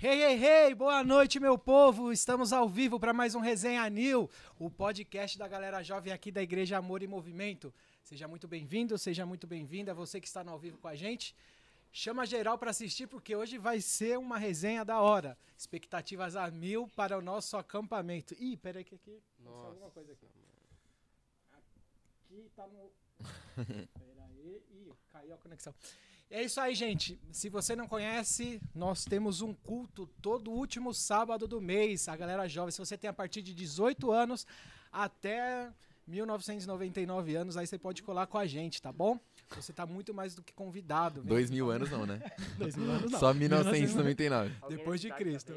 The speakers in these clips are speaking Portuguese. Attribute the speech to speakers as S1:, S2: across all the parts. S1: Hey, hey, hey! Boa noite, meu povo! Estamos ao vivo para mais um Resenha New, o podcast da galera jovem aqui da Igreja Amor e Movimento. Seja muito bem-vindo, seja muito bem-vinda, você que está no ao vivo com a gente. Chama geral para assistir, porque hoje vai ser uma resenha da hora. Expectativas a mil para o nosso acampamento. Ih, peraí que aqui... aconteceu alguma coisa aqui. Aqui tá no... Peraí. Ih, caiu a conexão. É isso aí, gente. Se você não conhece, nós temos um culto todo último sábado do mês. A galera jovem, se você tem a partir de 18 anos até 1999 anos, aí você pode colar com a gente, tá bom? Você tá muito mais do que convidado. vem.
S2: Dois mil anos não, né?
S1: Dois mil anos não.
S2: Só 1999.
S1: Depois de Cristo.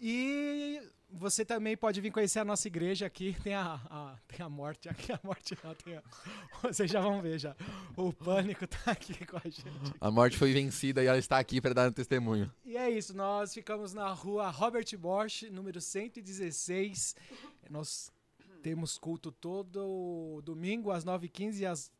S1: E você também pode vir conhecer a nossa igreja aqui. Tem a, a- tem a morte aqui, a morte não, tem a- Vocês já vão ver já. O pânico tá aqui com a gente.
S2: A morte foi vencida e ela está aqui para dar um testemunho.
S1: E é isso, nós ficamos na rua Robert Bosch, número 116. Nós temos culto todo domingo às 9h15 e às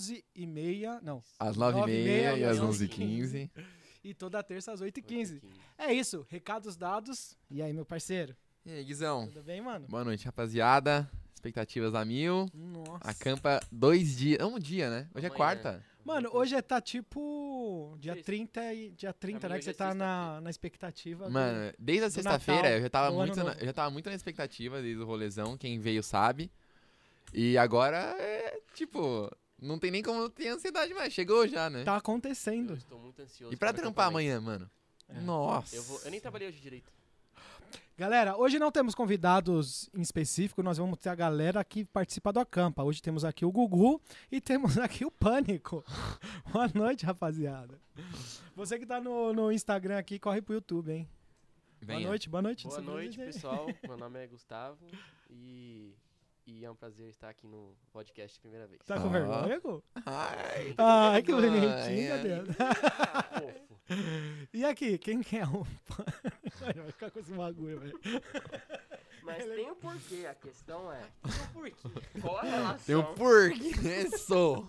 S1: 11h30. Não.
S2: Às nove e meia e às
S1: 11
S2: onze
S1: e
S2: e quinze.
S1: E toda terça às 8h15. É isso, recados dados. E aí, meu parceiro?
S2: E aí, Guizão?
S1: Tudo bem, mano?
S2: Boa noite, rapaziada. Expectativas a mil.
S1: Nossa.
S2: Acampa dois dias. Um dia, né? Hoje é
S3: Amanhã.
S2: quarta.
S1: Mano, hoje é, tá tipo dia
S3: Sexta.
S1: 30, e, dia 30 né?
S3: mim hoje
S1: Que você
S3: é
S1: tá na,
S3: sexta-feira.
S1: na expectativa. do-
S2: Mano, desde a
S1: do
S2: sexta-feira
S1: Natal,
S2: eu já tava
S1: do
S2: muito
S1: Ano
S2: na,
S1: Novo.
S2: eu já tava muito na expectativa desde o rolezão, quem veio sabe. E agora é tipo, não tem nem como ter ansiedade mais. Chegou já, né?
S1: Tá
S3: Eu
S1: acontecendo.
S3: estou muito ansioso.
S2: E pra
S3: pro
S2: trampar
S3: acampamento.
S2: amanhã, mano?
S1: É.
S2: Nossa.
S3: Eu, vou- eu nem trabalhei hoje direito.
S1: Galera, hoje não temos convidados em específico, nós vamos ter a galera que participa do Acampa. Hoje temos aqui o Gugu e temos aqui o Pânico. Boa noite, rapaziada. Você que tá no, no Instagram aqui, corre pro YouTube, hein?
S2: Venha.
S1: Boa noite, boa noite.
S3: Boa
S1: Você
S3: noite,
S1: precisa-
S3: pessoal. Meu nome é Gustavo e, e é um prazer estar aqui no podcast a primeira vez.
S1: Tá com
S2: Ó.
S1: vergonha, Gugu?
S2: Ah. Ai,
S1: Ai, que
S2: vergonha.
S1: bonitinho, meu Deus.
S3: Fofo.
S1: E aqui, quem que é o Pânico? Vai ficar com esse bagulho, velho.
S3: Mas tem o porquê, a questão é. O porquê? Qual a relação?
S2: Tem o porquê, né, sou.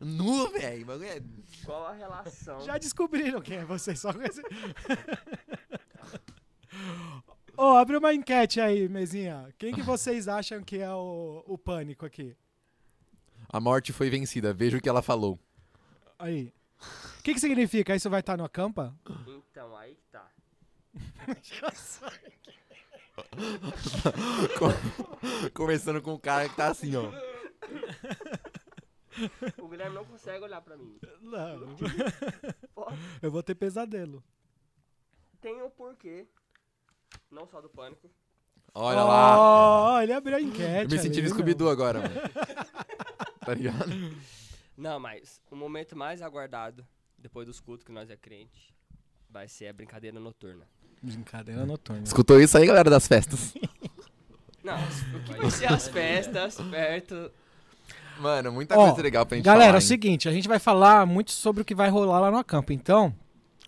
S2: Nu, velho. bagulho é-
S3: Qual a relação?
S1: Já descobriram quem é você, só com esse... Ô, abre uma enquete aí, mesinha. Quem que vocês acham que é o, o pânico aqui?
S2: A morte foi vencida, veja o que ela falou.
S1: Aí. O que que significa? Isso vai estar no acampa?
S3: Então, aí que tá.
S2: Co- Começando com o cara que tá assim, ó.
S3: O Guilherme não consegue olhar pra mim.
S1: Não.
S3: Pô,
S1: Eu vou ter pesadelo.
S3: Tem o porquê. Não só do pânico.
S2: Olha lá.
S1: Ó, ele abriu a enquete.
S2: Eu me senti no
S1: ali, meu.
S2: Scooby-Doo agora, mano. Tá ligado?
S3: Não, mas o momento mais aguardado, depois dos cultos que nós é crente, vai ser a brincadeira noturna.
S1: Brincadeira noturna.
S2: Escutou isso aí, galera das festas?
S3: Não, o que vai ser as festas perto...
S2: Mano, muita
S1: Ó,
S2: coisa legal pra gente
S1: Galera, é
S2: falar.
S1: o
S2: hein?
S1: seguinte, a gente vai falar muito sobre o que vai rolar lá no acampo. Então,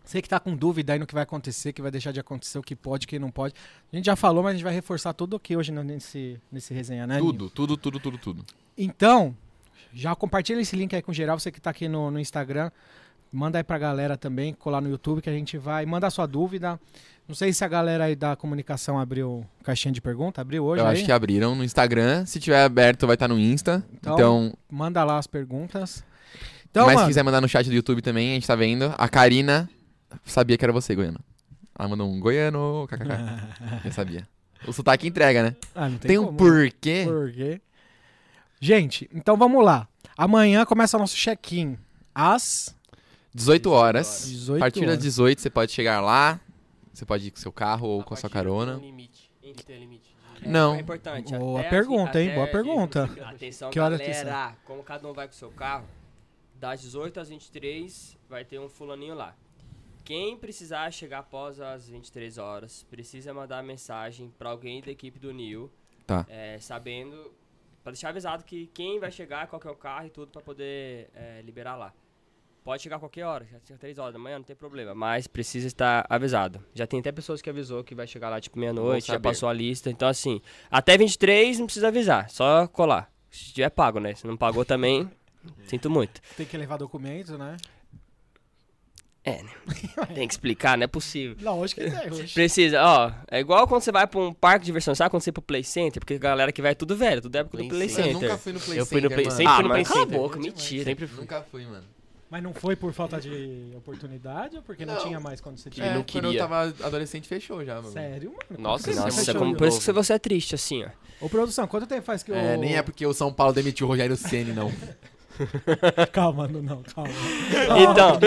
S1: você que tá com dúvida aí no que vai acontecer, que vai deixar de acontecer, o que pode, o que não pode. A gente já falou, mas a gente vai reforçar tudo aqui hoje no- nesse, nesse resenha, né? Ninho?
S2: Tudo, tudo, tudo, tudo, tudo.
S1: Então, já compartilha esse link aí com geral, você que tá aqui no, no Instagram. Manda aí pra galera também, colar no YouTube, que a gente vai. Manda a sua dúvida. Não sei se a galera aí da comunicação abriu caixinha de pergunta, abriu hoje
S2: Eu
S1: aí.
S2: acho que abriram no Instagram. Se tiver aberto, vai estar no Insta.
S1: Então,
S2: Então,
S1: Manda lá as perguntas. Então,
S2: mas
S1: mano,
S2: se quiser mandar no chat do YouTube também, a gente tá vendo. A Karina sabia que era você, Goiano. Ela mandou um Goiano, kkk. Eu sabia. O sotaque entrega, né?
S1: ah, não
S2: Tem, um
S1: como, né?
S2: porquê.
S1: Por quê? Gente, então vamos lá. Amanhã começa nosso check-in às
S2: 18 horas.
S1: 18
S2: A partir das
S1: horas.
S2: 18 você pode chegar lá. Você pode ir com seu carro ou com a sua
S3: partir
S2: carona.
S3: do limite, em que tem limite de-
S2: Não.
S3: É importante.
S1: Boa
S3: até
S1: pergunta,
S3: aqui-
S1: hein?
S3: até
S1: Boa
S3: aqui-
S1: pergunta.
S3: Atenção,
S1: Que horas que são?
S3: galera. Como cada um vai com o seu carro, das 18 às 23 vai ter um fulaninho lá. Quem precisar chegar após as 23 horas, precisa mandar mensagem pra alguém da equipe do Nil.
S2: Tá.
S3: é, sabendo... Pra deixar avisado que quem vai chegar, qual que é o carro e tudo, pra poder é, liberar lá. Pode chegar a qualquer hora, já chega 3 horas da manhã, não tem problema, mas precisa estar avisado. Já tem até pessoas que avisou que vai chegar lá tipo meia-noite,
S2: Bom
S3: já
S2: saber.
S3: passou a lista. Então, assim, até 23 não precisa avisar, só colar. Se tiver pago, né? Se não pagou também, sinto muito.
S1: Tem que levar documento, né?
S3: É, né? Tem que explicar, não é possível.
S1: Lógico que tem, oxe.
S3: Precisa, ó. É igual quando você vai pra um parque de diversão, sabe quando você ir pro Play Center? Porque a galera que vai é tudo velho, tudo é época do
S2: Play
S3: Play
S2: Center.
S3: Center.
S2: Eu nunca fui no Play
S3: Eu fui no
S2: Center,
S3: Play
S2: mano.
S3: Center.
S2: Ah,
S3: no Play
S2: mas
S3: Center.
S2: cala a boca,
S3: mentira. Sempre fui.
S2: Nunca fui, mano.
S1: Mas não foi por falta de oportunidade ou porque não,
S2: Não.
S1: tinha mais quando você
S3: Ele
S1: tinha?
S3: não
S2: É, Quando eu
S3: queria.
S2: tava adolescente, fechou já, mano.
S1: Sério,
S2: Nossa,
S1: mano? Quanto tempo
S2: nossa,
S1: você
S3: Nossa,
S1: achou
S3: como,
S1: isso?
S3: por isso que você é triste, assim, ó.
S1: Ô, produção, quanto tempo faz que o...
S2: É, nem é porque o São Paulo demitiu o Rogério Ceni, não.
S1: Calma, não, não, calma.
S3: Então.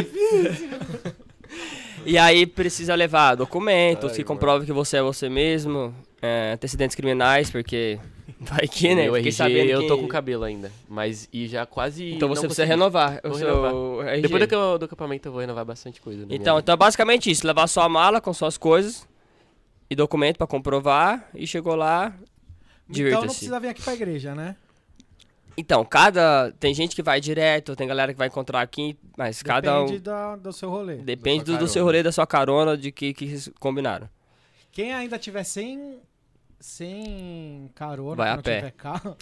S3: e aí precisa levar documentos
S2: Ai,
S3: que
S2: mano.
S3: comprovem que você é você mesmo, é, antecedentes criminais, porque vai que, né?
S4: Meu
S3: Fiquei
S4: RG,
S3: sabendo
S4: eu tô
S3: que-
S4: com cabelo ainda. Mas e já quase.
S3: Então
S4: não
S3: você precisa
S4: consegui.
S3: renovar. o
S4: Vou
S3: seu
S4: renovar.
S3: RG.
S4: Depois do, que eu- do acampamento eu vou renovar bastante coisa. né,
S3: Então,
S4: minha-
S3: então é basicamente isso. Levar sua mala com suas coisas e documento pra comprovar. E chegou lá.
S1: Então não
S3: Divirta-se.
S1: precisa vir aqui pra igreja, né?
S3: Então, cada. Tem gente que vai direto, tem galera que vai encontrar aqui, mas cada um.
S1: Depende da- do seu rolê.
S3: Depende
S2: Da sua
S3: do, do seu
S2: carona.
S3: rolê, da sua carona, de que, que vocês combinaram.
S1: Quem ainda tiver sem, sem carona,
S3: Vai
S1: que
S3: a
S1: não
S3: pé.
S1: tiver carro,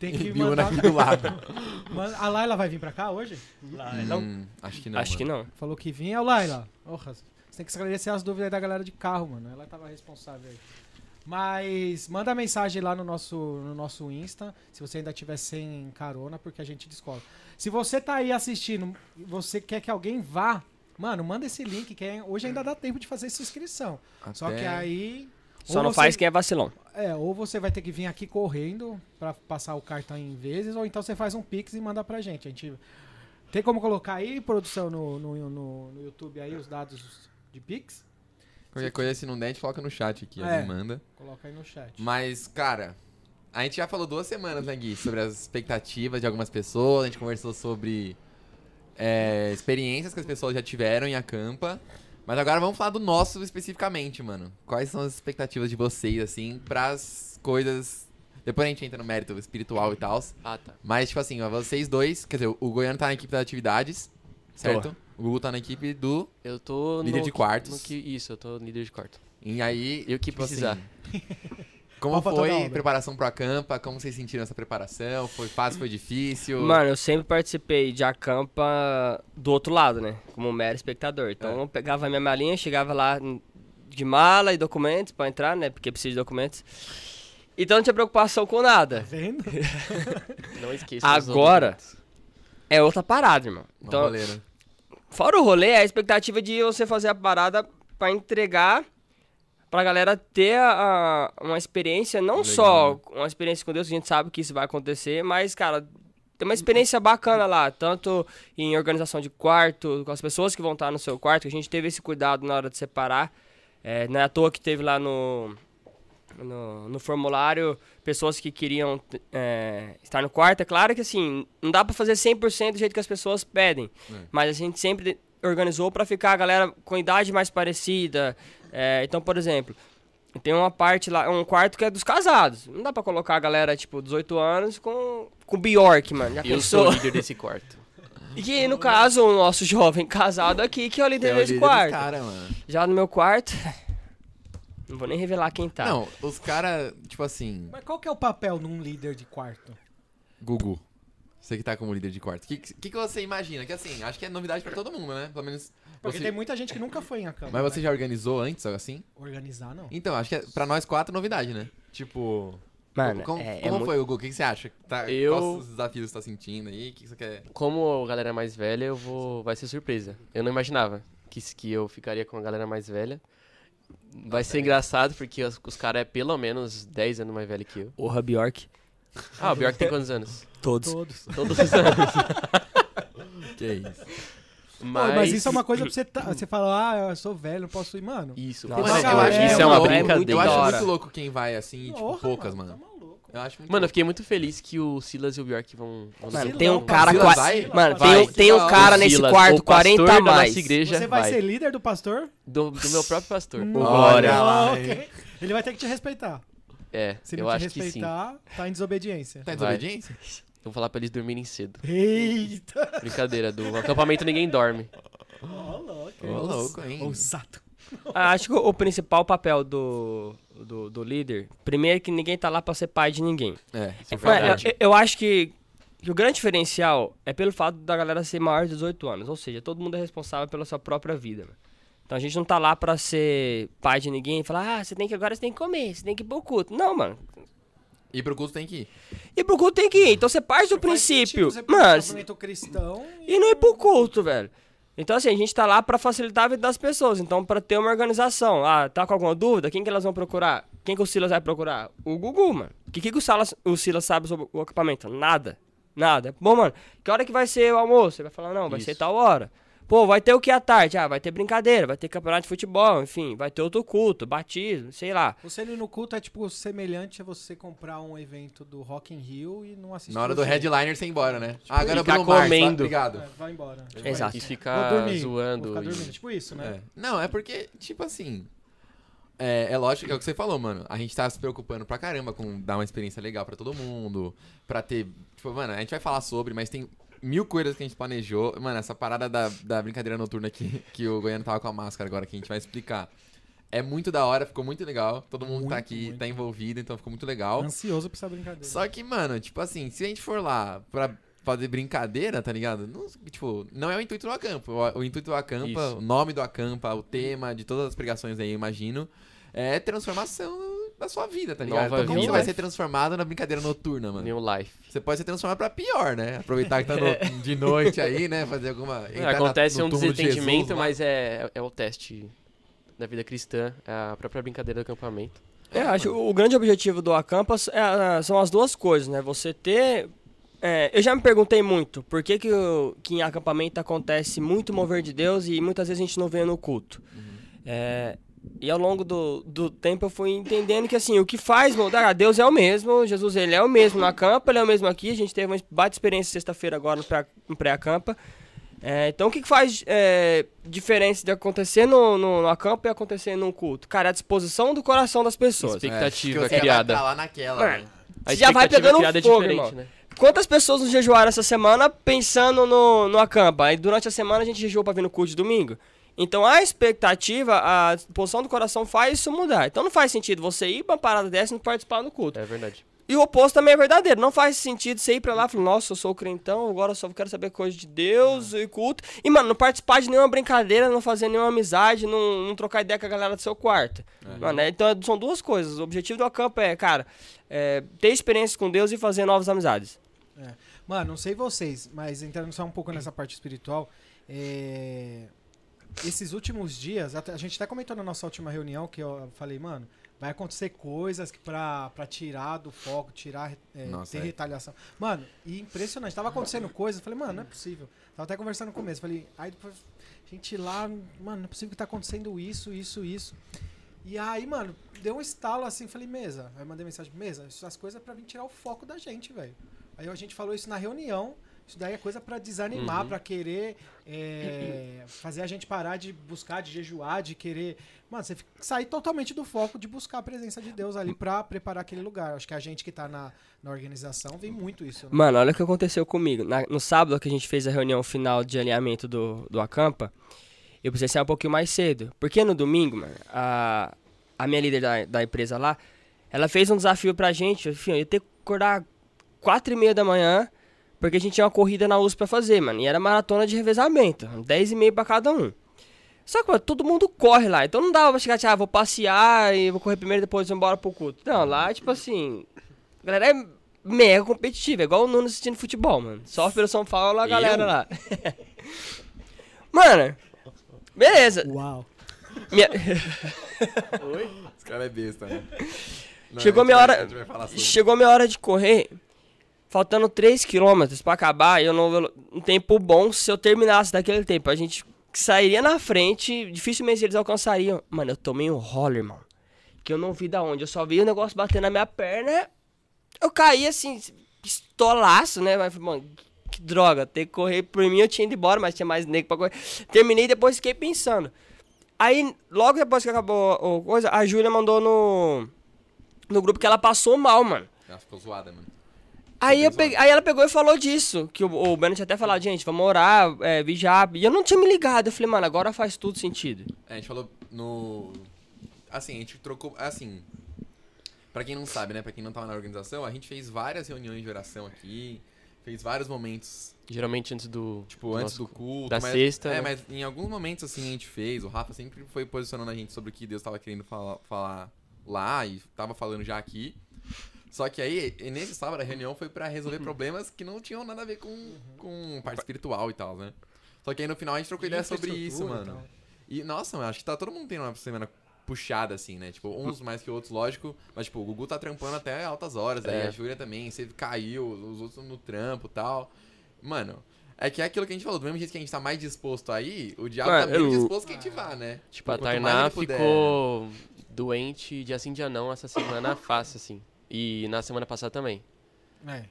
S1: tem que
S2: E o Ana
S1: mandar...
S2: aqui do lado.
S1: Mano, a Laila vai vir pra cá hoje?
S2: Hum, acho que não.
S3: Acho que não.
S1: Falou que vinha. Ô, Laila, porra, você tem que esclarecer as dúvidas aí da galera de carro, mano. É Ela tava responsável aí. Mas manda mensagem lá no nosso, no nosso Insta, se você ainda tiver sem carona, porque a gente descobre. Se você tá aí assistindo, e você quer que alguém vá, mano, manda esse link, que é- hoje ainda dá tempo de fazer essa inscrição.
S2: Até...
S1: Só que aí...
S3: Só
S1: ou
S3: não
S1: você-
S3: faz quem é vacilão.
S1: É, ou você vai ter que vir aqui correndo pra passar o cartão em vezes, ou então você faz um pix e manda pra gente. A gente tem como colocar aí, produção, no, no, no, no YouTube aí os dados de pix?
S2: Qualquer coisa, se não der, a gente coloca no chat aqui.
S1: É.
S2: Alguém manda.
S1: Coloca aí no chat.
S2: Mas, cara, a gente já falou duas semanas, né, Gui? Sobre as expectativas de algumas pessoas. A gente conversou sobre é, experiências que as pessoas já tiveram em acampa. Mas agora vamos falar do nosso especificamente, mano. Quais são as expectativas de vocês, assim, pras coisas... Depois a gente entra no mérito espiritual e tal.
S4: Ah, tá.
S2: Mas, tipo assim, ó, vocês dois... Quer dizer, o Goiano tá na equipe das atividades, certo? O Gugu tá na equipe do...
S4: Eu tô
S2: Líder
S4: no,
S2: de quartos.
S4: no que- isso, eu tô líder de quarto.
S2: E aí,
S4: E o que
S2: tipo assim,
S4: precisar.
S2: Como
S1: Pau pra toda
S2: foi
S1: obra.
S2: preparação pro acampa? Como vocês sentiram essa preparação? Foi fácil, foi difícil?
S3: Mano, eu sempre participei de acampa do outro lado, né? Como um mero espectador. Então
S2: É.
S3: eu pegava a minha malinha, chegava lá n- de mala e documentos pra entrar, né? Porque precisa de documentos. Então não tinha preocupação com nada.
S1: Vendo?
S4: Não esqueça. os
S3: Agora
S4: outros.
S3: é outra parada, irmão.
S2: Uma
S3: Então,
S2: roleira.
S3: fora o rolê, é a expectativa de você fazer a parada pra entregar pra galera ter a- a- uma experiência, não
S2: Legal,
S3: só
S2: né?
S3: uma experiência com Deus, que a gente sabe que isso vai acontecer, mas, cara, tem uma experiência bacana lá, tanto em organização de quarto, com as pessoas que vão estar no seu quarto, que a gente teve esse cuidado na hora de separar. É, não é à toa que teve lá no, no, no formulário pessoas que queriam t- é, estar no quarto. É claro que assim, não dá pra fazer 100% do jeito que as pessoas pedem,
S2: É.
S3: mas a gente sempre organizou pra ficar a galera com idade mais parecida. É, então, por exemplo, tem uma parte lá, um quarto que é dos casados. Não dá pra colocar a galera, tipo, 18 anos com, com Bjork, mano. Já
S4: Eu
S3: pensou?
S4: sou o líder desse quarto.
S3: E que, no caso, o nosso jovem casado aqui, que é o líder desse quarto.
S2: cara, mano.
S3: Já no meu quarto. Não vou nem revelar quem tá.
S2: Não, os caras, tipo assim,
S1: Mas qual que é o papel num líder de quarto?
S2: Gugu. Você que tá como líder de quarto. O que, que, que você imagina? Que assim, acho que é novidade pra todo mundo, né? Pelo menos.
S1: Porque
S2: você-
S1: tem muita gente que nunca foi em acampa.
S2: Mas você
S1: né?
S2: já organizou antes, algo assim?
S1: Organizar, não.
S2: Então, acho que é, pra nós quatro novidade, né? Tipo.
S3: Mano,
S2: como,
S3: é, é
S2: como
S3: muito-
S2: foi, Gugu? O que, que você acha? Tá,
S4: Eu-
S2: Quais os desafios você tá sentindo aí? O que, que você quer?
S4: Como a galera é mais velha, eu vou. Vai ser surpresa. Eu não imaginava que, que eu ficaria com a galera mais velha. Vai ser engraçado, porque os, os caras é pelo menos 10 anos mais velho que eu.
S3: Porra, Bjork.
S4: Ah, o Bjork tem quantos anos?
S3: Todos.
S1: Todos. Pô,
S4: Todos os anos.
S2: Que é isso?
S1: Mas... isso é uma coisa pra você... tá- Você fala, ah, eu sou velho, não posso ir. Mano...
S4: Isso,
S2: Mano,
S1: Nossa,
S2: eu acho
S1: é
S4: isso é uma
S2: louco.
S4: brincadeira.
S2: Eu
S3: da
S2: acho
S3: hora.
S2: muito louco quem vai assim, tipo,
S1: Porra,
S2: poucas, mano.
S1: Tá maluco.
S2: Eu acho muito
S4: Mano, eu fiquei muito feliz que o Silas e o Bjork vão. vão
S3: Mano,
S4: ser-
S3: tem um cara
S2: Silas
S3: com a-
S2: vai?
S3: Mano,
S1: Vai.
S3: tem, um- tem um
S2: Silas.
S3: cara
S4: o
S3: nesse
S4: Silas,
S3: quarto
S4: o pastor
S3: 40
S4: da
S3: a
S4: nossa
S3: mais.
S4: igreja
S1: Você vai Hum. ser líder do pastor?
S4: Do, do meu próprio pastor.
S2: Glória.
S1: Ah, ok. Ele vai ter que te respeitar.
S4: É,
S1: Se
S4: eu
S1: não te
S4: acho que sim.
S1: respeitar, tá em desobediência.
S2: Tá em
S4: Vai.
S2: desobediência?
S4: Eu Vou falar pra eles dormirem cedo.
S1: Eita!
S4: Brincadeira, do acampamento ninguém dorme.
S1: Ó, louco.
S2: Ô,
S1: hein?
S2: louco, hein?
S1: Ousado.
S3: Ah, Acho que o principal papel do, é do, do líder, primeiro que ninguém tá lá pra ser pai de ninguém.
S2: É, isso é
S3: Mano,
S2: verdade.
S3: eu, eu acho que que o grande diferencial é pelo fato da galera ser maior de 18 anos. Ou seja, todo mundo é responsável pela sua própria vida. mano. Então a gente não tá lá pra ser pai de ninguém e falar, ah, você tem que agora você tem que comer, você tem que ir pro culto. Não, mano.
S2: E pro culto tem que ir.
S3: E pro culto tem que ir. Então você parte do
S1: Faz
S3: princípio.
S1: sentido você pôr
S3: mano,
S1: um movimento cristão
S3: e não ir pro culto, velho. Então, assim, a gente tá lá pra facilitar a vida das pessoas. Então, pra ter uma organização. Ah, tá com alguma dúvida? Quem que elas vão procurar? Quem que o Silas vai procurar? O Gugu, mano. O que, que o, Salas, o Silas sabe sobre o acampamento? Nada. Nada. É Bom, mano, que hora que vai ser o almoço? Ele vai falar, não, vai ser
S2: Isso.
S3: tal hora. Pô, vai ter o que à tarde? Ah, vai ter brincadeira, vai ter campeonato de futebol, enfim, vai ter outro culto, batismo, sei lá.
S1: Você ir no culto é tipo semelhante a você comprar um evento do Rock in Rio e não assistir.
S2: Na hora do
S1: você.
S2: headliner você ir embora, né?
S1: Tipo
S2: Ah, agora é o
S4: ficar
S2: Bruno Mars, tá?
S4: comendo.
S1: É,
S2: Obrigado.
S1: vai embora. Tipo,
S3: Exato.
S4: E
S1: isso.
S4: ficar
S1: Vou dormir,
S4: zoando.
S1: Vou ficar
S4: e-
S1: dormindo. Tipo isso, né?
S2: É. Não, é porque, tipo assim. É, é lógico que é o que você falou, mano. A gente tá se preocupando pra caramba com dar uma experiência legal pra todo mundo. Pra ter. Tipo, mano, a gente vai falar sobre, mas tem mil coisas que a gente planejou. Mano, essa parada da, da brincadeira noturna que, que o Goiano tava com a máscara agora, que a gente vai explicar. É muito da hora, ficou muito legal. Todo mundo tá
S1: Muito,
S2: aqui,
S1: muito.
S2: tá envolvido, então ficou muito legal.
S1: Ansioso pra essa brincadeira.
S2: Só que, mano, tipo assim, se a gente for lá pra fazer brincadeira, tá ligado? Não, tipo, não é o intuito do Acampa. O, o intuito do Acampa,
S4: Isso.
S2: o nome do Acampa, o tema de todas as pregações aí, eu imagino, é transformação da sua vida, tá ligado?
S4: Nova
S2: então, como
S1: vida.
S2: você vai ser transformado na brincadeira noturna, mano?
S4: New Life.
S2: Você pode ser transformado pra pior, né? Aproveitar que tá no- de noite aí, né? Fazer alguma.
S4: É,
S2: entrar na-
S4: acontece
S2: no
S4: um
S2: túmulo de Jesus
S4: desentendimento,
S2: lá.
S4: mas é, é o teste da vida cristã, é a própria brincadeira do acampamento.
S3: É, acho que o grande objetivo do Acampas é, ah, são as duas coisas, né? Você ter. é, eu já me perguntei muito por que, que, o- que em acampamento acontece muito mover de Deus e muitas vezes a gente não vê no culto. É, e ao longo do, do tempo eu fui entendendo que assim, o que faz mudar a Deus é o mesmo, Jesus ele é o mesmo na campa, ele é o mesmo aqui, a gente teve uma baita experiência sexta-feira agora no pré- no pré-acampa. É, então o que, que faz é, diferença de acontecer no, no, no acampo e acontecer num culto? Cara, é a disposição do coração das pessoas.
S2: É,
S4: Expectativa
S2: porque você vai
S4: criada.
S2: pra lá naquela.
S3: Mano,
S2: né?
S4: A
S3: Você já vai
S4: expectativa
S3: pegando
S4: criada
S3: fogo,
S4: é diferente,
S3: irmão.
S4: né?
S3: Quantas pessoas nos jejuaram essa semana pensando no, no acampa? Aí durante a semana a gente jejuou pra vir no culto de domingo. Então a expectativa, a posição do coração faz isso mudar. Então não faz sentido você ir pra uma parada dessa e não participar do culto.
S4: É verdade.
S3: E o oposto também é verdadeiro. Não faz sentido você ir pra lá e falar, nossa, eu sou crentão, agora eu só quero saber coisa de Deus e culto. E, mano, não participar de nenhuma brincadeira, não fazer nenhuma amizade, não, não trocar ideia com a galera do seu quarto. Mano, é- então é- são duas coisas. O objetivo do acampo é, cara, é, ter experiência com Deus e fazer novas amizades.
S1: É. Mano, não sei vocês, mas entrando só um pouco nessa parte espiritual, é, esses últimos dias, até- a gente até comentou na nossa última reunião que eu falei, mano, vai acontecer coisas que pra, pra tirar do foco, tirar, é,
S2: Nossa,
S1: ter
S2: é.
S1: retaliação. Mano, e impressionante, tava acontecendo coisas, eu falei, mano, não é possível. Tava até conversando no começo, falei, aí depois, gente lá, mano, não é possível que tá acontecendo isso, isso, isso. E aí, mano, deu um estalo assim, falei, mesa. Aí eu mandei mensagem, mesa, essas coisas é pra vir tirar o foco da gente, velho. Aí a gente falou isso na reunião. Isso daí é coisa pra desanimar,
S4: Uhum.
S1: pra querer é, fazer a gente parar de buscar, de jejuar, de querer. Mano, você fica- sair totalmente do foco de buscar a presença de Deus ali pra preparar aquele lugar. Acho que a gente que tá na, na organização vem muito isso. Né?
S3: Mano, olha o que aconteceu comigo. Na- no sábado que a gente fez a reunião final de alinhamento do, do Acampa, eu precisei sair um pouquinho mais cedo. Porque no domingo, mano, a, a minha líder da, da empresa lá, ela fez um desafio pra gente. Enfim, eu ia ter que acordar quatro e meia da manhã, porque a gente tinha uma corrida na USP pra fazer, mano. E era maratona de revezamento, dez e meia pra cada um. Só que, mano, todo mundo corre lá. Então não dava pra chegar, tipo, ah, vou passear e vou correr primeiro, depois vou embora pro culto. Não, lá, tipo assim, a galera é mega competitiva, é igual o Nuno assistindo futebol, mano. Só pelo São Paulo a galera lá. mano, beleza.
S1: Uau.
S3: Minha-
S2: Esse cara é besta, né? Não,
S3: Chegou minha
S2: a gente vai-
S3: hora-
S2: a gente vai falar sobre.
S3: Chegou minha hora de correr, faltando 3 km pra acabar, eu não um tempo bom se eu terminasse daquele tempo. A gente sairia na frente, dificilmente eles alcançariam. Mano, eu tomei um roller, irmão. Que eu não vi da onde, eu só vi o negócio bater na minha perna. Eu caí assim, pistolaço, né? Mas, mano, que droga, ter que correr por mim eu tinha ido embora, mas tinha mais nego pra correr. Terminei e depois fiquei pensando. Aí, logo depois que acabou a- a coisa, a Júlia mandou no, no grupo que ela passou mal, mano.
S2: Ela ficou zoada, mano.
S3: Aí, eu
S2: Pesado.
S3: peguei- aí ela pegou e falou disso. Que o, o Breno tinha até falado, gente, vamos orar, é, vigiar. E eu não tinha me ligado. Eu falei, mano, agora faz tudo sentido.
S2: É, a gente falou no. Assim, a gente trocou. Assim. tá Pra quem não sabe, né? Pra quem não tava na organização, a gente fez várias reuniões de oração aqui. Fez vários momentos,
S4: Geralmente antes do.
S2: tipo, antes
S4: nosso-
S2: do culto.
S4: da
S2: mas,
S4: sexta,
S2: É,
S4: né?
S2: mas em alguns momentos, assim, a gente fez. O Rafa sempre foi posicionando a gente sobre o que Deus tava querendo fala- falar lá e tava falando já aqui. Só que aí, e nesse sábado, a reunião foi pra resolver
S1: Uhum.
S2: problemas que não tinham nada a ver com, com parte espiritual e tal, né? Só que aí no final a gente trocou ideia sobre isso,
S1: Infraestrutura e
S2: mano.
S1: tal.
S2: E, nossa, eu acho que tá todo mundo tendo uma semana puxada, assim, né? Tipo, uns mais que outros, lógico. Mas, tipo, o Gugu tá trampando até altas horas. Aí
S4: É.
S2: a Júlia também, você caiu, os outros no trampo e tal. Mano, é que é aquilo que a gente falou. Do mesmo jeito que a gente tá mais disposto aí, o diabo
S4: Mano,
S2: tá menos
S4: eu-
S2: disposto que a
S1: Ah.
S2: gente vá, né?
S4: Tipo, a
S2: Quanto mais
S4: Tainá
S2: ele puder. né?
S4: ficou doente dia sim, dia não, essa semana fácil, assim. E na semana passada também.
S1: É,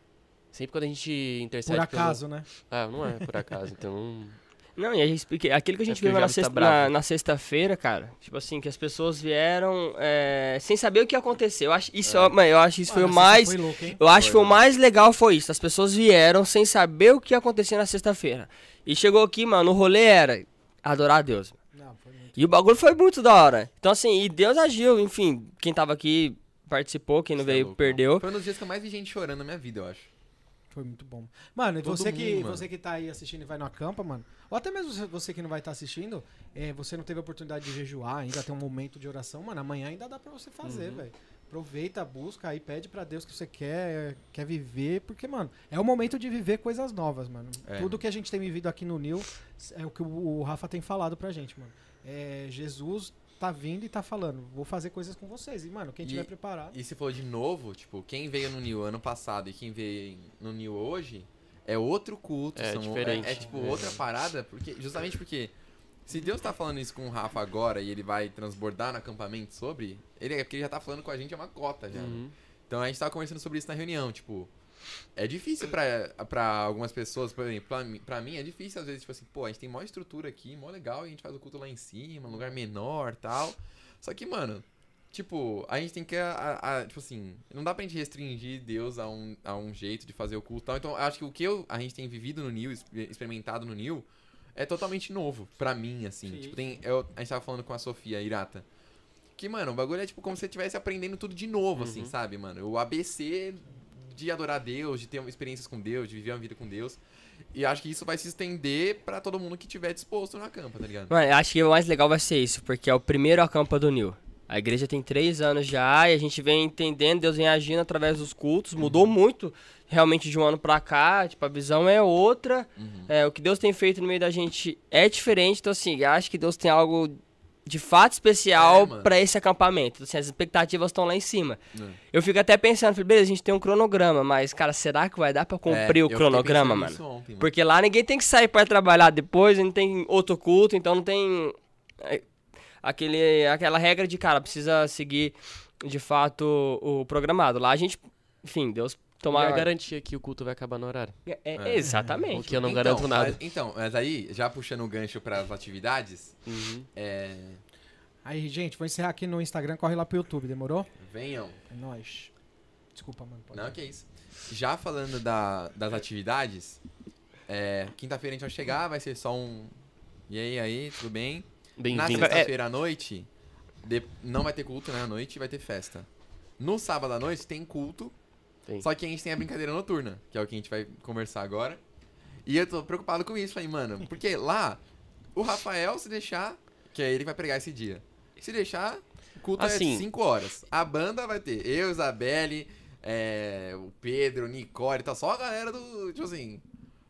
S4: Sempre quando a gente intercede.
S1: por
S4: pelo-
S1: acaso, né?
S4: Ah, não é por acaso, então.
S3: Não, e a gente, porque aquilo que a gente
S4: porque o
S3: viu na
S4: diabo tá
S3: sexta-
S4: bravo.
S3: na na sexta-feira, cara, tipo assim, que as pessoas vieram é, sem saber o que aconteceu. Eu acho,
S4: É.
S3: isso, ó, mano, eu acho que isso foi o
S1: Mano, essa
S3: mais.
S1: Ah, Foi louco, hein?
S3: Eu acho que foi o mais legal foi isso. As pessoas vieram sem saber o que aconteceu na sexta-feira. E chegou aqui, mano, o rolê era adorar a Deus.
S1: Não, foi muito.
S3: E o bagulho foi muito da hora. Então, assim, e Deus agiu, enfim. Quem tava aqui participou, quem não
S2: Cê é
S3: veio
S2: louco.
S3: perdeu.
S2: Foi um dos dias que eu mais vi gente chorando na minha vida, eu acho.
S1: Foi muito bom. Mano, e
S2: Todo
S1: você, que,
S2: mundo, mano.
S1: você que tá aí assistindo e vai no acampa, mano, ou até mesmo você- você que não vai estar assistindo, é, você não teve a oportunidade de jejuar, ainda tem um momento de oração, mano, amanhã ainda dá pra você
S2: Uhum.
S1: fazer, velho. Aproveita, busca aí, pede pra Deus que você quer, quer viver, porque, mano, é o momento de viver coisas novas, mano.
S2: É.
S1: Tudo que a gente tem vivido aqui no Nil é o que o, o Rafa tem falado pra gente, mano. É, Jesus tá vindo e tá falando, vou fazer coisas com vocês. E, mano, quem
S2: E-
S1: tiver preparado.
S2: E se for de novo, tipo, quem veio no New ano passado e quem veio no New hoje é outro culto.
S4: É
S2: são-
S4: diferente.
S2: É, é, tipo
S4: É.
S2: outra parada, porque justamente porque se Deus tá falando isso com o Rafa agora e ele vai transbordar no acampamento sobre, ele é porque ele já tá falando com a gente é uma cota já. né?
S4: Uhum.
S2: Então a gente tava conversando sobre isso na reunião, tipo, é difícil pra, pra algumas pessoas, por exemplo, pra, mim- pra mim é difícil às vezes, tipo assim, pô, a gente tem maior estrutura aqui, mó legal, e a gente faz o culto lá em cima, um lugar menor tal. Só que, mano, tipo, a gente tem que, a- a- tipo assim, não dá pra gente restringir Deus a um, a um jeito de fazer o culto tal. Então eu acho que o que eu- a gente tem vivido no Nil, exper- experimentado no Nil, é totalmente novo pra mim, assim.
S1: Sim.
S2: Tipo, tem, eu- a gente tava falando com a Sofia Irata. Que, mano, o bagulho é tipo como se você estivesse aprendendo tudo de novo,
S1: Uhum.
S2: assim, sabe, mano? O ABC de adorar Deus, de ter experiências com Deus, de viver uma vida com Deus. E acho que isso vai se estender pra todo mundo que tiver disposto na campa, tá ligado?
S3: Mano, eu acho que o mais legal vai ser isso, porque é o primeiro acampa do Nil. A igreja tem três anos já e a gente vem entendendo, Deus vem agindo através dos cultos. Mudou
S2: Uhum.
S3: muito realmente de um ano pra cá. Tipo, a visão é outra.
S2: Uhum.
S3: É, o que Deus tem feito no meio da gente é diferente. Então, assim, eu acho que Deus tem algo de fato
S2: É,
S3: especial
S2: mano.
S3: pra esse acampamento. Então, assim, as expectativas estão lá em cima.
S2: É.
S3: Eu fico até pensando, falei, beleza, a gente tem um cronograma, mas, cara, será que vai dar pra cumprir
S2: É, eu
S3: o
S2: fiquei
S3: cronograma,
S2: pensando
S3: mano?
S2: nisso ontem, mano.
S3: Porque lá ninguém tem que sair pra trabalhar depois, não tem outro culto, então não tem é, aquele, aquela regra de, cara, precisa seguir de fato o programado. Lá a gente, enfim, Deus
S4: Tomar
S3: tomar.
S4: a garantia que o culto vai acabar no horário.
S3: É,
S2: É.
S4: O
S3: Exatamente.
S4: que eu não
S2: Então,
S4: garanto nada.
S2: Mas, então, mas aí, já puxando o gancho pras atividades,
S4: Uhum.
S2: é,
S1: Aí, gente, vou encerrar aqui no Instagram, corre lá pro YouTube, demorou?
S2: venham.
S1: É nóis. Desculpa, mano. pode
S2: Não,
S1: ir.
S2: que isso. Já falando da- das atividades, é, quinta-feira a gente vai chegar, vai ser só um. E aí, aí, tudo bem? Na
S4: Bem-vindo. é.
S2: sexta-feira à noite, de- não vai ter culto, né? À noite vai ter festa. No sábado à noite tem culto,
S4: Tem.
S2: só que a gente tem a brincadeira noturna, que é o que a gente vai conversar agora. E eu tô preocupado com isso aí, mano. Porque lá, o Rafael, se deixar, que é ele que vai pregar esse dia. Se deixar, o culto é
S4: Assim.
S2: 5 horas. A banda vai ter eu, Isabelle, é, o Pedro, o Nicole, tá só a galera do. Tipo assim.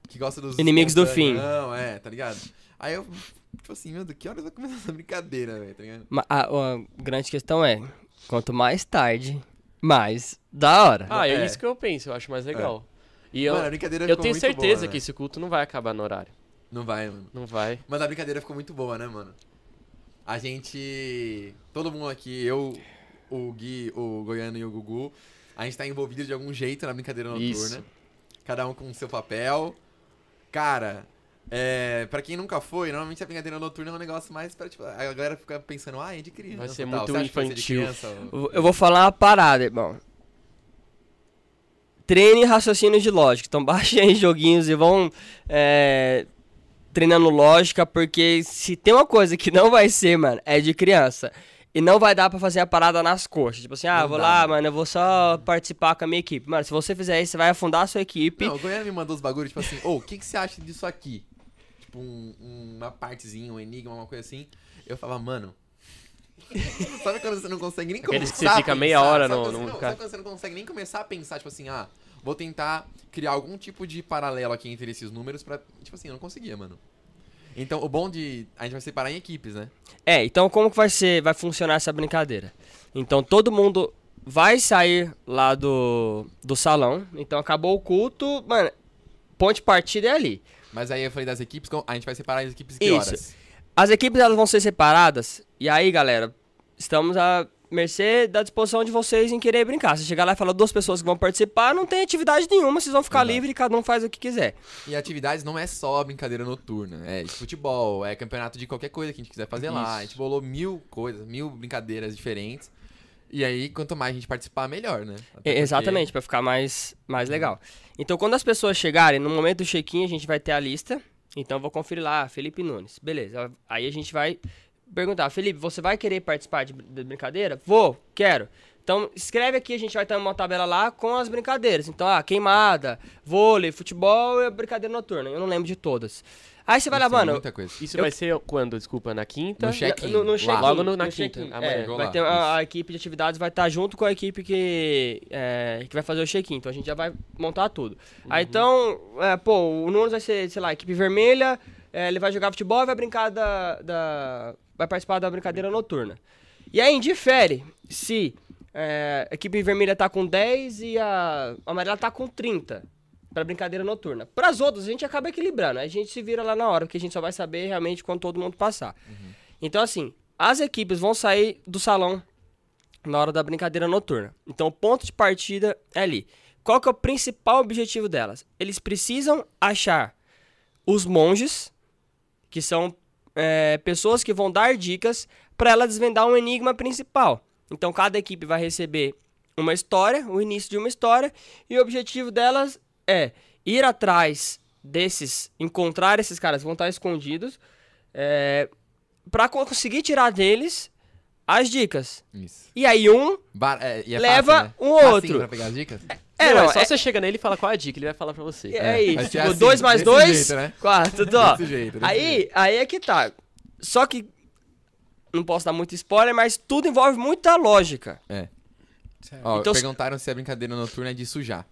S2: Que gosta dos.
S3: Inimigos do fim.
S2: Não, é, tá ligado? Aí eu. Tipo assim, meu Deus, que horas vai começar essa brincadeira, velho, tá ligado?
S3: Ma- A, a grande questão é: quanto mais tarde, mais da hora.
S4: Ah, é
S2: É.
S4: isso que eu penso, eu acho mais legal. E eu,
S2: Mano, a brincadeira
S4: eu
S2: ficou
S4: tenho
S2: muito
S4: certeza
S2: boa, né?
S4: que esse culto não vai acabar no horário.
S2: Não vai, mano.
S4: Não vai.
S2: Mas a brincadeira ficou muito boa, né, mano? A gente. Todo mundo aqui, eu, o Gui, o Goiano e o Gugu, a gente tá envolvido de algum jeito na brincadeira noturna.
S4: Isso.
S2: Cada um com o seu papel. Cara, é, pra quem nunca foi, normalmente a brincadeira noturna é um negócio mais pra, tipo, a galera fica pensando, ah, é de criança.
S4: Vai ser
S2: e tal.
S4: muito
S2: Você acha que vai ser de
S4: infantil.
S2: criança, ô?
S3: Eu- Eu vou falar uma parada, irmão. Treine raciocínio de lógica. Então baixem aí joguinhos e vão é, treinando lógica, porque se tem uma coisa que não vai ser, mano, é de criança. E não vai dar pra fazer a parada nas coxas. Tipo assim, ah, vou lá, mano, eu vou só participar com a minha equipe. Mano, se você fizer isso, você vai afundar a sua equipe.
S2: Não, o Goiânia me mandou os bagulhos, tipo assim, ô, o que, que você acha disso aqui? Tipo, um- uma partezinha, um enigma, uma coisa assim. Eu falava, mano. sabe quando você não consegue nem
S4: Aqueles
S2: começar
S4: que você
S2: a
S4: fica meia
S2: pensar?
S4: hora
S2: sabe,
S4: no-
S2: quando
S4: no
S2: você, não,
S4: cara?
S2: sabe quando você não consegue nem começar a pensar, tipo assim, ah, vou tentar criar algum tipo de paralelo aqui entre esses números pra. Tipo assim, eu não conseguia, mano. Então, o bom de. A gente vai separar em equipes, né?
S3: É, então como que vai ser, vai funcionar essa brincadeira? Então todo mundo vai sair lá do, do salão. Então acabou o culto, mano, ponto de partida é ali.
S2: Mas aí eu falei das equipes, com- a gente vai separar as equipes em que
S3: Isso.
S2: horas?
S3: As equipes elas vão ser separadas. E aí, galera, estamos à mercê da disposição de vocês em querer brincar. Se chegar lá e falar duas pessoas que vão participar, não tem atividade nenhuma, vocês vão ficar
S2: Exato.
S3: livres e cada um faz o que quiser.
S2: E atividades não é só brincadeira noturna, é de futebol, é campeonato de qualquer coisa que a gente quiser fazer lá. A gente bolou mil coisas, mil brincadeiras diferentes. E aí, quanto mais a gente participar, melhor, né? Até
S3: É,
S2: porque-
S3: Exatamente, pra ficar mais, mais legal. Então, quando as pessoas chegarem, no momento do check-in, a gente vai ter a lista. Então, eu vou conferir lá, Felipe Nunes. Beleza. Aí a gente vai perguntar: Felipe, você vai querer participar de, de brincadeira? Vou, quero. Então, escreve aqui, a gente vai ter uma tabela lá com as brincadeiras. Então, ah, queimada, vôlei, futebol e brincadeira noturna. Eu não lembro de todas. Aí você vai lá,
S2: Nossa, tem
S3: mano.
S2: Muita coisa.
S4: Isso
S3: Eu-
S4: vai ser quando? Desculpa, na quinta?
S2: No check-in.
S3: No, no
S2: lá.
S3: check-in,
S4: Logo no- na
S3: check-in,
S4: quinta,
S3: é,
S4: amanhã.
S3: vai
S2: Lá,
S3: ter a,
S2: isso.
S3: a equipe de atividades vai estar junto com a equipe que, é, que vai fazer o check-in. Então a gente já vai montar tudo. Aí
S4: Uhum.
S3: então, é, pô, o Nunes vai ser, sei lá, a equipe vermelha. é, ele vai jogar futebol e vai brincar da, da- Vai participar da brincadeira noturna. E aí difere se é, a equipe vermelha tá com 10 e a amarela tá com 30 pra brincadeira noturna. Pras outras, a gente acaba equilibrando. Aí a gente se vira lá na hora, porque a gente só vai saber realmente quando todo mundo passar.
S1: Uhum.
S3: Então, assim, as equipes vão sair do salão na hora da brincadeira noturna. Então, o ponto de partida é ali. Qual que é o principal objetivo delas? Eles precisam achar os monges, que são é, pessoas que vão dar dicas para ela desvendar um enigma principal. Então, cada equipe vai receber uma história, o início de uma história, e o objetivo delas é ir atrás desses, encontrar esses caras que vão estar escondidos, é, para conseguir tirar deles as dicas.
S2: Isso.
S3: E aí um
S2: Bar- é, e é
S3: Leva
S2: fácil, né?
S3: um
S2: Facinho
S3: outro.
S2: pra pegar as dicas?
S3: É,
S4: não,
S3: não,
S4: é só
S3: é-
S4: você chega nele e fala qual é a dica, ele vai falar pra você.
S3: é,
S2: vai
S3: isso.
S2: ser
S3: Tipo,
S2: assim,
S3: 2 mais
S2: desse
S3: 2,
S2: jeito, né?
S3: 4, ó.
S2: Desse jeito, desse jeito.
S3: Aí, aí é que tá. Só que, não posso dar muito spoiler, mas tudo envolve muita lógica.
S2: É. Ó,
S3: Então, se-
S2: perguntaram se a brincadeira noturna é de sujar.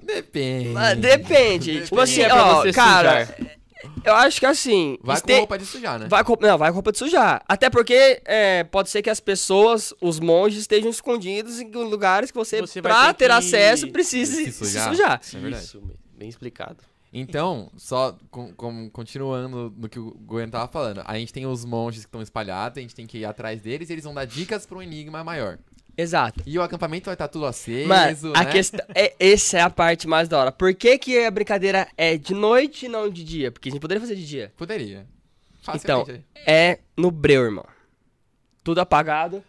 S2: Depende.
S3: Ah, Depende. tipo assim,
S4: É pra
S3: ó,
S4: você
S3: cara,
S4: sujar.
S3: eu acho que assim...
S2: Vai
S3: este-
S2: com roupa de sujar, né?
S3: Vai com, não, vai com roupa de sujar. Até porque é, pode ser que as pessoas, os monges, estejam escondidos em lugares que você,
S4: Você vai
S3: pra ter,
S4: ter que-
S3: acesso, precise
S2: Se
S3: se
S2: sujar.
S3: sujar.
S2: É verdade.
S4: Isso, bem explicado.
S2: Então, só com- com- continuando no que o Goiano tava falando, a gente tem os monges que estão espalhados, a gente tem que ir atrás deles e eles vão dar dicas para um enigma maior.
S3: Exato.
S2: E o acampamento vai estar tudo aceso,
S3: Mano, a
S2: né?
S3: questão. É, essa é a parte mais da hora. Por que, que a brincadeira é de noite e não de dia? Porque a gente poderia fazer de dia.
S2: Poderia.
S3: Então,
S2: Facilmente.
S3: é no breu, irmão. Tudo apagado.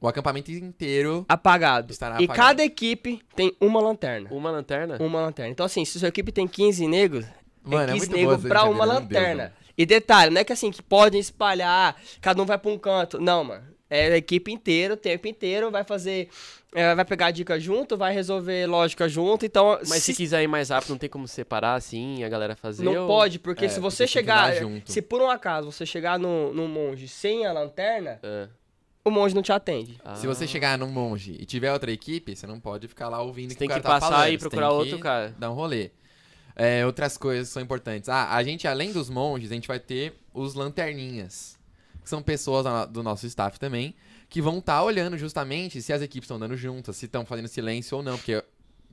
S2: o acampaamento inteiro
S3: Apagado.
S2: Estará
S3: e
S2: Tá apagado.
S3: cada equipe tem uma lanterna.
S4: Uma lanterna?
S3: Uma lanterna. Então, assim, se sua equipe tem 15 negros,
S2: Mano, é
S3: é 15
S2: muito boa
S3: negros
S2: essa
S3: pra uma
S2: brincadeira, meu Deus,
S3: lanterna.
S2: mano.
S3: e detalhe, não é que assim, que podem espalhar, cada um vai pra um canto. Não, mano. É a equipe inteira, o tempo inteiro, vai fazer. é, vai pegar a dica junto, vai resolver lógica junto. Então,
S4: Mas se
S3: se
S4: quiser ir mais rápido, não tem como separar assim, a galera fazer.
S3: Não
S4: ou-
S3: pode, porque
S2: É,
S3: se
S2: porque tem
S3: você
S2: que
S3: chegar.
S2: andar junto.
S3: Se por um acaso você chegar no, no monge sem a lanterna,
S2: É.
S4: Ah,
S3: o monge não te atende.
S4: ah.
S2: Se você chegar num monge e tiver outra equipe, você não pode ficar lá ouvindo
S4: Você
S2: o
S4: tem
S2: o cara
S4: que
S2: tá
S4: passar
S2: falando,
S4: e
S2: você
S4: procurar
S2: tem que
S4: outro cara.
S2: Dar um rolê. É, outras coisas são importantes. Ah, a gente, além dos monges, a gente vai ter os lanterninhas. Que são pessoas da- do nosso staff também, que vão estar olhando justamente se as equipes estão andando juntas, se estão fazendo silêncio ou não, porque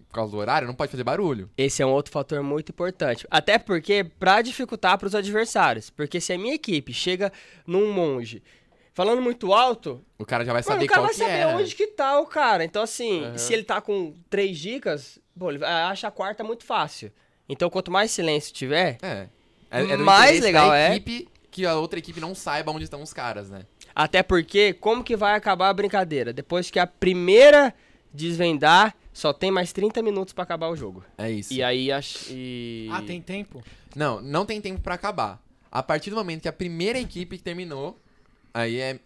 S2: por causa do horário não pode fazer barulho.
S3: Esse é um outro fator muito importante. Até porque, pra dificultar pros adversários. Porque se a minha equipe chega num monge falando muito alto,
S2: O cara já vai saber
S3: mano, o cara
S2: qual
S3: vai
S2: que
S3: saber
S2: é. né?
S3: onde que tá o cara. Então, assim,
S4: Aham.
S3: se ele tá com três dicas, pô, ele vai- acha a quarta muito fácil. Então, quanto mais silêncio tiver,
S2: É. É, é do
S3: Mais
S2: interesse
S3: legal
S2: da
S3: é-
S2: equipe que a outra equipe não saiba onde estão os caras, né?
S3: Até porque, como que vai acabar a brincadeira? Depois que a primeira desvendar, só tem mais 30 minutos pra acabar o jogo.
S2: É isso.
S4: E aí ach... e...
S1: Ah, tem tempo?
S2: Não, não tem tempo pra acabar. A partir do momento que a primeira equipe que terminou, Aí é.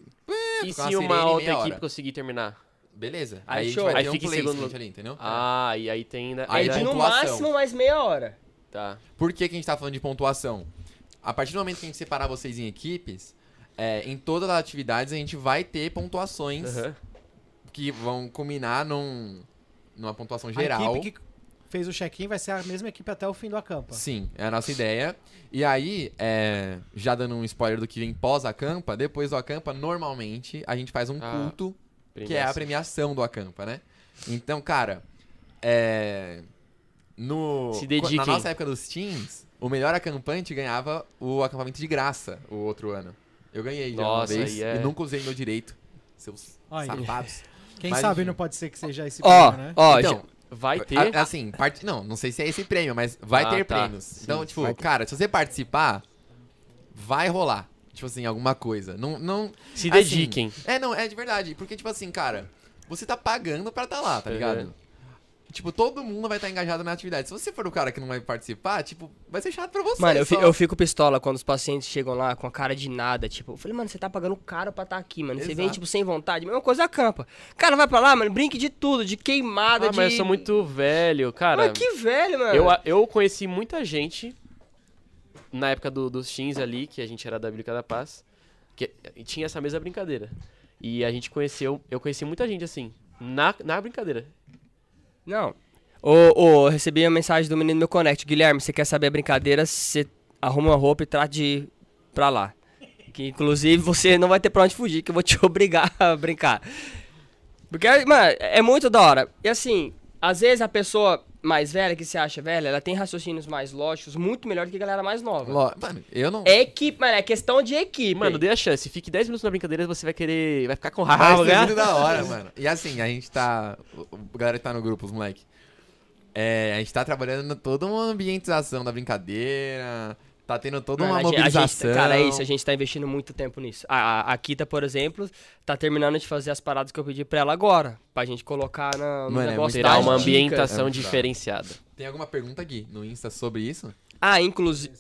S4: E
S2: Ficar uma
S4: se uma
S2: sirene e
S4: outra
S2: meia
S4: equipe
S2: hora.
S4: conseguir terminar?
S2: Beleza.
S3: Aí
S2: Aí,
S3: show.
S2: a gente vai
S4: Aí
S2: ter um
S4: fica em
S2: play
S4: segundo-
S2: skate ali, entendeu?
S4: Ah, e aí tem ainda.
S2: Aí
S3: é
S2: um
S3: de
S4: ainda...
S3: no
S2: pontuação.
S3: máximo mais meia hora.
S4: Tá.
S2: Por que, que a gente tá falando de pontuação? A partir do momento que a gente separar vocês em equipes, é, em todas as atividades a gente vai ter pontuações
S4: Aham.
S2: que vão culminar num, numa pontuação
S1: A
S2: geral.
S1: equipe que fez o check-in vai ser a mesma equipe até o fim do acampa.
S2: Sim, é a nossa ideia. E aí, é, já dando um spoiler do que vem pós acampa, depois do acampa, normalmente a gente faz um
S4: Ah,
S2: culto que é a premiação do Acampa, né? Então, cara, é. No,
S4: Se
S2: qu-
S4: dediquem.
S2: Na nossa época dos teens, o melhor acampante ganhava o acampamento de graça o outro ano. Eu ganhei já
S4: Nossa,
S2: uma vez
S4: aí é-
S2: e nunca usei meu direito. Seus
S1: Aí.
S2: safados.
S1: Quem
S2: Mas,
S1: sabe
S2: enfim.
S1: não pode ser que seja esse
S4: Ó,
S1: prêmio, né?
S4: ó,
S2: Então,
S4: já- vai ter.
S2: A- assim, parte, não, não sei se é esse prêmio, mas vai
S4: Ah,
S2: ter
S4: tá.
S2: prêmios.
S4: Sim,
S2: então, tipo,
S4: vai ter.
S2: cara, se você participar, vai rolar. Tipo assim, alguma coisa. Não, não, assim,
S4: se dediquem.
S2: É, não, é de verdade. Porque, tipo assim, cara, você tá pagando pra tá lá, tá ligado?
S4: Uhum.
S2: Tipo, todo mundo vai estar engajado na atividade. Se você for o cara que não vai participar, tipo, vai ser chato pra você.
S3: Mano, eu, fi-
S2: só.
S3: eu fico pistola quando os pacientes chegam lá com a cara de nada. Tipo, eu falei, mano, você tá pagando caro pra estar aqui, mano. Você vem,
S2: Exato.
S3: tipo, sem vontade. Mesma coisa a campa. Cara, vai pra lá, mano, brinque de tudo, de queimada,
S4: Ah,
S3: de.
S4: mas eu sou muito velho, cara.
S3: Mas que velho, mano.
S4: Eu, eu conheci muita gente na época do- dos teens ali, que a gente era da Bíblica da Paz, que e tinha essa mesma brincadeira. E a gente conheceu, eu conheci muita gente assim, na, na brincadeira.
S3: Não. Ô, ô, eu recebi a mensagem do menino do meu Connect. Guilherme, você quer saber a brincadeira? Você arruma uma roupa e trata de ir pra lá. Que inclusive você não vai ter pra onde fugir, que eu vou te obrigar a brincar. Porque, mano, é muito da hora. E assim, às vezes a pessoa mais velha que se acha velha, ela tem raciocínios mais lógicos muito melhor do que a galera mais nova.
S2: Lo- Mano, eu não.
S3: É equipe, mano, é questão de equipe.
S4: E, mano, dê a chance, fique 10 minutos na brincadeira, você vai querer, vai ficar com
S2: Mas
S4: raiva,
S2: é
S4: né?
S2: muito da hora, mano. E assim, a gente tá. o- o- A galera que tá no grupo, os moleque. É, a gente tá trabalhando toda uma ambientização da brincadeira. Tá tendo toda
S3: Mano,
S2: uma
S3: a gente- a gente-
S2: mobilização.
S3: cara, é isso, a gente tá investindo muito tempo nisso. A, a, a Kita, por exemplo, tá terminando de fazer as paradas que eu pedi pra ela agora. Pra gente colocar na, no
S2: Mano, é
S3: negócio
S2: muito
S4: Terá
S3: da
S2: dá
S4: uma
S2: dicas. É
S4: ambientação
S2: muito da hora.
S4: diferenciada.
S2: Tem alguma pergunta aqui no Insta sobre isso?
S3: Ah, inclusive.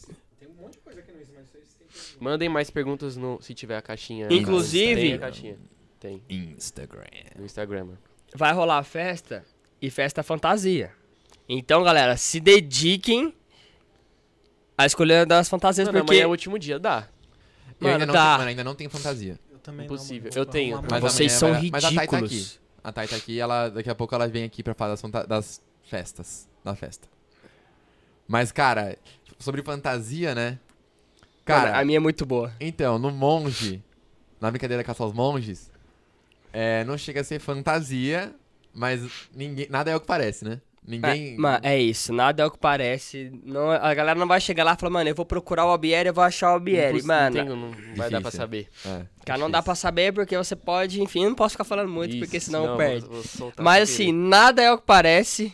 S4: Mandem mais perguntas no, se tiver a caixinha.
S3: Inclusive-
S4: Tem a caixinha. Tem,
S2: Instagram.
S4: no Instagram. mano.
S3: vai rolar a festa e festa fantasia. Então, galera, se dediquem a escolher das fantasias,
S4: Mano,
S3: porque
S4: amanhã é o último dia, dá.
S2: Eu ainda
S3: Mano,
S2: não,
S3: tá.
S2: tenho- mano, ainda não tenho fantasia.
S1: Eu também
S4: Impossível.
S1: não, mano.
S4: Eu tenho,
S1: Vamos lá,
S2: Mas
S1: mano.
S3: vocês
S2: amanhã
S3: são
S2: vai dar- mas a Thay tá aqui.
S3: ridículos.
S2: A Thay tá aqui, ela, daqui a pouco ela vem aqui pra falar das, fanta- das festas. Da festa. Mas, cara, sobre fantasia, né? Cara,
S3: Mano, a minha é muito boa.
S2: então, no monge, na brincadeira caça aos monges, é, não chega a ser fantasia, mas ninguém, nada é o que parece, né? Ninguém.
S3: É, mano, é isso, nada é o que parece. Não, é, a galera não vai chegar lá e falar, mano, eu vou procurar o Albieri, eu vou achar o Albieri.
S4: Imposs-
S3: Mano,
S4: Não, tem- não vai dar
S2: Difícil.
S4: pra saber.
S2: É,
S3: Cara, não
S2: difícil.
S3: dá pra saber porque você pode, enfim, eu não posso ficar falando muito porque
S4: Isso,
S3: senão eu
S4: vou-
S3: perde.
S4: vou soltar
S3: Mas
S4: sem querer.
S3: assim, nada é o que parece.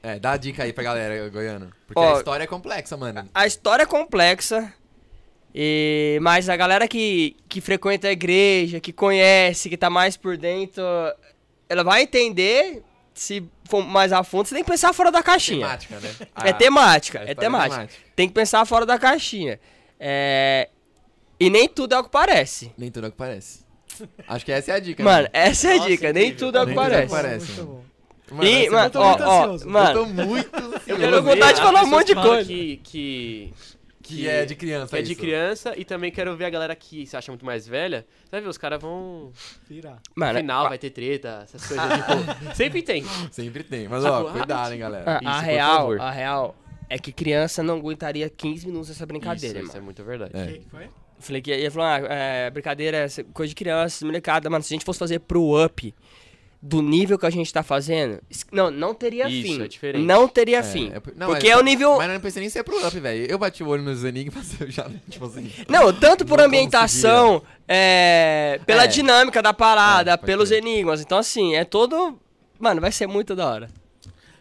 S2: É, dá a dica aí pra galera, Goiano. Porque
S3: Ó,
S2: a história é complexa, mano.
S3: A história é complexa. E mas a galera que que frequenta a igreja, que conhece, que tá mais por dentro, ela vai entender se for mais a fundo, você tem que pensar fora da caixinha.
S2: Temática, né?
S3: É
S2: A-
S3: temática,
S2: a
S3: é
S2: história
S3: temática. Tem que pensar fora da caixinha. É, E nem tudo é o que parece.
S2: Nem tudo é o que parece. Acho que essa é a dica. né?
S3: Mano, essa é a
S4: Nossa,
S3: dica, nem
S4: incrível.
S3: tudo é o que
S2: Nem tudo é o que
S3: parece.
S2: parece.
S1: Muito
S2: mano.
S1: bom.
S2: Mano,
S3: Ih,
S2: esse-
S3: mano,
S1: eu tô
S3: ó,
S1: muito
S3: ó,
S1: ansioso.
S2: Eu
S3: mano,
S2: tô muito
S3: Eu
S2: ansioso.
S3: quero
S4: ver
S3: vontade de
S4: as
S3: falar um
S4: pessoas
S3: monte de
S4: falam
S3: coisa.
S4: Que, que,
S2: Que é de criança
S4: que é de
S2: isso.
S4: criança e também quero ver a galera que se acha muito mais velha. Você vai ver, os caras vão.
S1: Virar.
S4: No
S3: Mano,
S4: final vai ter treta, essas coisas. tipo, sempre tem.
S2: Sempre tem. Mas, ó,
S4: Tipo,
S2: cuidado, hein,
S3: a,
S2: galera.
S4: Isso,
S3: Ah, a
S4: por
S3: real,
S4: favor.
S3: a real é que criança não aguentaria 15 minutos essa brincadeira,
S4: isso, isso é
S3: mano.
S4: muito verdade.
S2: É.
S1: Quem que foi?
S3: Falei que ia falar, ah, é, brincadeira, essa coisa de criança, molecada, mano, se a gente fosse fazer pro up do nível que a gente tá fazendo, es- não, não teria
S4: Isso,
S3: fim.
S4: é diferente.
S3: Não teria fim.
S2: é por- não,
S3: porque
S2: mas-
S3: é o nível.
S2: Mas eu não pensei nem se é pro up, velho. Eu bati o olho nos enigmas, eu já, tipo assim...
S3: Não, tanto por
S2: Não
S3: ambientação, é, pela
S2: É.
S3: dinâmica da parada,
S2: É, pode
S3: pelos
S2: crer.
S3: enigmas. Então, assim, é todo. Mano, vai ser muito da hora.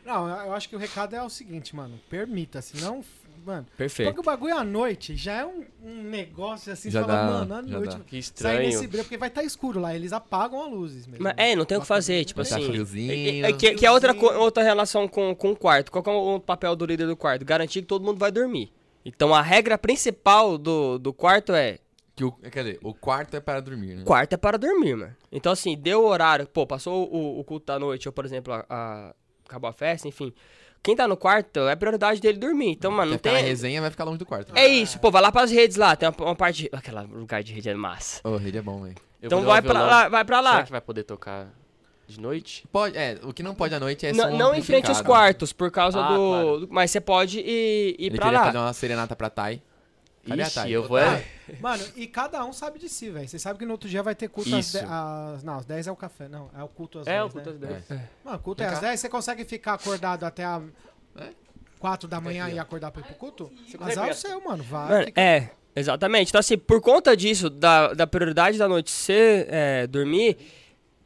S1: Não, eu acho que o recado é o seguinte, mano. Permita-se, não. Mano,
S3: Perfeito.
S1: porque o bagulho à noite já é um, um negócio assim,
S2: Já
S1: você fala,
S2: dá,
S1: mano, à
S2: já
S1: noite.
S2: dá.
S4: Que
S1: Sair
S4: estranho.
S1: nesse brilho, porque vai estar escuro lá, eles apagam as luzes mesmo.
S3: Mas, é, não tem o que fazer, tipo
S2: Botar
S3: assim.
S2: friozinho.
S3: É, é que, que é outra, co- outra relação com, com o quarto. Qual que é o papel do líder do quarto? Garantir que todo mundo vai dormir. Então a regra principal do, do quarto é
S2: Que o, quer dizer, o quarto é para dormir, né?
S3: Quarto é para dormir, mano. Então, assim, deu o horário, pô, passou o, o culto da noite, ou, por exemplo, a, a- acabou a festa, enfim. Quem tá no quarto é prioridade dele dormir. Então, mano, não
S2: Quer ficar na
S3: tem.
S2: resenha, vai ficar longe do quarto.
S3: É isso, pô, vai lá pras redes lá, tem uma, uma parte. De... Aquela lugar de rede é massa.
S2: Ô, rede é bom, velho.
S4: Eu
S3: então
S4: vou
S3: vai
S4: levar o
S3: pra
S4: violão.
S3: lá, vai pra
S4: Será
S3: lá.
S4: que vai poder tocar de noite?
S2: Pode, é, o que não pode à noite é
S3: Não,
S2: som
S3: não em frente aos
S2: amplificado.
S3: quartos, por causa
S4: Ah,
S3: do,
S4: claro.
S3: do- Mas você pode ir, ir
S2: Ele
S3: pra
S2: queria
S3: lá.
S2: fazer uma serenata pra Thay. Cadê a
S4: Ixi,
S2: Thay?
S4: eu vou...
S2: Ah,
S1: Mano, e cada um sabe de si, velho. Você sabe que no outro dia vai ter culto às
S4: Isso.
S1: 10. às- Não, às 10 é o café. Não, é o culto às
S4: É,
S1: 10.
S4: o culto às 10.
S1: Mano, culto
S2: Vem
S1: é às
S2: cá.
S1: 10. Você consegue ficar acordado até a
S2: É.
S1: 4 da manhã e acordar pra ir pro culto? Mas
S4: consegue
S1: é o
S4: pegar?
S1: seu, mano. Vai.
S3: Mano,
S1: fica-
S3: é, exatamente. Então, assim, por conta disso, da, da prioridade da noite ser é, dormir,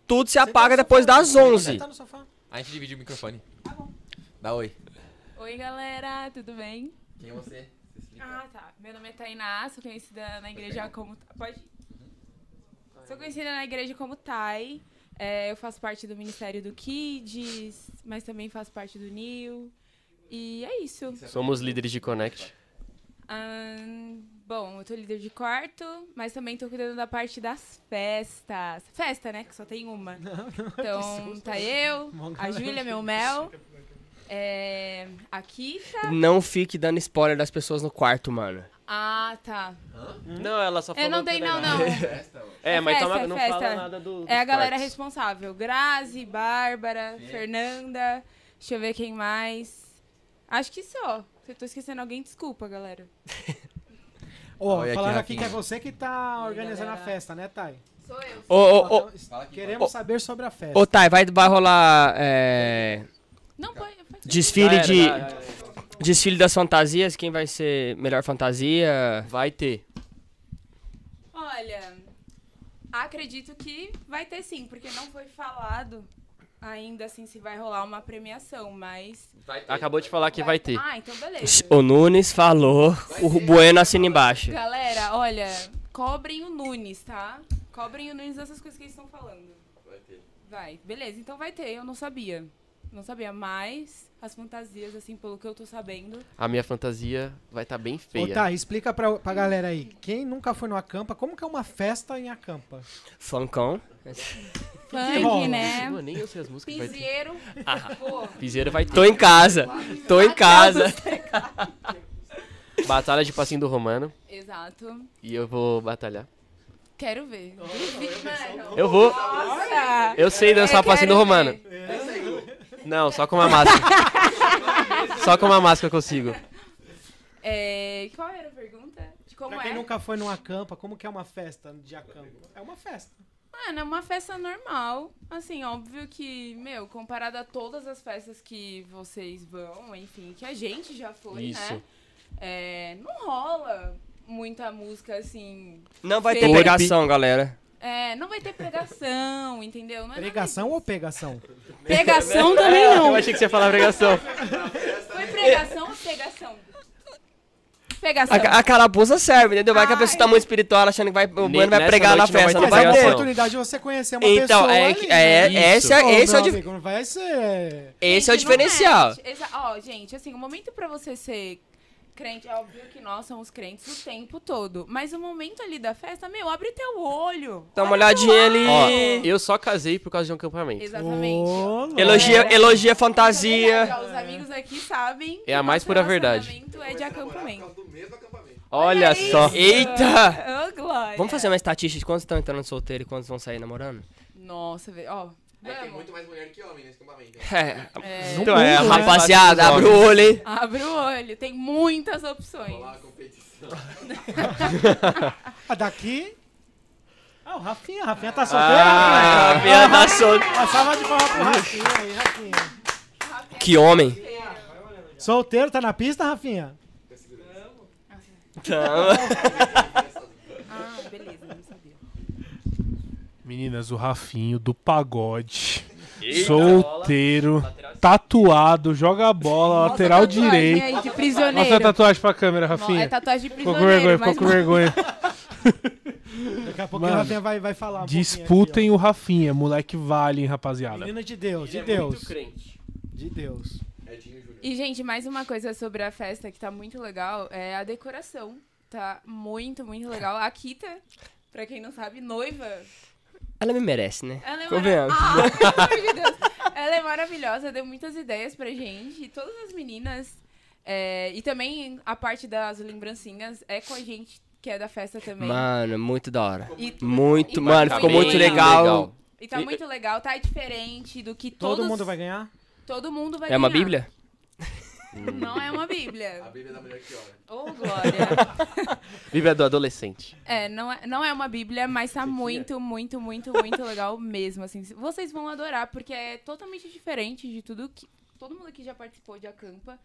S3: tudo se
S1: Você tá
S3: apaga
S1: no sofá,
S3: depois das
S1: você tá
S2: né?
S3: 11.
S1: no sofá?
S2: A gente divide o microfone. Tá bom. Dá oi.
S5: Oi, galera, tudo bem?
S2: Quem é você? Se explica.
S5: Ah, tá. Meu nome é Tainá, sou conhecida na igreja como. Pode ir.
S2: Uhum.
S5: Sou conhecida na igreja como Tai. É, eu faço parte do Ministério do Kids, mas também faço parte do Nil. E é isso.
S4: Somos líderes de Connect.
S5: Ahn, bom, eu tô líder de quarto, mas também tô cuidando da parte das festas. Festa, né? Que só tem uma.
S2: é
S5: Então, tá eu, a Júlia, meu mel, é, a Kita.
S3: Não fique dando spoiler das pessoas no quarto, mano.
S5: Ah, tá.
S4: Não, ela só
S5: Eu
S4: falou...
S5: não
S4: que
S5: tenho, não,
S4: era-
S5: não.
S4: É, mas
S5: festa,
S4: toma,
S5: é
S4: não
S5: festa.
S4: fala nada do...
S5: É a
S4: dos
S5: galera
S4: quartos.
S5: responsável. Grazi, Bárbara, Fernanda. Deixa eu ver quem mais. Acho que só. Se eu tô esquecendo alguém, desculpa, galera.
S1: Ó,
S2: Olha aqui,
S1: falaram aqui que é
S2: Rafinha.
S1: você que tá organizando a
S5: galera.
S1: festa, né, Thay?
S5: Sou eu.
S3: Ô, ô,
S1: Então,
S3: ô,
S1: es-
S2: Fala aqui,
S1: Queremos
S3: ô.
S1: saber sobre a
S2: É,
S1: festa.
S3: ô, Thay, vai, vai rolar é,
S5: Não, pode. pode.
S3: desfile
S4: Galera,
S3: de.
S4: galera, galera.
S3: Desfile das fantasias, quem vai ser melhor fantasia?
S4: Vai ter.
S5: Olha, acredito que vai ter sim, porque não foi falado ainda assim se vai rolar uma premiação, mas.
S4: Acabou de falar que vai ter.
S5: Ah, então beleza.
S3: O Nunes falou, o Bueno assina embaixo.
S5: Galera, olha, cobrem o Nunes, tá? Cobrem o Nunes dessas coisas que eles estão falando. Vai, beleza, então vai ter, eu não sabia. Não sabia, mas as fantasias, assim, pelo que eu tô sabendo.
S4: A minha fantasia vai estar bem
S1: Ô,
S4: feia.
S1: Thay, explica pra, pra galera aí. Quem nunca foi no Acampa, como que é uma festa em Acampa?
S3: Fancão.
S1: rola?
S5: Funk, né?
S4: Mano, nem eu sei as músicas que vai ter.
S5: Piseiro.
S3: Ah,
S5: Pô,
S4: Piseiro vai ter.
S3: Tô em casa, tô tá em casa.
S4: Batalha de Passinho do Romano.
S5: Exato.
S4: E eu vou batalhar.
S5: Quero ver. Mano,
S4: Eu vou.
S5: nossa!
S4: Eu sei dançar
S5: Eu
S4: Passinho do
S5: quero
S4: Romano.
S5: ver.
S4: Não, só com uma máscara. só com uma máscara eu consigo.
S5: É, qual era a pergunta? De como
S1: pra quem
S5: é?
S1: nunca foi no Acampa, como que é uma festa de Acampa? É uma festa.
S5: Mano, é uma festa normal. Assim, óbvio que, meu, comparado a todas as festas que vocês vão, enfim, que a gente já foi,
S4: Isso.
S5: né? É, não rola muita música assim.
S3: Não vai ter
S5: Felipe.
S3: pegação, galera.
S5: É, não vai ter pregação, entendeu? Não é nada-
S1: Pregação ou pegação?
S5: Pegação também não.
S4: Eu achei que você ia falar pregação.
S5: Foi pregação ou pegação? Pegação.
S3: A, a carapuça serve, entendeu? Vai que a pessoa tá muito espiritual achando que vai, o
S4: Ne-
S3: Bueno vai
S4: nessa
S3: pregar na
S4: noite não
S3: festa, não
S4: vai
S1: Mas
S4: ter
S3: vai
S1: é uma
S4: pregação.
S3: ter.
S1: oportunidade de você conhecer uma
S3: Então,
S1: pessoa
S3: é,
S1: ali,
S3: é,
S1: né?
S4: Isso.
S3: esse, é-
S1: Ô,
S3: esse, é o
S1: meu
S3: dif-
S1: amigo, não vai ser...
S3: esse é o
S5: Gente, não
S3: diferencial.
S5: mete. Exa- Ó, gente, assim, o momento pra você ser crente, é óbvio que nós somos crentes o tempo todo. Mas o momento ali da festa, meu, abre teu olho.
S3: Dá uma
S5: Olha pro
S3: olhadinha
S5: lado.
S4: Ó,
S3: ali.
S4: eu só casei por causa de um acampamento.
S5: Exatamente.
S1: Ô, louco.
S3: Elogia,
S5: É.
S3: elogia
S5: Mas
S3: fantasia.
S5: verdade, ó, Os amigos aqui sabem.
S4: É a mais pura verdade.
S5: O é de acampamento.
S4: Olha
S5: isso.
S4: só.
S3: Eita!
S5: Ô, Glória.
S3: Vamos fazer uma estatística de quantos estão entrando solteiro e quantos vão sair namorando?
S5: Nossa, velho. Ó, vamos.
S2: É, mais mulher que homem nesse acampamento.
S3: É.
S5: É,
S3: Então é,
S1: mundo, né?
S3: rapaziada, abre o olho, hein?
S5: abre o olho, tem muitas opções.
S2: competição.
S1: Ah, Daqui... Ah, o Rafinha. Rafinha tá solteiro,
S3: Ah,
S1: Rafinha?
S3: Rafinha tá solteiro.
S1: Uma salva de palmas pro Rafinha aí, Rafinha.
S3: Que homem.
S1: Solteiro, tá na pista, Rafinha?
S5: Ah, beleza, não sabia.
S6: Meninas, o Rafinho do pagode. solteiro, tatuado, joga bola, lateral
S5: Nossa, tatuagem
S6: direito.
S5: aí De
S6: Mostra a
S5: prisioneiro.
S6: tatuagem pra câmera,
S5: Não,
S6: Rafinha.
S5: É tatuagem de
S6: Ficou com
S5: prisioneiro.
S6: vergonha, ficou com
S5: mas
S6: vergonha.
S1: Daqui a pouco o
S6: Mano,
S1: Rafinha vai, vai falar um pouquinho aqui, ó.
S6: Disputem o Rafinha, moleque vale, hein, rapaziada.
S1: Menino de Deus, de Deus, de Deus.
S5: E, gente, mais uma coisa sobre a festa que tá muito legal é a decoração. Tá muito, muito legal. A Kita, pra quem não sabe, noiva.
S3: Ela me merece, né?
S5: Ela é
S3: Convenhamos.
S5: maravilhosa. Ah, pelo amor de Deus. Ela é maravilhosa, deu muitas ideias pra gente. E todas as meninas. é, e também a parte das lembrancinhas é com a gente, que é da festa também.
S3: Mano, muito da hora.
S5: E-
S3: Muito,
S5: e
S3: mano,
S5: tá
S3: ficou
S5: bem
S3: muito legal.
S5: E tá muito legal, tá diferente do que
S1: Todo
S5: todos-
S1: mundo vai ganhar?
S5: Todo mundo vai
S3: É uma
S5: ganhar.
S3: bíblia?
S5: Não é uma Bíblia.
S2: Bíblia da mulher que ora.
S5: Ô, Glória.
S4: Bíblia do adolescente.
S5: É não, é, não é uma Bíblia, mas tá muito, muito, muito, muito legal mesmo. Assim, vocês vão adorar, porque é totalmente diferente de tudo que. Todo mundo aqui já participou de Acampa.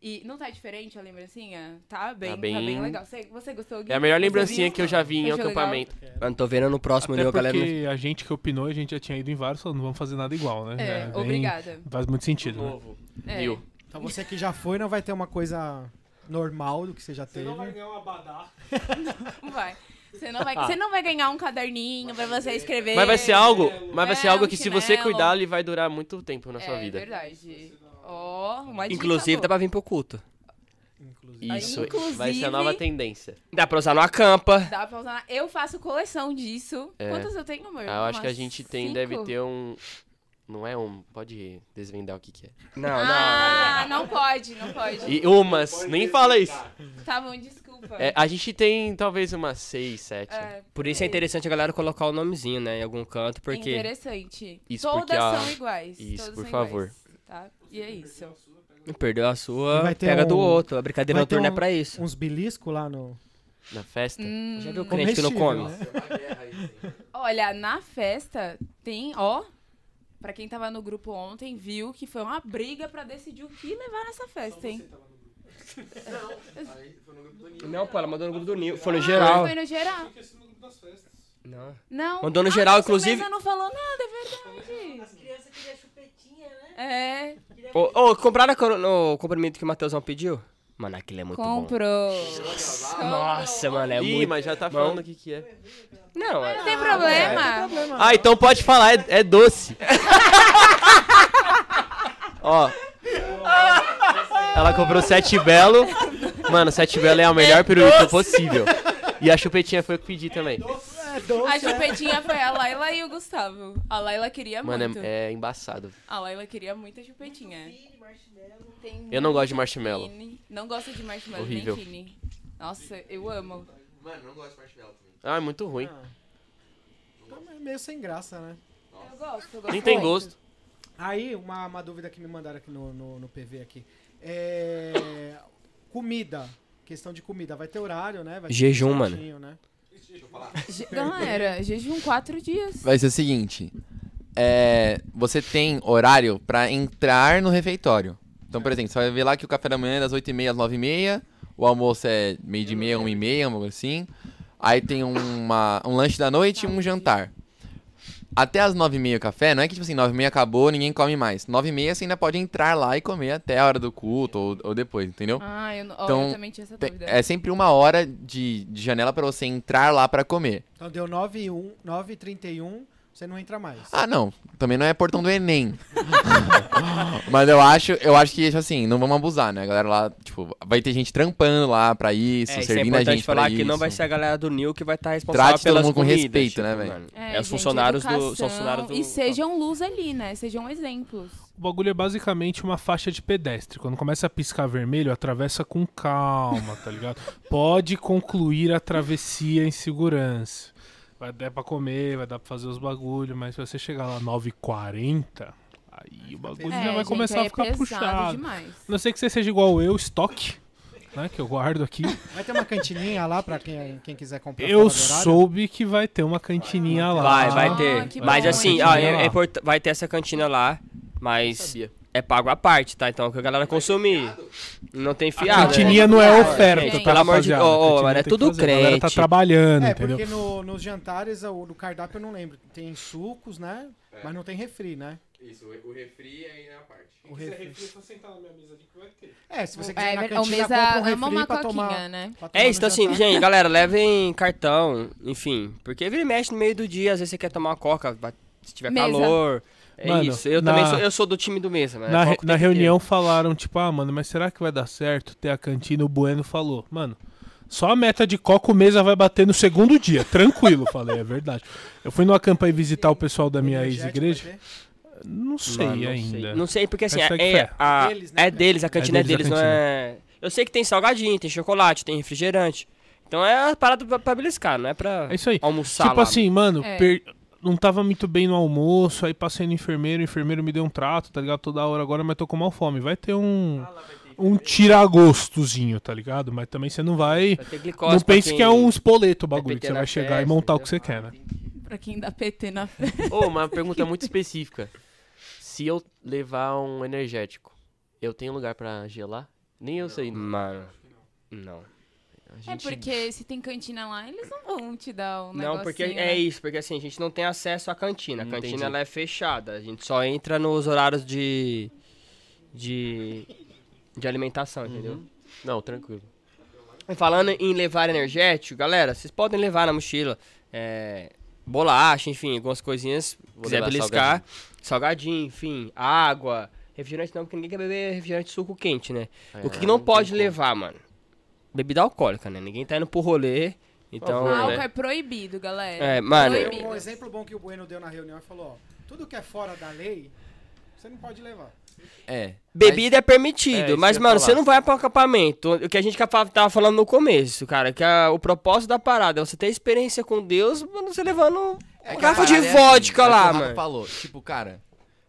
S5: E não tá diferente a lembrancinha? Tá bem, tá bem,
S4: bem-
S5: legal. Você, você gostou, Gui?
S4: É a melhor
S5: Você
S4: lembrancinha
S5: viu?
S4: que eu já vi em
S5: Achou um legal?
S4: acampamento.
S3: Mano, tô vendo no próximo
S6: Até
S3: ali, ó, galera.
S6: É porque a gente que opinou, a gente já tinha ido em vários, falando, não vamos fazer nada igual, né?
S5: É,
S6: bem-
S5: obrigada.
S6: Faz muito sentido, né?
S4: Novo.
S5: É.
S4: Mil.
S1: Então você que já foi não vai ter uma coisa normal do que você já teve.
S6: ganhar uma badá.
S5: Não vai. Você não vai, você não vai ganhar um caderninho pra você escrever.
S4: Ah. Mas vai ser algo, mas
S5: É,
S4: vai ser algo
S5: um
S4: que se você
S5: chinelo.
S4: cuidar, ele vai durar muito tempo na sua
S5: é,
S4: vida.
S5: verdade. Ó, uma dica
S3: Inclusive, dá
S5: boa.
S3: pra vir pro culto.
S4: Isso
S5: Inclusive-
S4: vai ser a nova tendência.
S3: Dá pra usar no acampa.
S5: Dá pra usar. Eu faço coleção disso.
S4: É.
S5: Quantas eu tenho, amor?
S4: Ah, eu acho
S5: Umas
S4: que a gente tem,
S5: cinco?
S4: deve ter um. Não é um. Pode desvendar o que, que é.
S3: Não,
S5: Ah, não pode, não pode.
S4: E umas, nem fala isso.
S5: Tá bom, desculpa.
S4: É, a gente tem talvez umas seis, sete.
S5: É,
S3: Por isso é interessante a galera colocar o nomezinho, né? Em algum canto, porque.
S5: Interessante.
S4: Isso
S5: Todas
S4: porque a-
S5: são iguais.
S4: Isso,
S5: todas
S4: por
S5: são
S4: favor.
S5: iguais, tá? E é isso.
S3: Perdeu a sua,
S1: Vai ter
S3: pega do
S1: um-
S3: outro. A brincadeira
S1: vai ter
S3: noturna é
S1: um-
S3: pra isso.
S1: Uns beliscos lá no.
S4: Na festa.
S3: Já viu o crente que não come?
S1: comestível, né?
S5: Hum. Olha, na festa tem, ó. Pra quem tava no grupo ontem, viu que foi uma briga pra decidir o que levar nessa festa, hein?
S3: Não, pô, ela mandou no grupo do Nil. Foi no
S5: Ah,
S3: geral.
S5: foi no geral.
S3: Não.
S5: Não.
S3: Mandou no geral,
S5: ah,
S3: inclusive.
S5: Surpresa não falou nada, é verdade.
S7: criança queria chupetinha, né?
S5: É,
S3: Ô, ô, compraram a coro- o comprimento que o Matheusão pediu? Mano, aquilo é muito bom.
S5: comprou.
S3: Nossa, mano, é
S4: Ih,
S3: muito.
S4: mas já tá falando o que, que é.
S3: Não, é.
S5: Não tem problema.
S4: Ah, então pode falar, é, é doce. Ó. Ela comprou sete belo. Mano, sete belo é É o melhor pirulito possível. E a chupetinha foi o que pedi também.
S5: A chupetinha foi a Laila e o Gustavo. A Laila queria muito.
S4: Mano, é, é embaçado.
S5: A Laila queria muito a chupetinha. Tem
S4: Eu não
S5: muito
S4: gosto de marshmallow.
S5: Kine. Não gosto de marshmallow
S4: Horrível.
S5: nem kine. Nossa, eu amo.
S2: Mano, não gosto de marshmallow também.
S4: Ah, é muito ruim.
S1: Então é meio sem graça, né?
S5: Eu gosto, eu gosto.
S4: Nem tem
S5: muito.
S4: gosto.
S1: Aí, uma, uma dúvida que me mandaram aqui no, no, no PV aqui. É, Comida. Questão de comida. Vai ter horário, né? Vai ter
S3: Jejum,
S1: tudo
S3: mano.
S1: certinho, Né?
S5: Je- Galera, Ah, jejum quatro dias.
S2: Vai ser o seguinte: é, você tem horário pra entrar no refeitório. Então, por exemplo, você vai ver lá que o café da manhã é das 8h30 às 9h30, o almoço é meio de meia, 1h30, algo assim. Aí tem uma- um lanche da noite e um jantar. Até as 9h30 o café, não é que tipo assim, 9h30 acabou, ninguém come mais. 9h30 você ainda pode entrar lá e comer até a hora do culto ou, ou depois, entendeu?
S5: Ah, eu, não- ó,
S2: Então,
S5: eu também tinha essa
S2: Tem-
S5: dúvida.
S2: é sempre uma hora de, de janela pra você entrar lá pra comer.
S1: Então deu 9 e 1, 9 e 31, você não entra mais.
S2: Ah, não. Também não é portão do Enem. Mas eu acho, eu acho que, tipo assim, não vamos abusar, né? A galera lá, tipo, vai ter gente trampando lá pra isso,
S3: É, isso é
S2: servindo a
S3: importante
S2: gente
S3: falar
S2: pra
S3: que
S2: isso.
S3: não vai ser a galera do Nil que vai estar responsável
S2: Trate todo
S3: pelas
S2: mundo com
S3: comidas,
S2: respeito, né, velho?
S3: mano.
S5: É,
S3: É, os
S5: gente,
S3: funcionários do, são
S5: educação,
S3: funcionários do.
S5: E sejam luz ali, né? Sejam exemplos.
S6: O bagulho é basicamente uma faixa de pedestre. Quando começa a piscar vermelho, atravessa com calma, tá ligado? Pode concluir a travessia em segurança. Vai dar pra comer, vai dar pra fazer os bagulhos, mas se você chegar lá 9h40, aí
S3: tá
S6: o bagulho
S5: é,
S6: já vai
S5: gente,
S6: começar
S5: aí
S6: a ficar
S5: é pesado
S6: puxado.
S5: demais.
S6: A não sei que você seja igual eu, estoque, né? Que eu guardo aqui.
S3: Tá
S1: Vai ter uma cantininha lá pra quem, quem quiser comprar.
S6: Eu
S1: fora do horário?
S6: soube que vai ter uma cantininha lá.
S3: Vai, vai
S5: Ah,
S3: ter.
S5: que
S3: mas
S5: bom.
S3: assim,
S6: Cantina
S3: ó, é-
S6: lá.
S3: é import- vai ter essa cantina lá, mas
S4: Sabia.
S3: é pago à parte, tá? Então que a galera consumir. Não tem
S6: A
S3: fiado. né?
S6: cantininha não é
S5: Gente,
S6: oferta,
S5: pelo
S6: tá?
S3: amor de-
S6: rapaziada?
S3: Ô, ô,
S6: Cantininha
S3: mano, é
S6: tem que
S3: tudo
S6: fazer, A galera tá
S3: crente.
S6: trabalhando,
S1: É,
S6: entendeu?
S1: porque no- nos jantares, o do cardápio eu não lembro. Tem sucos, né? Mas não tem refri, né?
S2: Isso, o refri aí é a parte.
S1: O refri. É, se você quiser
S5: É,
S1: ir na
S5: ver- o
S1: cantina,
S5: mesa
S1: compra um refri
S5: ama uma
S1: pra
S5: coquinha,
S1: tomar.
S5: né?
S1: pra tomar
S3: É
S1: no
S3: isso, então assim,
S1: jantar.
S3: gente, galera, levem cartão, enfim. Porque vira e mexe no meio do dia, às vezes você quer tomar uma coca, ba- se tiver
S5: Mesa.
S3: calor. É
S6: Mano,
S3: isso. Eu
S6: na-
S3: também sou, eu sou do time do mesa, mas
S6: Na,
S3: coca
S6: re-
S3: o tempo
S6: na
S3: inteiro.
S6: reunião falaram, tipo, ah, mano, mas será que vai dar certo ter a cantina? O Bueno falou, mano, Só a meta de coco mesa vai bater no segundo dia. Tranquilo, falei, é verdade. Eu fui numa campanha visitar o pessoal da
S3: é
S6: minha
S1: Energético
S6: ex-igreja.
S1: vai ter?
S6: Não sei
S4: não sei.
S6: ainda.
S3: Não sei, porque assim, é,
S6: Hashtag
S3: é
S6: fé.
S3: a,
S1: Deles, né,
S3: é deles, a cantina é
S6: deles,
S3: deles,
S6: a
S3: não é. Eu sei que tem salgadinho, tem chocolate, tem refrigerante. Então é a parada pra, pra beliscar, não é pra
S6: É isso aí.
S3: almoçar
S6: Tipo
S3: lá.
S6: assim, mano,
S5: É.
S6: per- não tava muito bem no almoço, aí passei no enfermeiro, o enfermeiro me deu um trato, tá ligado? Toda hora agora, mas tô com mal fome. Vai ter um.
S7: Ah,
S6: Um tiragostozinho, tá ligado? Mas também você não vai.
S3: Vai ter glicose
S6: Não
S3: pra
S6: pense
S3: quem-
S6: que é um espoleto o bagulho,
S3: PT
S6: que você
S3: na
S6: vai chegar e
S3: festa,
S6: montar o que você
S3: entendeu?
S6: quer, né?
S5: Pra quem dá PT na festa.
S4: Ô, uma pergunta muito específica. Se eu levar um energético, eu tenho lugar pra gelar? Nem eu sei. né?
S3: Mano. Não.
S4: A
S5: É
S4: gente-
S5: porque se tem cantina lá, eles não vão te dar um
S3: Não, porque
S5: negocinho,
S3: é
S5: né?
S3: isso, porque assim, a gente não tem acesso à cantina. A
S4: Entendi.
S3: cantina ela é fechada. A gente só entra nos horários de. de. de alimentação, entendeu?
S4: Não, tranquilo.
S3: E Falando em levar energético, galera, vocês podem levar na mochila é, bolacha, enfim, algumas coisinhas.
S4: Vou
S3: quiser
S4: levar
S3: beliscar, salgadinho. enfim, água, refrigerante não, porque ninguém quer beber refrigerante de suco quente, né?
S4: É,
S3: o que, que não pode levar, mano? Bebida alcoólatra, né? Ninguém tá indo pro rolê, então.
S4: favor,
S5: Álcool
S3: né?
S5: é proibido, galera.
S3: É, mano.
S1: Tem
S5: Proibido.
S1: um exemplo bom que o Bueno deu na reunião. Ele falou, ó, tudo que é fora da lei, você não pode levar.
S2: É.
S3: Bebida é permitido,
S4: É, isso
S3: mas,
S4: que eu ia
S3: mano,
S4: falar.
S3: você não vai pra um acampamento. O que a gente capa- tava falando no começo, cara, que a- o propósito da parada é você ter experiência com Deus, mano, você levando
S2: É
S3: um
S2: que a
S3: garfo de
S2: parada é assim,
S3: vodka
S2: é o que o
S3: lá,
S2: Rafa
S3: mano.
S2: falou, tipo, cara,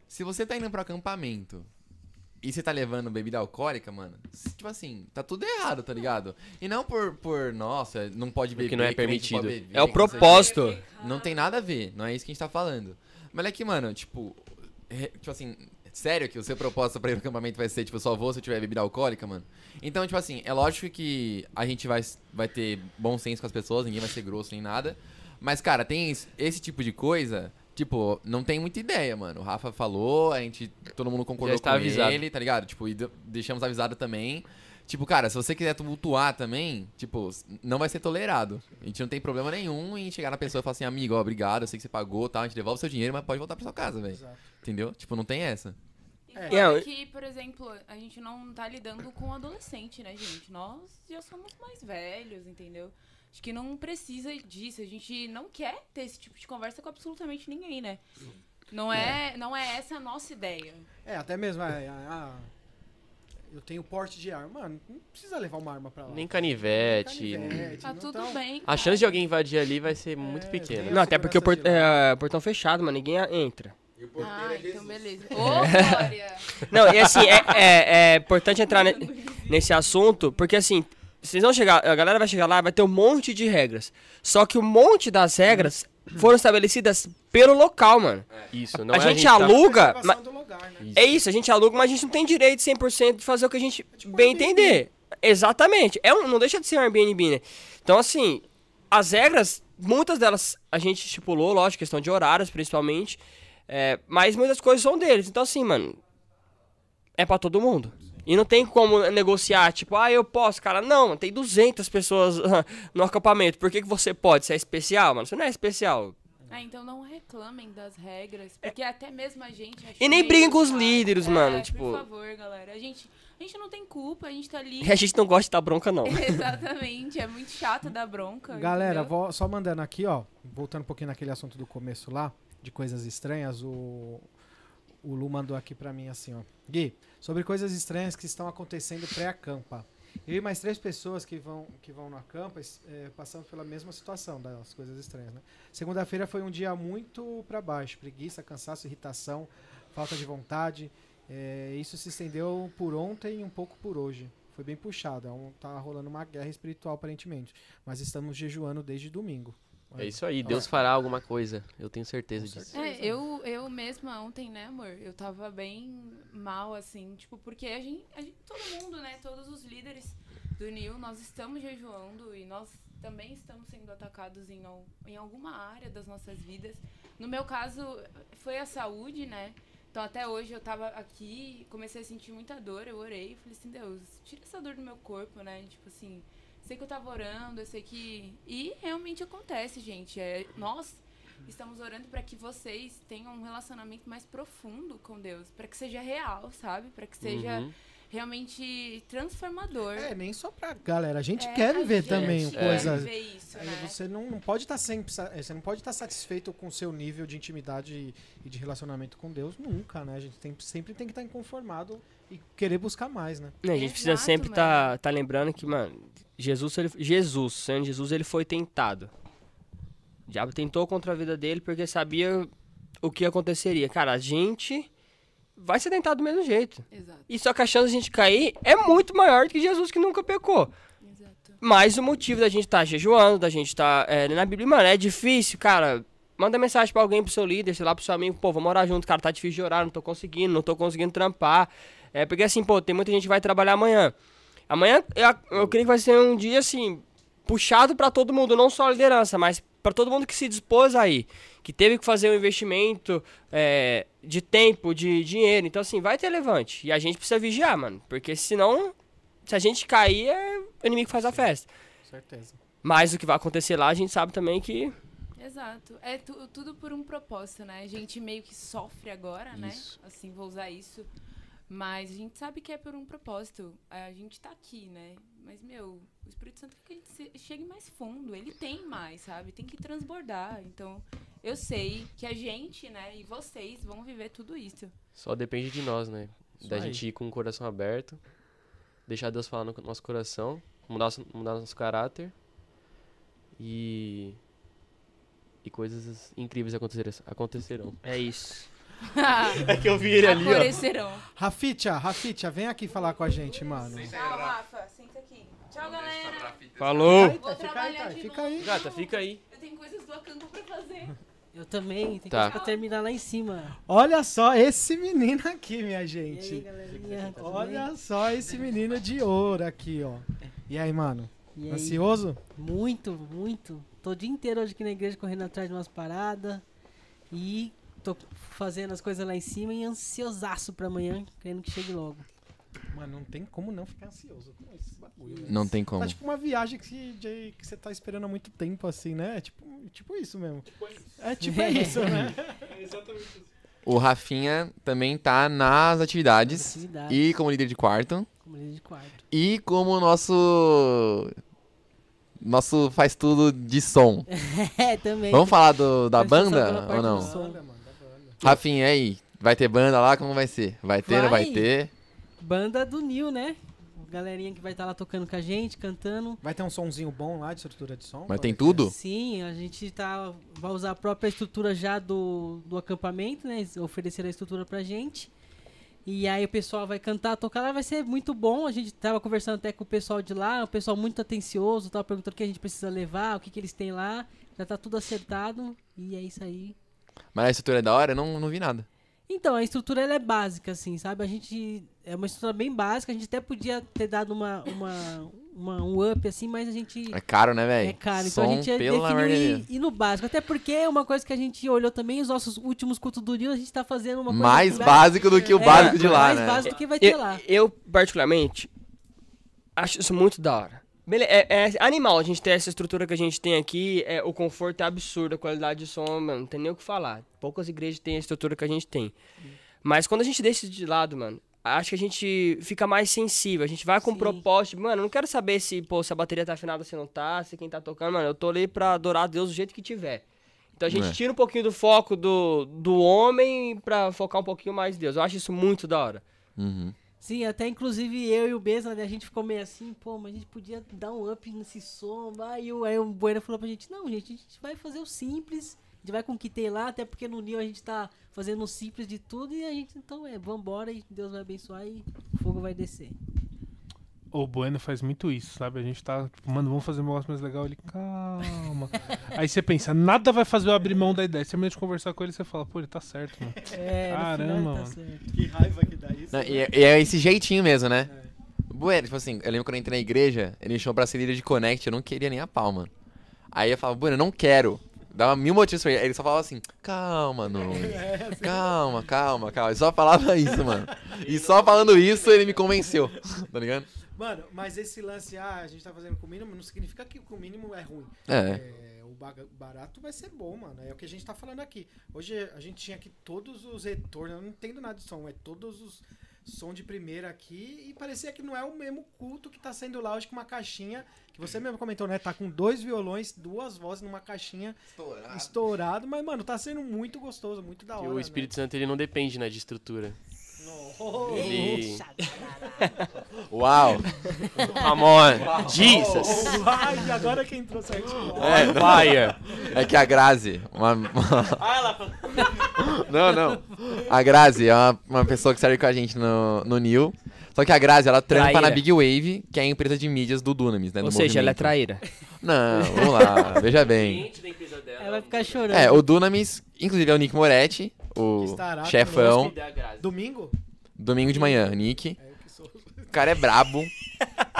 S2: se você tá indo pro acampamento e você tá levando bebida alcoólica, mano, s- tipo assim, tá tudo errado, tá ligado? E não por, por nossa, não pode beber.
S4: Porque não é
S2: crente
S4: permitido.
S2: pode beber,
S3: É o
S2: que não sei
S3: propósito.
S2: quê. Não tem nada a ver, não é isso que a gente tá falando. Mas é que, mano, tipo, re- tipo assim, sério que o seu propósito pra ir pro acampamento vai ser, tipo, só vou se eu tiver bebida alcoólica, mano? Então, tipo assim, é lógico que a gente vai, vai ter bom senso com as pessoas, ninguém vai ser grosso nem nada. Mas, cara, tem es- esse tipo de coisa, tipo, não tem muita ideia, mano. O Rafa falou, a gente, todo mundo concordou
S4: Já está
S2: com
S4: avisado.
S2: ele, tá ligado? Tipo, e de- deixamos avisado também. Tipo, cara, se você quiser tumultuar também, tipo, s- não vai ser tolerado. A gente não tem problema nenhum em chegar na pessoa e falar assim, amigo, ó, obrigado, eu sei que você pagou, tá? A gente devolve o seu dinheiro, mas pode voltar pra sua casa, velho.
S1: Exato.
S2: Entendeu? Tipo, não tem essa.
S5: E
S1: É.
S5: fora
S3: Não, e-
S5: que, por exemplo, a gente não tá lidando com adolescente, né, gente? Nós já somos mais velhos, entendeu? Acho que não precisa disso. A gente não quer ter esse tipo de conversa com absolutamente ninguém, né? Não é, não é essa a nossa ideia.
S1: É, até mesmo, é, ah, eu tenho porte de arma. Mano, não precisa levar uma arma pra lá.
S4: Nem canivete.
S1: Canivete,
S5: Tá
S1: não
S5: tudo
S1: tão-
S5: bem.
S4: A chance de alguém invadir ali vai ser muito
S1: É,
S4: pequena.
S1: tem-
S3: Não, até porque o
S1: segurança
S3: port-
S1: de
S3: é, portão fechado, mano, ninguém a- entra.
S5: Ah, então beleza. Ô, Glória!
S3: Não, e assim, é, é- é importante entrar ne- nesse assunto, porque assim, vocês vão chegar, a galera vai chegar lá, vai ter um monte de regras. Só que um monte das regras foram estabelecidas pelo local, mano.
S4: Isso, não
S3: a,
S4: é
S3: gente
S4: tá-
S3: aluga,
S1: preservação
S3: mas-
S1: do lugar, né?
S3: É isso, a gente aluga, mas a gente não tem direito 100% de fazer o que a gente
S1: É tipo
S3: bem entender. Exatamente. É um, não deixa de ser um Airbnb, né? Então, assim, as regras, muitas delas a gente estipulou, lógico, questão de horários principalmente, é, mas muitas coisas são deles. Então, assim, mano, é pra todo mundo. E não tem como negociar, tipo, ah, eu posso, cara. Não, tem 200 pessoas no acampamento. Por que, que você pode? Você é especial, mano? Você não é especial.
S5: Ah, então não reclamem das regras, porque até mesmo a gente acha
S3: É. E nem
S5: meio
S3: briguem com os
S5: chato.
S3: líderes,
S5: É,
S3: mano, tipo-
S5: Por favor, galera. A gente, a gente não tem culpa, a gente tá ali.
S3: E a gente não gosta de dar bronca, não.
S5: Exatamente, é muito chato dar bronca.
S1: Galera,
S5: entendeu?
S1: vó- só mandando aqui, ó, voltando um pouquinho naquele assunto do começo lá, de coisas estranhas, o, o Lu mandou aqui pra mim assim, ó. Gui, sobre coisas estranhas que estão acontecendo pré-acampa. Eu e mais três pessoas que vão, que vão no acampa es- eh, passamos pela mesma situação das coisas estranhas, né? Segunda-feira foi um dia muito pra baixo, preguiça, cansaço, irritação, falta de vontade. Eh, isso se estendeu por ontem e um pouco por hoje. Foi bem puxado, é um- tá rolando uma guerra espiritual aparentemente mas estamos jejuando desde domingo.
S4: É isso aí, Deus fará alguma coisa. Eu tenho certeza disso.
S5: É, eu, eu mesma ontem, né, amor? Eu tava bem mal, assim, tipo, porque a gente, a gente- todo mundo, né, todos os líderes do NIL, nós estamos jejuando e nós também estamos sendo atacados em, al- em alguma área das nossas vidas. No meu caso, foi a saúde, né? Então até hoje eu tava aqui, comecei a sentir muita dor, eu orei, falei assim, Deus, tira essa dor do meu corpo, né? Tipo assim, sei que eu tava orando, eu sei que... E realmente acontece, gente, é... Nós estamos orando para que vocês tenham um relacionamento mais profundo com Deus, para que seja real, sabe? Para que seja
S4: Uhum.
S5: realmente transformador.
S1: É, nem só pra galera. A gente
S5: É,
S1: quer
S5: a
S1: viver
S5: gente
S1: também
S5: quer
S1: coisas.
S5: viver isso,
S1: Aí
S5: né?
S1: Você não, não pode estar sempre, sa- eh, você não pode estar satisfeito com o seu nível de intimidade e- e de relacionamento com Deus nunca, né? A gente tem- sempre tem que estar inconformado e querer buscar mais, né?
S3: Não, É, a gente precisa
S5: Exato,
S3: sempre
S5: mano.
S3: tá, tá lembrando que, mano, Jesus, ele, Jesus, Senhor Jesus, ele foi tentado. O diabo tentou contra a vida dele porque sabia o que aconteceria. Cara, a gente vai ser tentado do mesmo jeito.
S5: Exato,
S3: E só que a chance de a gente cair é muito maior do que Jesus que nunca pecou.
S5: exato.
S3: Mas o motivo da gente estar jejuando, da gente estar na Bíblia, mano, é difícil, cara. Manda mensagem pra alguém, pro seu líder, sei lá, pro seu amigo, pô, vamos orar junto, cara, tá difícil de orar, não tô conseguindo, não tô conseguindo trampar. É porque assim, pô, tem muita gente que vai trabalhar amanhã. Amanhã eu, ac- eu creio que vai ser um dia assim, puxado pra todo mundo, não só a liderança, mas pra todo mundo que se dispôs aí, que teve que fazer um investimento é, de tempo, de dinheiro. Então, assim, vai ter levante. E a gente precisa vigiar, mano, porque senão, se a gente cair, é o inimigo que faz a festa.
S1: Certeza.
S3: Mas o que vai acontecer lá, a gente sabe também que.
S5: Exato. É tu- tudo por um propósito, né? A gente meio que sofre agora, né?
S4: Isso.
S5: Assim, vou usar isso. Mas a gente sabe que é por um propósito. A gente tá aqui, né? Mas, meu, o Espírito Santo quer que a gente se- chegue mais fundo. Ele tem mais, sabe? Tem que transbordar. Então, eu sei que a gente, né? E vocês vão viver tudo isso.
S4: Só depende de nós, né?
S1: Isso
S4: da
S1: aí.
S4: gente ir com o coração aberto, deixar Deus falar no co- nosso coração, mudar, nosso- mudar nosso caráter e. E coisas incríveis acontecer, acontecerão.
S3: É isso.
S4: É que eu vi ele
S5: Aparecerão.
S1: Rafitia, Rafitia, vem aqui falar com a gente, mano.
S5: Tchau, Rafa. Senta aqui.
S2: tá
S5: Tchau, galera.
S3: Falou!
S1: Eita, fica aí, tá, fica aí.
S4: Gata, fica aí.
S5: Eu tenho coisas do acampo pra fazer.
S7: Eu também, tem
S4: Tá.
S7: coisa pra terminar lá em cima.
S1: Olha só esse menino aqui, minha
S7: E aí,
S1: gente.
S7: galerinha? tudo
S1: Olha só esse menino de ouro aqui, ó. E aí, mano?
S7: bem? E aí?
S1: Ansioso?
S7: Muito, muito. Tô o dia inteiro hoje aqui na igreja correndo atrás de umas paradas. E tô fazendo as coisas lá em cima e ansiosaço pra amanhã, querendo que chegue logo.
S1: Mano, não tem como não ficar ansioso com esse bagulho. velho.
S2: Não tem como.
S1: Tá tipo uma viagem que, se- de- que você tá esperando há muito tempo, assim, né? É tipo, tipo isso mesmo. É tipo é isso, né?
S2: O Rafinha também tá nas atividades.
S7: Atividade,
S2: E como líder de quarto.
S7: como líder de quarto.
S2: E como o nosso. Nosso faz tudo de som.
S7: É, também.
S2: Vamos falar do, da
S7: Presta atenção
S2: banda
S7: pela parte
S2: ou não?
S7: do som. né?
S2: Rafinha, e aí? Vai ter banda lá? Como vai ser? Vai ter, não vai
S7: Vai.
S2: ter?
S7: Banda do Nil, né? Galerinha que vai estar lá tocando com a gente, cantando.
S1: Vai ter um sonzinho bom lá de estrutura de som?
S2: Mas tem
S1: Como é
S2: tudo?
S7: Sim, a gente tá, vai usar a própria estrutura já do, do acampamento, né? Eles ofereceram a estrutura pra gente. E aí o pessoal vai cantar, tocar lá, vai ser muito bom. A gente tava conversando até com o pessoal de lá, o pessoal muito atencioso, tava perguntando o que a gente precisa levar, o que, que eles têm lá. Já tá tudo acertado e é isso aí.
S2: Mas a estrutura é da hora? Eu não, não vi nada.
S7: Então, a estrutura ela é básica, assim, sabe? A gente. É uma estrutura bem básica, a gente até podia ter dado uma, uma, uma- um up, assim, mas a gente.
S2: É caro, né, velho?
S7: É caro,
S2: Som,
S7: então a gente é
S2: pelo amor de
S7: definiu
S2: Deus.
S7: e, e no básico. Até porque é uma coisa que a gente olhou também, os nossos últimos cultos do Nil, a gente tá fazendo uma coisa.
S2: Mais
S7: que vai-
S2: básico do que o
S7: é,
S2: básico de lá,
S7: mais
S2: né?
S7: básico do que vai ter
S3: eu,
S7: lá.
S3: eu, particularmente, acho isso muito da hora. Bele- é, é animal a gente ter essa estrutura que a gente tem aqui. é, o conforto é absurdo, a qualidade de som, mano, não tem nem o que falar. Poucas igrejas têm a estrutura que a gente tem. Mas quando a gente deixa isso de lado, mano, acho que a gente fica mais sensível. A gente vai com um
S7: Sim.
S3: propósito. Mano, eu não quero saber se, pô, se a bateria tá afinada, se não tá, se quem tá tocando. Mano, eu tô ali pra adorar a Deus do jeito que tiver. Então a gente
S2: É.
S3: tira um pouquinho do foco do, do homem pra focar um pouquinho mais em Deus. Eu acho isso muito da hora.
S2: Uhum.
S7: Sim, até inclusive eu e o Besa, né, a gente ficou meio assim, pô, mas a gente podia dar um up nesse som. Aí o, aí o Bueno falou pra gente, não, gente, a gente vai fazer o simples, a gente vai com o que tem lá, até porque no Nil a gente tá fazendo o simples de tudo e a gente, então é, vambora e Deus vai abençoar e o fogo vai descer.
S6: O Bueno faz muito isso, sabe? A gente tá, tipo, mano, vamos fazer um negócio mais legal. Ele, calma. Aí você pensa, nada vai fazer eu abrir mão da ideia. Você termina de conversar com ele, você fala, pô, ele tá certo, mano.
S7: É, no
S6: Caramba,
S7: final
S6: mano.
S7: tá certo.
S1: Que raiva que dá isso.
S2: Não, e, é- e é esse jeitinho mesmo, né? Bueno, tipo assim, eu lembro quando eu entrei na igreja, ele me chamou pra ser líder de Connect, eu não queria nem a pau, mano. Aí eu falava, Bueno, eu não quero. Dava mil motivos pra ele. Aí ele só falava assim, calma, Nunes. Calma, calma, calma. Ele só falava isso, mano. E só falando isso, ele me convenceu. Tá ligado?
S1: Mano, mas esse lance, ah, a gente tá fazendo com o mínimo, não significa que com o mínimo é ruim.
S2: É.
S1: É, o baga- barato vai ser bom, mano. É o que a gente tá falando aqui. Hoje a gente tinha aqui todos os retornos, eu não entendo nada de som, é todos os som de primeira aqui e parecia que não é o mesmo culto que tá sendo lá hoje com uma caixinha, que você mesmo comentou, né? Tá com dois violões, duas vozes numa caixinha
S2: Estourado.
S1: estourado, mas mano, tá sendo muito gostoso, muito da
S4: E
S1: hora.
S4: o Espírito Santo ele não depende né, de estrutura.
S1: Né? No-
S4: Ele.
S2: Uau!
S4: Come on! Jesus!
S1: Vai, agora quem trouxe a gente.
S4: É, fire!
S2: É que a Grazi. Uma,
S1: Ah,
S2: Não, não. A Grazi é uma, uma pessoa que serve com a gente no, no New. Só que a Grazi, ela trampa
S3: Traíra.
S2: na Big Wave, que é a empresa de mídias do Dunamis, né?
S3: Ou
S2: do
S3: seja, ela é
S2: movimento.
S3: traíra.
S2: Não, vamos lá, veja bem.
S7: Ela vai ficar chorando.
S2: É, o Dunamis, inclusive é o Nick Moretti,
S1: Que
S2: o
S1: estará
S2: chefão,
S1: conosco. Domingo?
S2: domingo de manhã, Nick.
S1: É, eu que sou.
S2: O cara é brabo,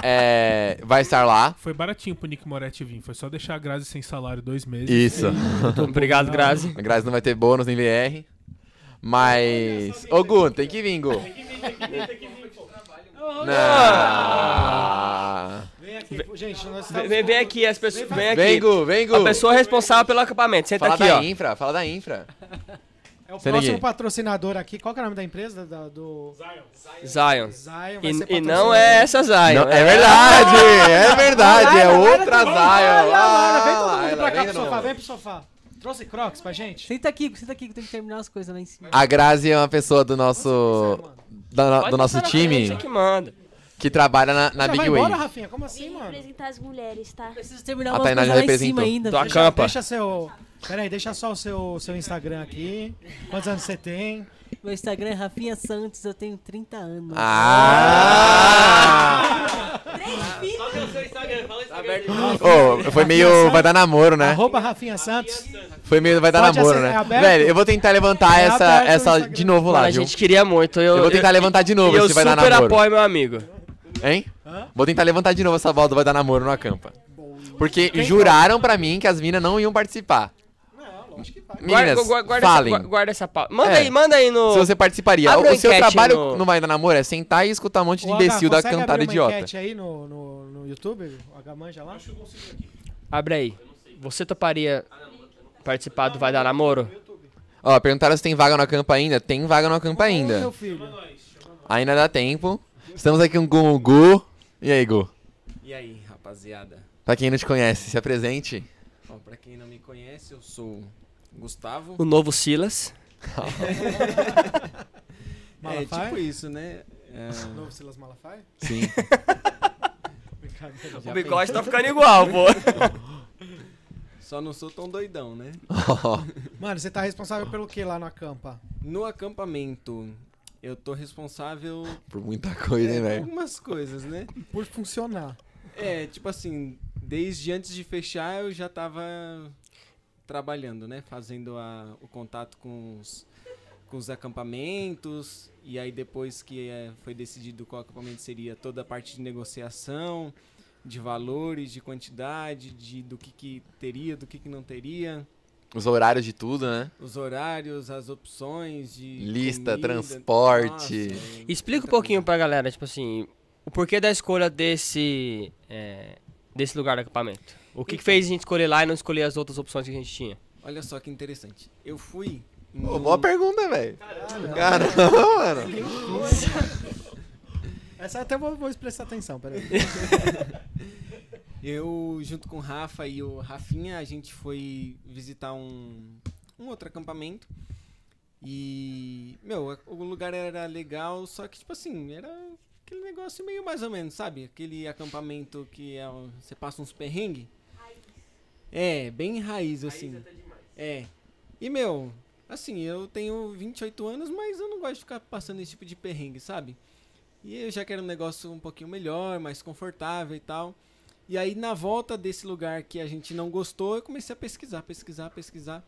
S2: é, vai estar lá.
S6: Foi baratinho pro Nick Moretti vir. Foi só deixar a Grazi sem salário dois meses.
S2: Isso.
S3: Obrigado, Grazi.
S2: A Grazi não vai ter bônus nem VR. Mas. Ô, Gu, tem que vir, Gu. Não.
S1: Vem aqui, gente, nós estamos...
S3: Vem, vem aqui, as pessoas. Vem aqui.
S2: Vem, Gu, vem, Gu.
S3: A pessoa responsável pelo acampamento. Senta
S2: Fala
S3: aqui,
S2: da
S3: ó.
S2: infra, fala da infra.
S1: É o
S2: Sem
S1: próximo
S2: ninguém.
S1: patrocinador aqui. Qual que é o nome da empresa? Da- do
S3: Zion.
S1: Zion. vai ser
S3: E, e
S1: patrocinador.
S3: não é essa Zion.
S2: Não, é verdade, é verdade, é outra Zion.
S1: Olha, mano, vem todo
S2: Ah,
S1: mundo
S2: ela
S1: pra cá
S2: vem
S1: pro
S2: todo
S1: sofá,
S2: mundo.
S1: vem pro sofá. Trouxe Crocs pra gente?
S7: Senta aqui, senta aqui que eu tenho que terminar as coisas lá em cima.
S2: A Grazi é uma pessoa do nosso. da no-
S3: Pode
S2: do nosso
S3: passar na frente,
S2: time
S3: Você que manda.
S2: que trabalha na, na
S1: Já
S2: Big
S1: vai embora,
S2: Wave.
S1: Rafinha? Como assim,
S8: Vim
S1: mano?
S8: representar as mulheres, tá?
S7: Preciso terminar
S2: A
S7: umas
S2: Tainá
S7: coisas
S2: já
S7: lá em
S2: representou.
S7: cima ainda.
S3: Do
S7: velho.
S1: Deixa,
S3: acampa.
S1: deixa seu... Pera aí, deixa só o seu, seu Instagram aqui. Quantos anos você tem?
S7: Meu Instagram é Rafinha Santos, eu tenho 30 anos.
S2: Ah! Tá Ô, foi meio. Vai dar namoro, né?
S1: Arroba Rafinha Santos.
S2: Foi meio. Vai dar
S1: Pode
S2: namoro,
S1: acessar, é
S2: né?
S1: aberto?
S2: Velho, eu vou tentar levantar
S1: É
S2: essa,
S1: aberto o
S2: essa
S1: Instagram.
S2: de novo lá,
S3: Mano, a
S2: viu?
S3: gente queria muito. Eu,
S2: Eu vou tentar levantar de
S3: eu,
S2: novo
S3: eu
S2: se vai dar
S3: super
S2: namoro.
S3: apoio meu amigo.
S2: Hein?
S1: Hã?
S2: Vou tentar levantar de novo essa bola do Vai Dar Namoro no Acampa. Porque juraram pra mim que as minas não iam participar.
S1: Não, lógico que vai.
S2: Meninas,
S3: guarda, guarda,
S2: falem.
S3: Essa, gua- guarda essa pauta. Manda
S2: É.
S3: aí, manda aí no.
S2: Se você participaria.
S3: Abre
S2: o
S3: uma
S2: seu
S3: enquete
S2: trabalho
S3: no-
S2: no Vai Dar Namoro é sentar e escutar um monte de
S1: Ô, H,
S2: imbecil da
S1: consegue abrir
S2: cantada
S1: uma
S2: idiota.
S1: enquete aí no, no, no YouTube? O H manja lá?
S3: Abre aí. Você toparia participar do Vai Dar Namoro?
S2: Ó, perguntaram se tem vaga no Acampa ainda. Tem vaga no Acampa
S1: Ô,
S2: ainda.
S1: meu filho.
S2: Ainda dá tempo. Estamos aqui com o Gu. E aí, Gu?
S9: E aí, rapaziada?
S2: Pra quem não te conhece, se apresente.
S9: Ó, pra quem não me conhece, eu sou Gustavo.
S3: O novo Silas.
S9: É
S1: Malafaia?
S9: tipo isso, né? É,
S1: Novo Silas Malafaia?
S2: Sim.
S1: Brincadeira.
S3: O bigode tá ficando igual, pô.
S9: só não sou tão doidão, né?
S1: Mano, você tá responsável pelo que lá na campa?
S9: No acampamento, eu tô responsável é,
S2: Por muita coisa, hein,
S9: por
S2: velho?
S9: algumas coisas, né?
S1: Por funcionar.
S9: É, tipo assim, desde antes de fechar eu já tava trabalhando, né? Fazendo a- o contato com os, com os acampamentos. E aí depois que eh, foi decidido qual acampamento seria toda a parte de negociação, de valores, de quantidade, de do que, que teria, do que, que não teria,
S2: Os horários de tudo, né?
S9: os horários, as opções de.
S2: assim, Lista,
S9: comida.
S2: transporte.
S9: Nossa, é
S3: Explica um
S9: muita
S3: pouquinho pra galera, tipo assim, o porquê da escolha desse. é, desse lugar do acampamento. O que, que fez a gente escolher lá e não escolher as outras opções que a gente tinha?
S9: coisa. Olha só que interessante. Eu fui.
S2: Pô,
S9: no-
S2: boa pergunta, velho. Caramba, mano.
S1: Essa até eu vou, vou prestar atenção, peraí.
S9: Eu, junto com o Rafa e o Rafinha, a gente foi visitar um, um outro acampamento. E, meu, a- o lugar era legal, só que, tipo assim, era aquele negócio meio mais ou menos, sabe? Aquele acampamento que é, um- você passa uns perrengues. É, bem raiz, assim. É. E, meu, assim, eu tenho 28 anos, mas eu não gosto de ficar passando esse tipo de perrengue, sabe? E eu já quero um negócio um pouquinho melhor, mais confortável e tal. E aí, na volta desse lugar que a gente não gostou, eu comecei a pesquisar, pesquisar, pesquisar.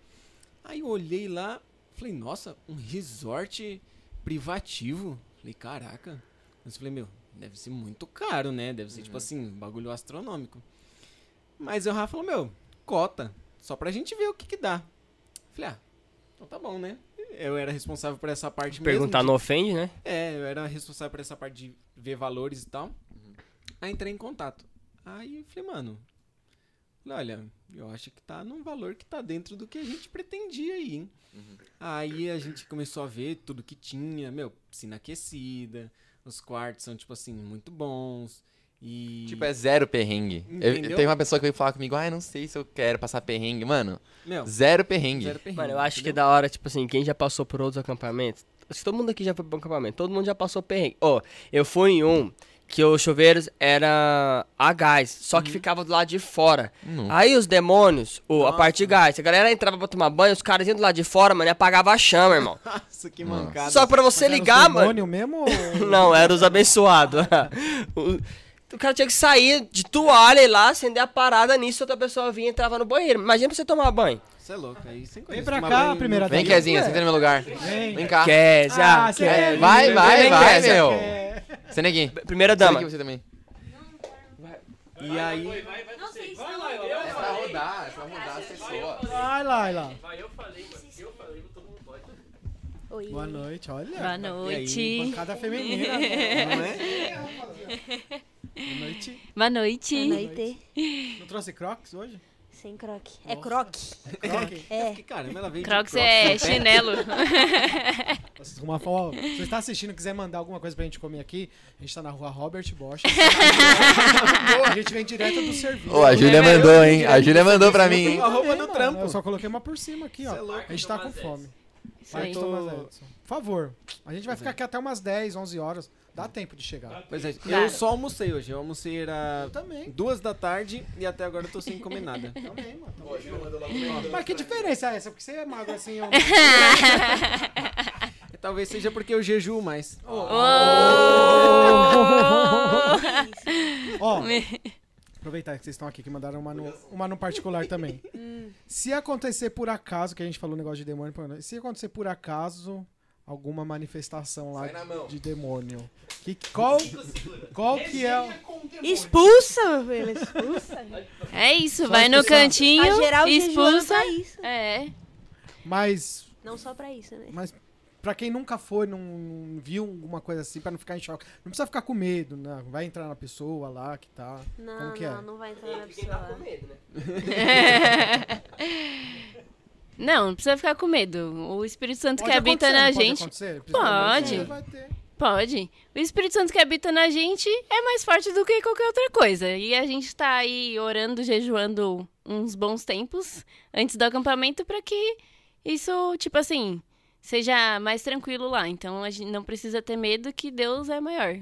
S9: Aí eu olhei lá, falei, nossa, um resort privativo. Falei, caraca. Mas eu falei, meu, deve ser muito caro, né? Deve ser, tipo assim, um bagulho astronômico. Mas o Rafa falou, meu, cota. Só pra gente ver o que que dá. Falei, ah, então tá bom, né? Eu era responsável por essa parte mesmo.
S3: Perguntar
S9: de-
S3: não ofende, né?
S9: é, eu era responsável por essa parte de ver valores e tal. Aí entrei em contato. Aí eu falei, mano, falei, olha, eu acho que tá num valor que tá dentro do que a gente pretendia aí, hein? Aí a gente começou a ver tudo que tinha, meu, piscina aquecida, os quartos são, tipo assim, muito bons. E. Hum.
S2: Tipo, é zero perrengue. É, Eu- Eu,
S9: Entendeu?
S2: tem uma pessoa que veio falar comigo, ah, não sei se eu quero passar perrengue. Mano,
S9: meu,
S2: zero perrengue.
S9: zero perrengue,
S3: Mano, eu acho que
S9: entendeu?
S3: da hora, tipo assim, quem já passou por outros acampamentos. Acho que todo mundo aqui já foi pra um acampamento, todo mundo já passou perrengue. Ó, eu fui em um que os chuveiros era a gás, só que ficava do lado de fora.
S2: Não.
S3: Aí os demônios, o, a parte de gás, a galera entrava pra tomar banho, os caras iam do lado de fora, mano, e apagava a chama, irmão.
S9: Nossa, que mancada.
S3: Só que pra você
S1: Mas era os
S3: ligar, mano.
S1: demônio Ah, mesmo? ou-
S3: Não, era os abençoados. o, o cara tinha que sair de toalha e ir lá, acender a parada nisso, outra pessoa vinha e entrava no banheiro. Imagina pra você tomar banho.
S9: Você é louco, aí sem
S1: Vem
S9: conhecer.
S1: pra
S9: Tomar
S1: cá,
S9: banho-
S1: primeira
S2: Vem,
S1: dama.
S2: Kezinha, senta no meu lugar.
S1: Vem.
S2: Vem cá.
S3: Kézia,
S1: Ah, você
S3: Kézia.
S1: quer-
S2: Vai, vai,
S3: Vem,
S2: vai,
S3: Kézia.
S2: meu.
S1: É.
S2: Você neguinho.
S3: Primeira
S2: Senta aqui
S3: dama.
S2: você também.
S9: E aí.
S5: Não, vocês estão... Eu
S2: É pra rodar, é pra rodar as pessoas.
S1: Vai lá, lá.
S8: Oi.
S1: Boa noite, olha.
S8: Boa
S1: Aí,
S8: noite.
S1: Bancada feminina, não é? Boa noite.
S8: Boa noite.
S1: Não trouxe Crocs hoje?
S8: Sem croque. É croque?
S1: Crocs.
S8: É.
S9: Que caramba, ela veio. de
S8: Crocs é
S9: no pé.
S8: chinelo.
S1: tá Nossa, uma forma. Se você tá está assistindo e quiser mandar alguma coisa pra gente comer aqui, a gente tá na rua Robert Bosch. a gente vem direto do serviço. é,
S2: Ô, a Júlia mandou, hein? A Júlia mandou pra mim,
S1: Eu
S2: hein?
S1: tô com a roupa do trampo. Eu só coloquei uma por cima aqui,
S9: Cê é
S1: ó.
S9: louco.
S1: A gente tá com fome.
S8: Isso
S1: Vai,
S8: aí.
S1: Thomas Edson. Por favor. A gente vai ficar aqui até umas 10, 11 horas. Dá tempo de chegar.
S9: Pois é,
S8: Tá.
S9: eu só almocei hoje. Eu almocei era
S1: Eu também.
S9: duas da tarde e até agora eu tô sem comer nada.
S1: Também, mano. Mas que diferença é essa? Porque você é magro assim, eu não.
S9: Talvez seja porque eu jejuo mais.
S1: Oh.
S9: Oh.
S1: Ó, aproveitar que vocês estão aqui, que mandaram uma no, uma no particular também.
S10: Hum.
S1: Se acontecer por acaso, que a gente falou um negócio de demônio, pô, né? se acontecer por acaso alguma manifestação lá
S2: Sai na mão.
S1: de demônio, que, qual, qual que é... o-
S10: Expulsa, velho, expulsa.
S8: É isso,
S1: Só
S8: vai no
S1: expulsar.
S8: cantinho,
S10: A geral tá jejuando
S8: expulsa.
S10: pra isso.
S8: É.
S1: Mas,
S10: Não só pra isso, né?
S1: mas pra quem nunca foi, não viu alguma coisa assim, pra não ficar em choque, não precisa ficar com medo, né? Vai entrar na pessoa lá que tá...
S10: Não,
S1: Como que é?
S10: não, não vai entrar na pessoa. né?
S8: Não, não precisa ficar com medo. O Espírito Santo
S1: Pode
S8: que habita
S1: acontecer,
S8: tá na
S1: não pode
S8: gente. Pode.
S1: acontecer? Você vai ter.
S8: Pode. O Espírito Santo que habita na gente é mais forte do que qualquer outra coisa. E a gente tá aí orando, jejuando uns bons tempos antes do acampamento pra que isso, tipo assim, seja mais tranquilo lá. Então a gente não precisa ter medo que Deus é maior.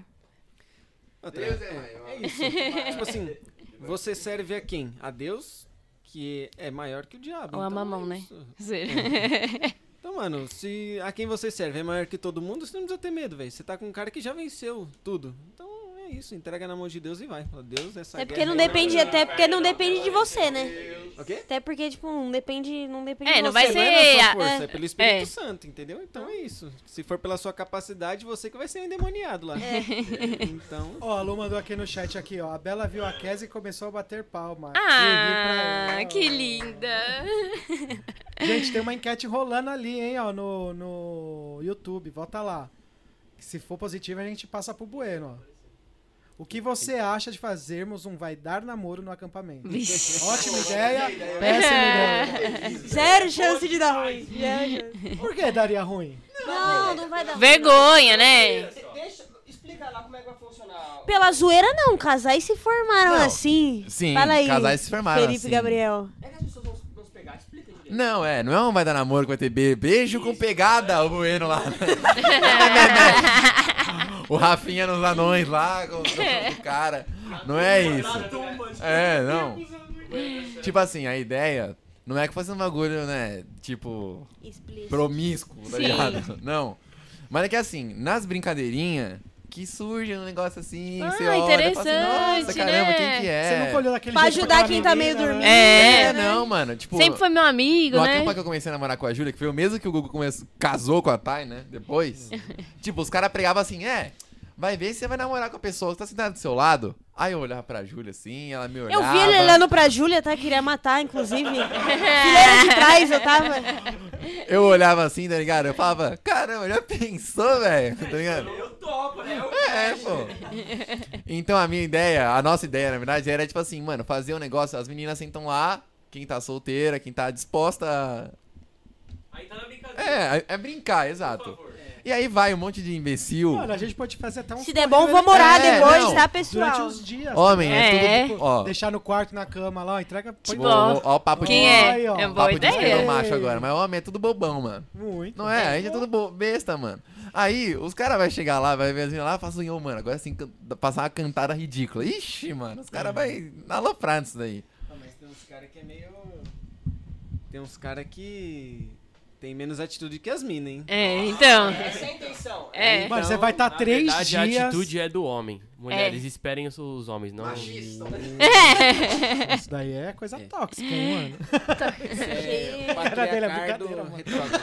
S9: Outra- é, é isso. tipo assim, você serve a quem? A Deus, que é maior que o diabo.
S8: Ou a
S9: Então,
S8: mamão,
S9: é
S8: né?
S9: isso.
S8: Zero.
S9: Então, mano, se a quem você serve é maior que todo mundo, você não precisa ter medo, velho. Você tá com um cara que já venceu tudo. Então é isso, entrega na mão de Deus e vai. Fala, Deus, essa
S10: Até É porque
S9: guerra
S10: não
S9: aí-
S10: depende, até porque não depende de você, Tá né?
S9: O quê?
S10: Até porque, tipo, não depende, não depende
S8: É,
S10: de
S8: não
S10: você.
S8: vai
S9: Não
S8: ser-
S9: é na sua
S8: a-
S10: é.
S9: força, é pelo Espírito
S8: É.
S9: Santo, entendeu? Então é isso. Se for pela sua capacidade, você que vai ser o endemoniado lá.
S8: É.
S9: Então,
S1: Ó, a Lu mandou aqui no chat aqui, ó. A Bela viu a Kes e começou a bater palma.
S8: Ah,
S1: E ri pra
S8: que
S1: ela.
S8: linda.
S1: Gente, tem uma enquete rolando ali, hein, ó, no, no YouTube. Vota lá. Se for positiva, a gente passa pro Bueno, ó. O que você acha de fazermos um vai dar namoro no acampamento?
S8: Vixe.
S1: Ótima ideia, péssima ideia.
S10: Zero chance de dar ruim. Zero chance.
S1: Por que daria ruim?
S10: Não, não vai dar ruim.
S8: Vergonha, né?
S3: Deixa,
S6: Ah,
S3: explica lá como é que vai funcionar.
S10: Pela zoeira, não. Casais se formaram
S2: Não.
S10: assim.
S2: Sim,
S10: Fala aí,
S2: casais se formaram
S10: Felipe
S2: assim.
S10: Gabriel.
S3: É que as pessoas vão, vão se pegar, explica direito.
S2: Não, é, não é um vai dar namoro que vai ter be- beijo com pegada, o Bueno lá. É o Rafinha nos anões lá, com, com o cara. Não é isso.
S9: né?
S2: É, não. Tipo assim, a ideia não é que fosse um bagulho, né, tipo,
S10: Explícito.
S2: promíscuo, tá
S8: Sim.
S2: ligado? Não. Mas é que assim, nas brincadeirinhas, que surge um negócio assim,
S8: Ah,
S2: você olha e fala assim, nossa,
S8: interessante,
S2: caramba,
S8: né?
S2: quem que é?
S1: Você nunca olhou daquele
S10: Pra
S1: jeito
S10: ajudar
S1: aquela
S10: quem tá meio
S1: menina, né?
S10: dormindo.
S2: É,
S8: É.
S2: não, mano, tipo...
S8: Sempre foi meu amigo,
S2: No
S8: né?
S2: acampa um que eu comecei a namorar com a Júlia, que foi o mesmo que o Gugu come- casou com a Thay, né? Depois. tipo, os caras pregavam assim, é, vai ver se você vai namorar com a pessoa que tá sentada do seu lado. Aí eu olhava pra Júlia assim, ela me
S10: Eu
S2: olhava.
S10: vi ele olhando pra Júlia, tá? Queria matar, inclusive. Fileira de trás, eu tava.
S2: Eu olhava assim, tá ligado? Eu falava, caramba, já pensou, velho? Tá ligado?
S3: Eu topo, né? Eu...
S2: É, pô. Então a minha ideia, a nossa ideia, na verdade, era tipo assim, mano, fazer um negócio, as meninas sentam lá, Quem tá solteira, quem tá disposta
S4: Aí tá na brincadeira.
S2: É, é brincar, exato. E aí vai um monte de imbecil.
S1: Mano, a gente pode fazer até um.
S10: Se der bom, vou morar
S2: É,
S10: depois,
S2: não.
S10: tá,
S1: Durante
S10: pessoal?
S1: uns dias.
S2: Homem, é,
S8: É.
S2: tudo. Ó,
S1: Deixar no quarto, na cama lá, ó, entrega.
S8: Tipo,
S2: ó, ó, ó o papo de,
S8: Quem
S1: Aí,
S8: é?
S1: ó.
S8: É uma boa
S2: papo de esquerdo
S8: ideia.
S2: macho agora. Mas homem é tudo bobão, mano.
S1: Muito.
S2: Não é? A gente é tudo bo- besta, mano. Aí os caras vão chegar lá, vai ver assim lá e falar assim, ô, mano, agora assim, can- passar uma cantada ridícula. Ixi, mano, os caras vão aloprar nisso daí.
S9: Ah, mas tem uns caras que é meio. Tem uns caras que. Tem menos atitude que as minas, hein?
S8: É, então.
S9: Essa é a intenção.
S8: É.
S1: Mano, você vai estar
S4: Na
S1: três
S4: verdade,
S1: dias.
S4: a atitude é do homem. Mulheres, esperem os, os homens, não.
S2: né?
S1: Isso daí é coisa
S9: É.
S1: tóxica, hein, mano.
S9: É, o
S1: dele é
S9: patriarcado
S1: brincadeira, mano.
S9: retrógrado.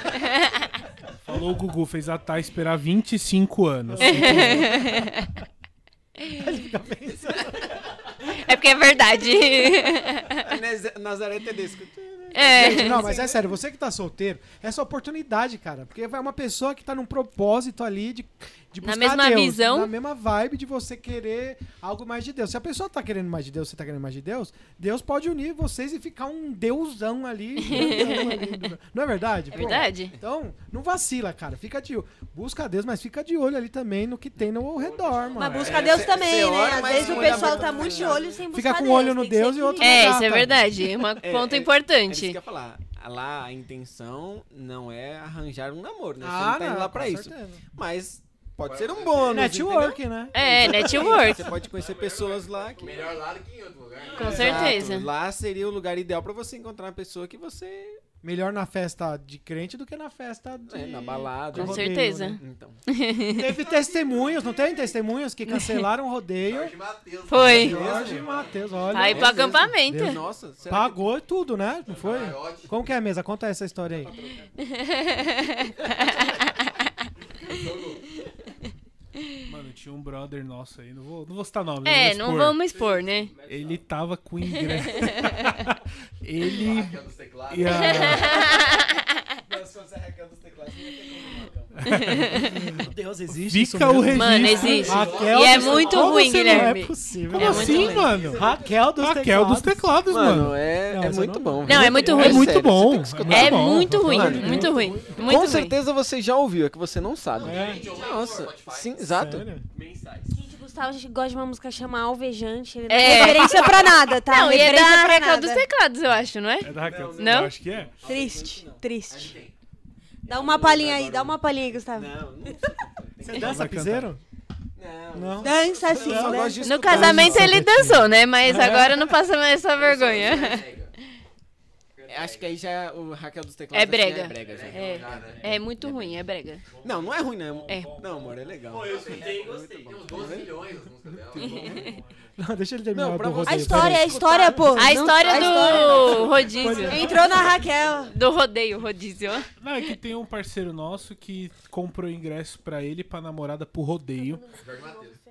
S6: Falou o Gugu, fez a Thay esperar 25 anos.
S1: assim.
S8: É porque é verdade.
S9: Nazaré- É, né, Nazaré Tedesco.
S8: É.
S1: Não, mas é sério, você que tá solteiro, essa oportunidade, cara. Porque vai uma pessoa que tá num propósito ali de, de
S8: Na
S1: buscar
S8: mesma
S1: Deus,
S8: visão.
S1: Na mesma vibe de você querer algo mais de Deus. Se a pessoa tá querendo mais de Deus, você tá querendo mais de Deus, Deus pode unir vocês e ficar um deusão ali. grandão ali. Não é verdade?
S8: É
S1: Pô,
S8: verdade?
S1: Então, não vacila, cara. Fica de olho. Busca Deus, mas fica de olho ali também no que tem no redor, mano.
S10: Mas busca Deus
S9: cê-
S10: também, né?
S9: cê É, olha,
S10: Às
S9: mas
S10: vezes
S9: não
S10: o
S9: olha né?
S10: pessoal
S9: muito
S10: tá
S9: no
S10: muito de
S9: final.
S10: olho sem buscar
S1: Fica com
S10: Deus.
S1: um olho no
S10: tem que ser
S1: Deus e outro
S8: É,
S10: equilibrado.
S8: isso
S1: Gata.
S8: é verdade. É um ponto
S9: É, é- É isso que
S8: importante.
S9: eu ia falar. Lá a intenção não é arranjar um namoro, né? você
S1: Ah,
S9: não tá indo
S1: não,
S9: lá
S1: com
S9: pra isso.
S1: certeza.
S9: Mas pode ser um bônus. entendeu?
S1: Network, né?
S8: É, network.
S9: Você pode conhecer pessoas lá que.
S2: Melhor lado que em outro lugar. né?
S8: Com
S9: Exato.
S8: certeza.
S9: Lá seria o lugar ideal pra você encontrar uma pessoa que você.
S1: Melhor na festa de crente do que É, na festa de...
S9: Né, na balada.
S1: Com
S8: Com
S9: né?
S1: rodeio,
S8: certeza.
S9: Então.
S1: Teve testemunhos, não tem testemunhos que cancelaram o rodeio.
S8: Foi.
S1: Jorge e Matheus, olha.
S8: Vai pro acampamento.
S9: Nossa, será Tá
S1: Pagou tudo, né? Não foi? Como que é mesa? Conta essa história aí.
S6: Mano, tinha um brother nosso aí, não vou, não vou citar nome.
S8: É,
S6: vou
S8: não
S6: expor.
S8: vamos expor, né?
S6: Ele tava com ingresso. Ele.
S9: Ah, é
S6: e a-
S9: então.
S1: Meu Deus, existe
S6: Fica o registro.
S8: Mano, existe.
S1: Raquel
S8: e é
S1: dos-
S8: muito
S6: Como
S8: ruim,
S6: você
S8: Guilherme.
S6: Não é possível. Como
S1: Como
S8: É muito
S6: assim,
S8: ruim.
S6: mano?
S1: Raquel dos
S6: Raquel dos teclados, mano.
S9: Mano, é,
S1: Não,
S9: é
S1: essa
S9: muito
S1: não-
S9: bom.
S8: Não,
S9: viu?
S8: é muito
S6: É
S8: ruim.
S9: sério,
S6: muito
S9: você
S6: bom.
S9: tem que escutar.
S8: É
S6: bom,
S8: muito
S6: tá
S8: ruim,
S6: falando.
S8: muito ruim. Muito
S9: é. Com
S8: ruim.
S9: certeza você já ouviu, é que você não sabe. Nossa, sim, exato.
S6: É. Sério?
S10: Gente, o Gustavo gosta de uma música chama Alvejante. Ele não
S8: É.
S10: é referência pra nada, tá?
S8: Não, e é
S10: Referência
S8: da
S10: pra
S8: Raquel
S10: nada.
S8: dos Teclados, eu acho, não é?
S6: É da Raquel dos
S8: Não?
S6: Teclados, acho que é.
S10: Triste, triste. Dá uma palhinha aí, dá uma palhinha aí, Gustavo.
S9: Não, não,
S1: Você dança piseiro?
S9: não.
S1: Não.
S10: Dança assim,
S9: Eu só
S10: né?
S9: gosto de
S8: No
S9: escutar.
S8: casamento ele dançou, né? Mas agora não passa mais essa vergonha.
S9: É, Acho que aí já o Raquel dos
S8: É
S9: Teclados acho que já
S8: brega.
S9: já.
S8: É, é muito ruim, é brega.
S9: Não, não é ruim, não.
S8: É.
S9: Não, amor, é legal.
S1: Não, deixa ele terminar
S9: Não, pra
S1: do
S9: você-
S10: A
S1: rodeio.
S10: história, a história, pô.
S8: é A história do
S10: Não-
S8: rodízio.
S10: Entrou na Raquel.
S8: Do rodeio, rodízio.
S6: Não, é que tem um parceiro nosso que comprou ingresso pra ele e pra namorada pro rodeio.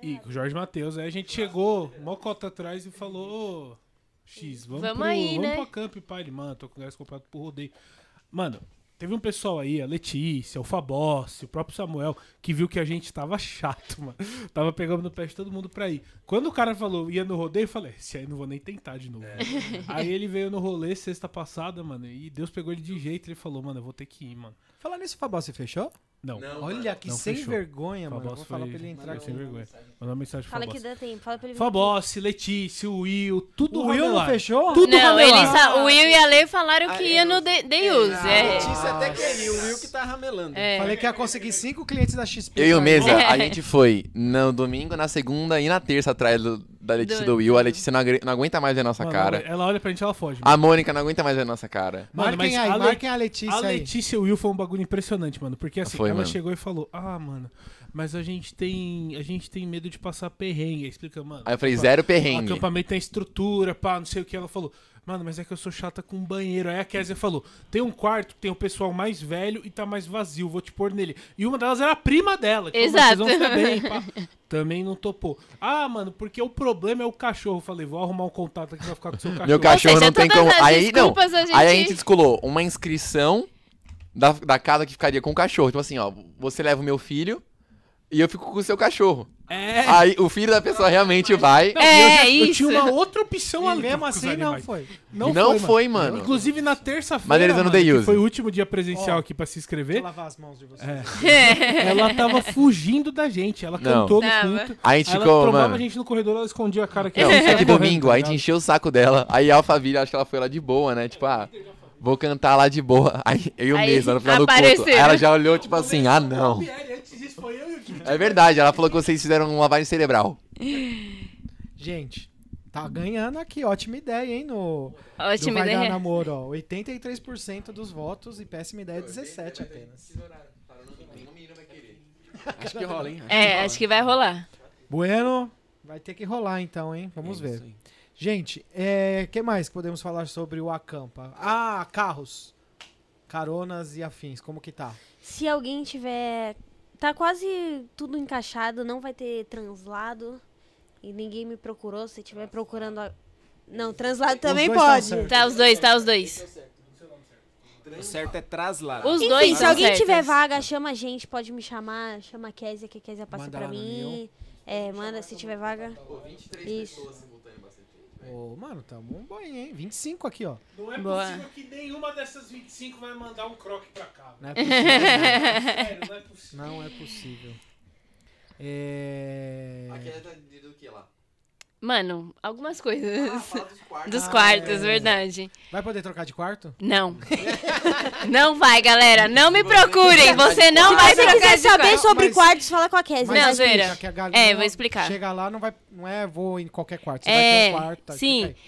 S6: E com o Jorge Matheus. Aí a gente chegou, mó cota atrás, e falou: Ô, X, vamos,
S8: Vamos
S6: pro,
S8: aí,
S6: vamos
S8: né?"
S6: pro camp, pai. Ele, mano, tô com ingresso comprado pro rodeio. Mano, teve um pessoal aí, a Letícia, o Fabossi, o próprio Samuel, que viu que a gente tava chato, mano. Tava pegando no pé de todo mundo pra ir. Quando o cara falou, ia no rodeio, eu falei, esse aí não vou nem tentar de
S10: É.
S6: novo. Aí ele veio no rolê sexta passada, mano, e Deus pegou ele de jeito. Ele falou, mano, eu vou ter que ir, mano.
S1: Falar nisso, Fabó, você fechou?
S6: Não.
S1: Olha, que
S6: Não
S1: sem
S6: fechou.
S1: vergonha, mano.
S6: Fabossi
S1: Vou falar pra ele entrar
S6: foi
S1: aqui.
S6: sem vergonha. Mandou uma
S9: um
S6: mensagem pro
S10: Fala que
S6: Fabossi.
S10: dá tempo, fala pra ele vir.
S6: Fabossi, Letícia, o Will, tudo
S1: O Will não
S6: ramelar.
S1: fechou?
S6: Tudo
S8: Não,
S6: ramelar.
S8: ele sa- o Will e a Lei falaram que ia no The The Use.
S9: A
S8: É.
S9: Letícia até queria, o Will que tá ramelando.
S8: É.
S1: Falei que ia conseguir cinco clientes da XP.
S2: Eu e o Mesa,
S8: É.
S2: a gente foi no domingo, na segunda e na terça atrás do- da Letícia e do
S8: Do-
S2: Will. A Letícia não, agre- não aguenta mais ver a nossa
S6: Mano,
S2: cara.
S6: Ela olha pra gente e ela foge.
S2: A Mônica não aguenta mais ver a nossa cara.
S6: Mano,
S1: marquem
S6: mas
S1: aí,
S6: a Le-
S1: marquem a Letícia
S6: A
S1: aí.
S6: Letícia e o Will foi um bagulho impressionante, mano. Porque assim,
S2: Foi,
S6: ela
S2: mano.
S6: chegou e falou: Ah, mano, mas a gente tem. A gente tem medo de passar perrengue. Aí Explica, mano.
S2: Aí eu falei,
S6: pá,
S2: zero
S6: O
S2: perrengue.
S6: acampamento tem estrutura, pá, não sei o que. Ela falou, mano, mas é que eu sou chata com banheiro. Aí a Kézia falou: tem um quarto, que tem o pessoal mais velho e tá mais vazio, vou te pôr nele. E uma delas era a prima dela. Tipo,
S8: Exato.
S6: Vocês vão ficar bem, pá. Também não topou. Ah, mano, porque o problema é o cachorro. Eu falei, vou arrumar um contato aqui pra ficar com o seu cachorro.
S2: Meu cachorro
S8: seja, é
S2: não tem como.
S8: todas as
S2: Aí não.
S8: desculpas a gente-
S2: Aí a gente descolou uma inscrição da, da casa que ficaria com o cachorro. Tipo assim, ó, você leva o meu filho e eu fico com o seu cachorro.
S1: É.
S2: Aí o filho da pessoa realmente vai.
S6: Não, e eu
S8: É,
S6: já- eu
S8: isso.
S6: tinha uma outra opção
S1: E
S6: ali.
S1: mesmo
S6: com os
S1: assim, não
S6: animais.
S1: foi.
S2: Não, foi,
S6: mano.
S2: mano.
S6: Inclusive na terça-feira,
S2: Mas eles não
S6: mano,
S2: dei
S6: que
S2: use.
S6: foi o último dia presencial
S1: Ó.
S6: aqui pra se
S1: Deixa eu
S6: inscrever, É.
S1: lavar as mãos de vocês.
S6: ela tava fugindo da gente. Ela
S2: Não.
S6: cantou no
S8: Tava.
S6: culto.
S2: Aí a gente
S6: Aí ela
S2: ficou,
S6: trombava
S2: mano. É,
S6: a gente no corredor, ela escondia a cara que
S2: Não,
S6: ela
S2: só que
S6: saía
S2: domingo,
S6: correndo,
S2: aí a
S6: tá ligado?
S2: gente encheu o saco dela. Aí a Alphaville, acho que ela foi lá de boa, né? Tipo, ah, vou cantar lá de boa. Aí eu
S8: Aí né?
S2: mesmo, no final do
S8: apareceram.
S2: culto. Aí ela já olhou, tipo assim, ah, não. É verdade, ela falou que vocês fizeram uma lavagem cerebral.
S1: Gente, tá ganhando aqui. Ótima ideia, hein? No, do
S8: Ótima
S1: Vai Dar
S8: ideia.
S1: Namoro, ó. 83% dos votos e péssima ideia 17 apenas.
S2: Acho que rola, hein?
S8: É, acho que vai rolar.
S1: Bueno, vai ter que rolar então, hein? Vamos ver. Gente, é, que mais que podemos falar sobre o Acampa? Ah, carros. Caronas e afins, como que tá?
S10: Se alguém tiver. Tá quase tudo encaixado, não vai ter translado. E ninguém me procurou. Se tiver procurando. a- Não, translado também
S1: dois tão
S10: pode.
S1: certos.
S8: Tá os dois, tá os dois.
S9: O certo é trasladar.
S8: Os
S10: Enfim,
S8: dois
S10: se
S8: são
S10: alguém
S8: certos.
S10: tiver vaga, chama a gente, pode me chamar. Chama a Kézia, que a Kézia passa
S1: Manda
S10: pra
S1: lá no
S10: mim. É, manda se tiver vaga. Isso.
S1: Ô, mano, tá bom, bom, hein? 25 aqui, ó.
S6: Não é
S8: Boa.
S6: possível que nenhuma dessas 25 vai mandar um croque pra cá.
S1: Não é possível.
S6: Sério, não é possível.
S1: Não é possível. É...
S8: Mano, algumas coisas. Dos
S1: Ah,
S8: quartos,
S1: é.
S8: verdade.
S1: Vai poder trocar de quarto?
S8: Não. Não vai, galera. Não me procurem. Você não vai
S10: Se você
S8: trocar
S10: quiser
S8: de
S10: saber
S8: quarto.
S10: sobre
S1: mas-
S10: quartos, fala com a Kézia.
S8: Não,
S1: explica
S8: zoeira.
S1: que a galera
S8: É,
S1: não-
S8: vou explicar.
S1: Chega lá, não vai. Não é vou em qualquer quarto. Você
S8: É,
S1: vai ter um quarto. tá?
S8: sim.
S1: Explica aí.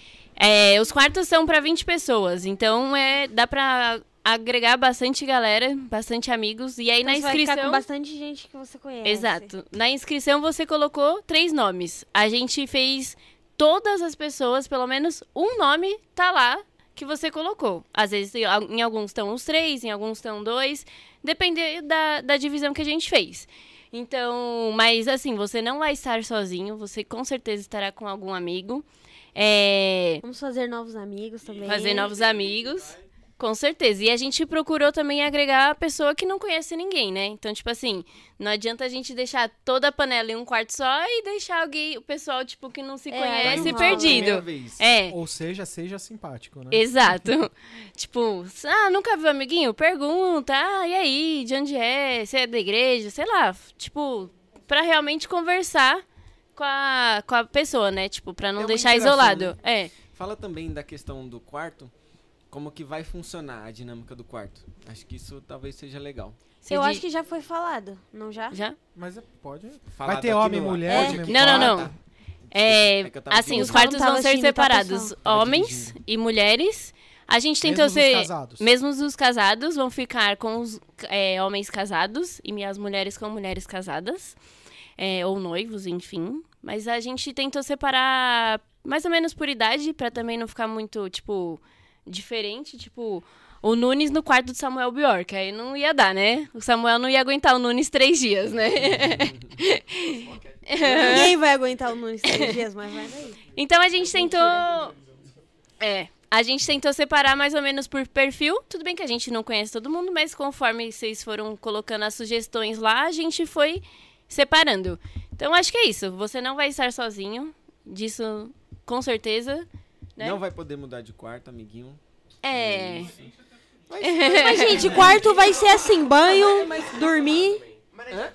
S8: É, os quartos são pra 20 pessoas, então é dá pra agregar bastante galera, bastante amigos e aí
S10: Então
S8: na
S10: você vai ficar com
S8: inscrição
S10: bastante gente que você conhece.
S8: Exato. Na inscrição você colocou três nomes. A gente fez todas as pessoas, pelo menos um nome tá lá que você colocou. Às vezes em al- em alguns estão os três, em alguns estão dois, depende da, da divisão que a gente fez. Então, mas assim, você não vai estar sozinho, você com certeza estará com algum amigo. É,
S10: Vamos fazer novos amigos também.
S8: Fazer novos amigos. Com certeza. E a gente procurou também agregar a pessoa que não conhece ninguém, né? Então, tipo assim, não adianta a gente deixar toda a panela em um quarto só e deixar alguém, o pessoal, tipo, que não se
S10: É,
S8: conhece né?
S10: não rola.
S9: Primeira
S8: perdido.
S9: vez.
S8: É.
S1: Ou seja, seja simpático, né?
S8: Exato. tipo, ah, nunca viu amiguinho? Pergunta, ah, e aí, de onde é? Você é da igreja? Sei lá. Tipo, pra realmente conversar com a, com a pessoa, né? Tipo, pra
S9: É né?
S8: não
S9: uma
S8: deixar
S9: interação,
S8: isolado.
S10: né?
S8: É.
S9: Fala também da questão do quarto, como que vai funcionar a dinâmica do quarto. Acho que isso talvez seja legal.
S10: Eu
S8: Você
S10: acho
S8: di-
S10: que já foi falado, não já?
S8: Já?
S1: Mas é- pode.
S9: Falar
S1: Vai ter
S9: daqui
S1: homem e
S9: no ar.
S1: mulher,
S9: Pode
S1: é.
S9: aqui
S8: Não, não,
S9: fora,
S8: não.
S9: tá?
S8: É,
S9: É que eu tava
S8: assim, os
S9: dividindo.
S8: quartos
S10: Tava
S8: vão ser
S10: dividindo, tá,
S8: separados,
S10: pessoal?
S8: homens e mulheres. A gente tentou
S1: Mesmo os
S8: ser...
S1: casados.
S8: Mesmo os casados vão ficar com os é, homens casados e as mulheres com mulheres casadas. é, ou noivos, enfim. Mas a gente tentou separar mais ou menos por idade, pra também não ficar muito, tipo, diferente. Tipo, o Nunes no quarto do Samuel Bjork. Aí não ia dar, né? O Samuel não ia aguentar o Nunes três dias, né?
S9: Uhum.
S10: Ninguém vai aguentar o Nunes três dias, mas vai daí.
S8: Então a gente tentou. É. A gente tentou separar mais ou menos por perfil. Tudo bem que a gente não conhece todo mundo, mas conforme vocês foram colocando as sugestões lá, a gente foi separando. Então acho que é isso. Você não vai estar sozinho. Disso com certeza. Né?
S9: Não vai poder mudar de quarto, amiguinho.
S8: É.
S10: Mas, gente, quarto vai ser assim: banho, dormir.
S9: né?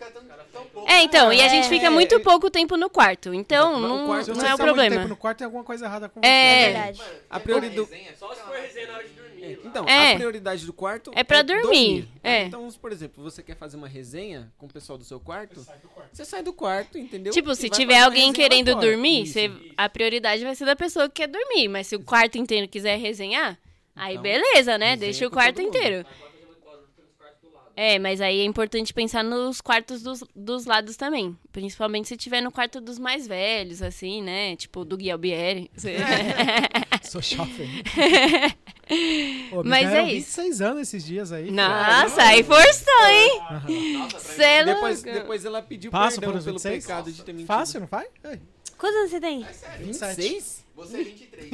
S8: É, então, e a gente fica
S9: É.
S8: muito pouco tempo no quarto. Então,
S9: O
S8: não,
S9: quarto-
S1: Se
S8: não
S1: você
S8: é o
S1: está muito tempo
S8: problema.
S1: no quarto, tem alguma coisa errada com você. né?
S10: É
S8: É.
S10: verdade.
S9: A prioridade.
S3: Só se for resenha na hora de dormir.
S9: Então,
S8: É.
S9: a prioridade do quarto
S8: É pra dormir, é.
S9: Então, se, por exemplo, você quer fazer uma resenha com o pessoal do seu quarto, você sai do quarto, entendeu?
S8: Tipo,
S9: E
S8: se
S9: vai
S8: tiver
S9: fazer uma
S8: alguém
S9: resenha
S8: querendo
S9: lá fora.
S8: dormir,
S9: Isso.
S8: cê- a prioridade vai ser da pessoa que quer dormir. Mas se o quarto inteiro quiser resenhar, aí
S9: Então,
S8: beleza, né?
S9: resenha
S8: Deixa o
S9: com
S8: quarto
S9: todo mundo.
S8: inteiro. É, mas aí é importante pensar nos quartos dos, dos lados também. Principalmente se tiver no quarto dos mais velhos, assim, né? Tipo, do Guilherme.
S1: Sou jovem.
S8: Mas
S1: deram
S8: é isso.
S1: 26 anos esses dias aí.
S8: Nossa, aí forçou, hein? Cê é
S9: Depois,
S8: louco.
S9: depois ela pediu
S1: Passa
S9: perdão
S1: por uns
S9: pelo
S1: 26?
S9: pecado de ter mentido.
S1: Fácil, não vai? É.
S10: Quantos anos você tem?
S1: 26?
S2: Você é 23.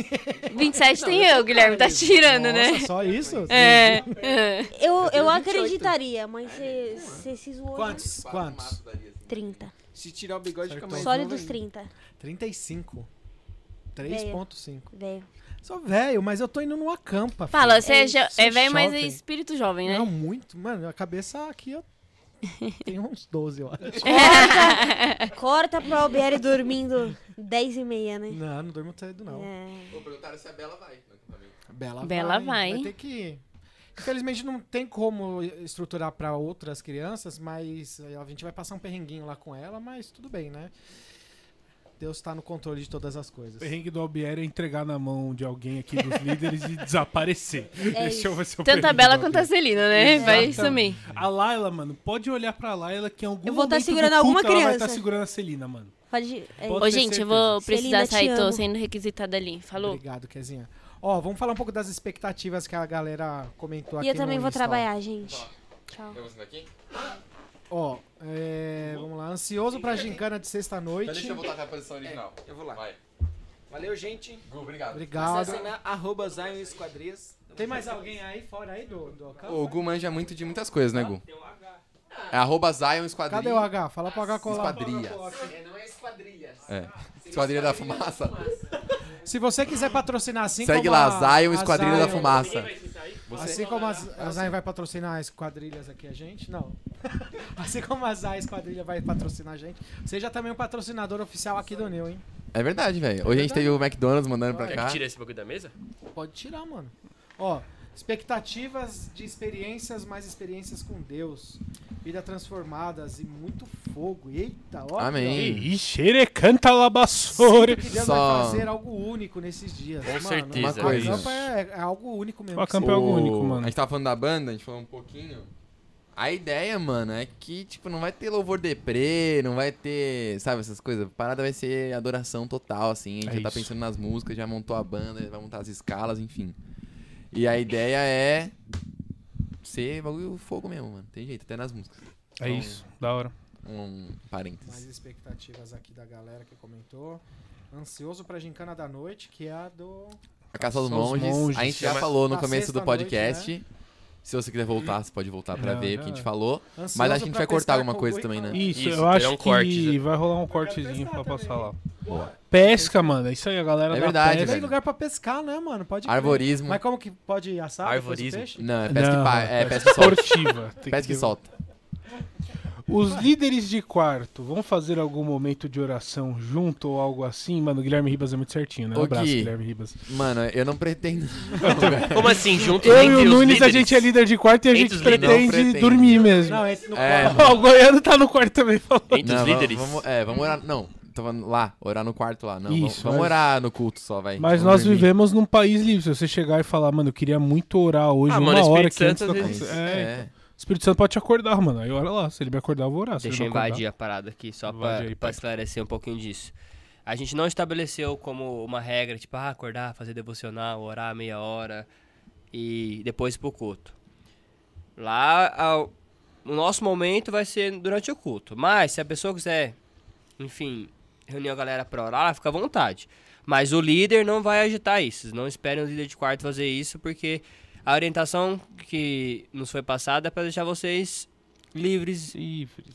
S8: 27 tem eu, Guilherme, tá tirando, né?
S1: Nossa, só isso?
S8: É. é.
S10: Eu, eu acreditaria, mas você você se zoou. né?
S1: É, Quantos? Quantos?
S10: 30.
S9: Se tirar é o bigode, fica mais
S10: Sólidos
S9: novo ainda.
S10: 30.
S1: 35.
S10: Velha.
S1: 3.5.
S10: Velho.
S1: Sou velho, mas eu tô indo numa campa.
S8: Fala,
S1: filho.
S8: você é, jo-
S1: Sou
S8: é velho, mas é
S1: jovem.
S8: espírito jovem, né?
S1: Não, muito. Mano, a cabeça aqui, eu tenho uns 12, eu acho.
S10: Corta pro Albieri dormindo 10 e meia, né?
S1: Não, não durmo cedo, não.
S10: É.
S2: Pô, perguntaram se a Bela vai no acampamento.
S1: Bela,
S8: Bela
S1: vai.
S8: vai.
S1: ter que ir. Infelizmente não tem como estruturar pra outras crianças, mas a gente vai passar um perrenguinho lá com ela, mas tudo bem, né? Deus tá no controle de todas as
S6: O
S1: coisas.
S6: perrengue do Albieri é entregar na mão de alguém aqui dos líderes e desaparecer.
S10: É
S6: Esse
S10: isso.
S6: vai ser o
S8: Tanto a
S6: perrengue
S8: Bela
S6: do
S8: quanto a
S6: Albieri.
S8: Celina, né? Vai
S6: Exatamente.
S8: sumir.
S6: A Laila, mano, pode olhar pra Laila que em algum
S10: Eu vou tá
S6: momento do
S10: segurando alguma
S6: culto Ela vai
S10: criança.
S6: estar segurando a Celina, mano.
S10: Pode. é.
S6: Pode
S8: Ô,
S6: ter
S8: gente, eu
S6: certeza.
S8: vou precisar
S10: Celina, te
S8: sair, tô
S10: amo.
S8: sendo requisitada ali. Falou.
S1: Obrigado, Kezinha. Ó, vamos falar um pouco das expectativas que a galera
S10: E
S1: comentou aqui
S10: eu também
S1: no
S10: vou
S1: Insta, ó.
S10: trabalhar, gente. Tchau.
S2: Tem alguma aqui?
S1: Ó, é, vamos lá. Ansioso pra gincana de
S2: Então deixa
S1: sexta-noite.
S2: eu voltar pra posição original.
S9: É, Eu vou lá.
S2: Vai.
S9: Valeu, gente.
S2: Gu, obrigado.
S1: Obrigado.
S9: Acessem na arroba Zion Esquadrias.
S1: Tem mais alguém aí fora aí do, do campo?
S2: Tá O Gu manja muito de muitas coisas, né, Gu? Tem um H. É arroba Zion Esquadrilha.
S1: Cadê o H? Fala pro H colar.
S2: Esquadrilhas.
S9: é
S2: É. Esquadrilha da Fumaça.
S1: Se você quiser patrocinar assim
S2: Segue
S1: como
S2: lá,
S1: a-
S2: Zion
S1: a
S2: Esquadrilha da
S1: Zion-
S2: Fumaça.
S1: Assim como a, Z- a Zay vai patrocinar as quadrilhas aqui, a gente, não. assim como a Zay Esquadrilha vai patrocinar a gente, seja também um patrocinador oficial aqui do Neu, hein?
S2: É verdade, velho. Hoje a gente teve o McDonald's mandando pra
S4: Quer que
S2: cá.
S4: tire esse bagulho da mesa?
S1: Pode tirar, mano. Ó, expectativas de experiências, mais experiências com Deus. Vida transformadas e muito fogo. Eita, ó.
S2: Amém.
S1: ó.
S6: Ih, xerecanta
S1: Sinto
S6: labassore.
S1: que Deus
S2: Só-
S1: vai fazer algo único nesses dias.
S4: Com
S1: mano.
S4: certeza.
S1: A
S2: Uma coisa.
S1: campa é, é algo único mesmo.
S6: O
S1: que você-
S6: acampa é algo
S2: O-
S6: único, mano.
S2: A gente tava falando da banda, a gente falou um pouquinho. A ideia, mano, é que, tipo, não vai ter louvor deprê, não vai ter, sabe, essas coisas. A parada vai ser adoração total, assim. A gente
S6: É
S2: já tá
S6: isso.
S2: pensando nas músicas, já montou a banda, vai montar as escalas, enfim. E a ideia é ser bagulho fogo mesmo, mano. Tem jeito, até nas músicas. Então,
S6: É isso, da hora.
S2: Um
S1: Mais
S2: parênteses.
S1: expectativas aqui da galera que comentou. Ansioso pra Gincana da Noite, que é a do.
S2: A Caça dos
S6: Só os
S2: Monges,
S6: monges.
S2: a gente já
S6: Chama-
S2: falou no
S1: Na né?
S2: começo do
S1: sexta-noite,
S2: podcast. É Se você quiser voltar, você pode voltar pra
S6: Não,
S2: ver o
S6: já
S2: que a gente
S6: é.
S2: falou.
S1: Ansioso
S2: Mas a gente
S1: pra
S2: vai cortar
S1: pescar
S2: alguma
S1: com
S2: coisa
S1: bui-
S2: também, né?
S6: Isso,
S4: Isso,
S6: eu
S4: terá
S6: acho
S4: um
S6: que
S4: corte.
S6: vai rolar um
S1: quero
S6: cortezinho pra
S1: testar
S6: passar
S1: também.
S6: lá.
S1: Boa.
S6: Pesca, mano, é isso aí, a galera
S2: É
S6: da
S2: verdade,
S6: pesca.
S1: Tem
S2: velho.
S1: lugar pra pescar, né, mano? Pode. crer.
S2: Arborismo.
S1: Mas como que pode assar? depois o
S4: Arvorismo.
S1: peixe?
S2: Não, é pesca e
S6: Não,
S2: pa- é pesca e solta.
S6: esportiva. Tem
S2: Pesca e
S6: ter- um
S2: solta.
S6: Os líderes de quarto vão fazer algum momento de oração junto ou algo assim? Mano, o Guilherme Ribas é muito certinho, né? Um
S2: Ô,
S6: abraço,
S2: Gui.
S6: Guilherme Ribas.
S2: Mano, eu não pretendo.
S4: Como assim? Juntos
S6: Eu
S4: entre
S6: e o
S4: os
S6: Nunes, a
S4: líderes?
S6: gente é líder de quarto e a
S4: Entre
S6: gente
S4: os líderes.
S6: pretende,
S2: Não pretende.
S6: dormir mesmo.
S1: Não, esse no
S2: É,
S1: quarto.
S2: mano.
S6: Ó, o Goiano tá no quarto também falando.
S4: Entre
S2: Não,
S4: os
S2: va-
S4: líderes?
S2: Vamos, é, vamos orar. Não, tô falando lá, orar no quarto lá. Não,
S6: Isso,
S2: vamos, vamos
S6: mas-
S2: orar no culto só, vai.
S6: Mas
S2: Vamos
S6: nós
S2: dormir.
S6: vivemos num país livre. Se você chegar e falar, mano, eu queria muito orar hoje,
S4: Ah,
S6: uma
S4: mano, o Espírito
S6: hora que antes
S4: Santo,
S6: da
S4: às
S2: É
S4: vezes-
S2: isso,
S6: conversa- É, então.
S2: É,
S6: O Espírito Santo pode te acordar, mano. Aí ora lá. Se ele me acordar, eu vou orar. Se
S3: Deixa eu
S6: ele não acordar-
S3: invadir a parada aqui, só pra,
S6: Invade aí,
S3: pra
S6: pai.
S3: esclarecer um pouquinho disso. A gente não estabeleceu como uma regra, tipo, ah, acordar, fazer devocional, orar meia hora e depois ir pro culto. Lá, ao- o nosso momento vai ser durante o culto. Mas, se a pessoa quiser, enfim, reunir a galera pra orar, ela fica à vontade. Mas o líder não vai agitar isso. Não esperem o líder de quarto fazer isso, porque a orientação que nos foi passada é pra deixar vocês livres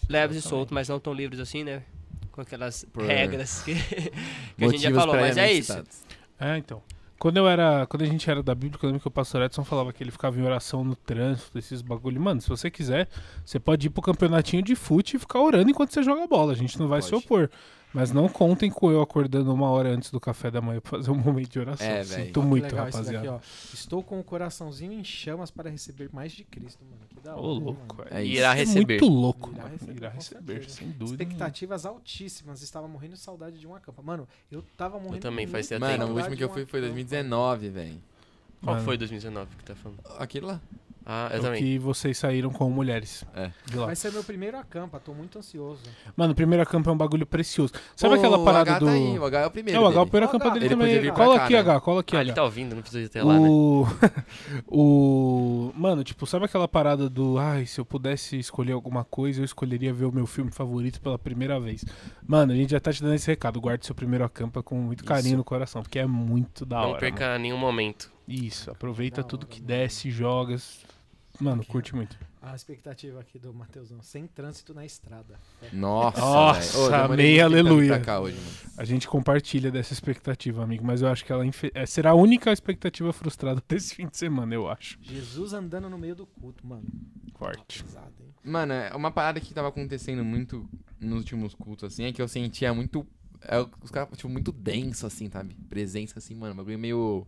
S3: leves e soltos, mas não tão livres assim, né? Com aquelas
S2: Por
S3: regras que, que a gente já
S2: Motivos
S3: falou, mas é
S2: previamente
S3: isso.
S2: citados.
S6: É, então. Quando eu era. Quando a gente era da Bíblia, eu lembro que o pastor Edson falava que ele ficava em oração no trânsito, esses bagulho. Mano, se você quiser, você pode ir pro campeonatinho de fute e ficar orando enquanto você joga bola. A gente não vai se
S2: Pode.
S6: opor. Mas não contem com eu acordando uma hora antes do café da manhã pra fazer um momento de oração.
S2: É, velho.
S6: Sinto
S1: Ó, que
S6: muito,
S1: legal esse daqui,
S6: rapaziada.
S1: ó. Estou com o coraçãozinho em chamas para receber mais de Cristo, mano. Que da
S6: Ô,
S1: hora. né, mano?
S6: louco,
S2: É
S6: é
S2: isso.
S4: Irá receber.
S6: Muito louco.
S1: Irá
S6: mano.
S1: receber,
S6: Irá
S1: com
S6: receber,
S1: certeza.
S6: sem dúvida. nenhuma.
S1: Expectativas altíssimas. Estava morrendo de saudade de uma campa. Mano, eu tava morrendo.
S4: Eu também, faz
S1: muito
S4: tempo.
S1: de
S2: Mano, o
S1: saudade
S2: último que eu
S1: de
S2: fui
S1: uma
S2: foi
S1: campa.
S2: 2019, velho.
S4: Qual
S6: Mano.
S4: foi 2019 que tá falando?
S2: Aquele lá.
S4: Ah, eu
S6: Do
S4: também.
S6: É que vocês saíram com mulheres.
S2: É.
S6: De lá.
S1: Vai ser meu primeiro acampa, tô muito ansioso.
S6: Mano, o primeiro acampo é um bagulho precioso. Sabe
S2: Ô,
S6: aquela
S2: o
S6: parada
S2: H
S6: do.
S2: Tá aí, o H é o
S6: é,
S2: primeiro.
S6: o H, o
S2: dele.
S6: primeiro
S1: Ó,
S6: acampa
S1: H.
S6: dele
S2: Ele
S6: também.
S2: podia vir pra
S6: Cola
S2: cá,
S6: aqui,
S2: né?
S6: H, cola aqui,
S4: Ah,
S6: H.
S4: ele tá ouvindo, não precisa ir até lá, né?
S6: O. o. Mano, tipo, sabe aquela parada do. Ai, se eu pudesse escolher alguma coisa, eu escolheria ver o meu filme favorito pela primeira vez. Mano, a gente já tá te dando esse recado. Guarde seu primeiro acampa com muito carinho no coração, porque é muito da
S4: Não
S6: hora. né?
S4: perca
S6: mano.
S4: nenhum momento.
S6: Isso, aproveita tudo que desce, joga. Mano, curte muito.
S1: A expectativa aqui do Matheusão, sem trânsito na estrada.
S2: Nossa,
S6: Nossa,
S2: velho. Ô, demorei muito
S6: amei,
S2: tempo pra vir
S6: aleluia.
S2: Pra cá hoje, mano.
S6: A gente compartilha dessa expectativa, amigo, mas eu acho que ela infe- é, será a única expectativa frustrada desse fim de semana, eu acho.
S1: Jesus andando no meio do culto, mano.
S6: Forte.
S1: Pesado, hein?
S2: Mano, é uma parada que tava acontecendo muito nos últimos cultos, assim, é que eu sentia muito. é, os caras, tipo, muito denso, assim, sabe? Presença, assim, mano. Um bagulho meio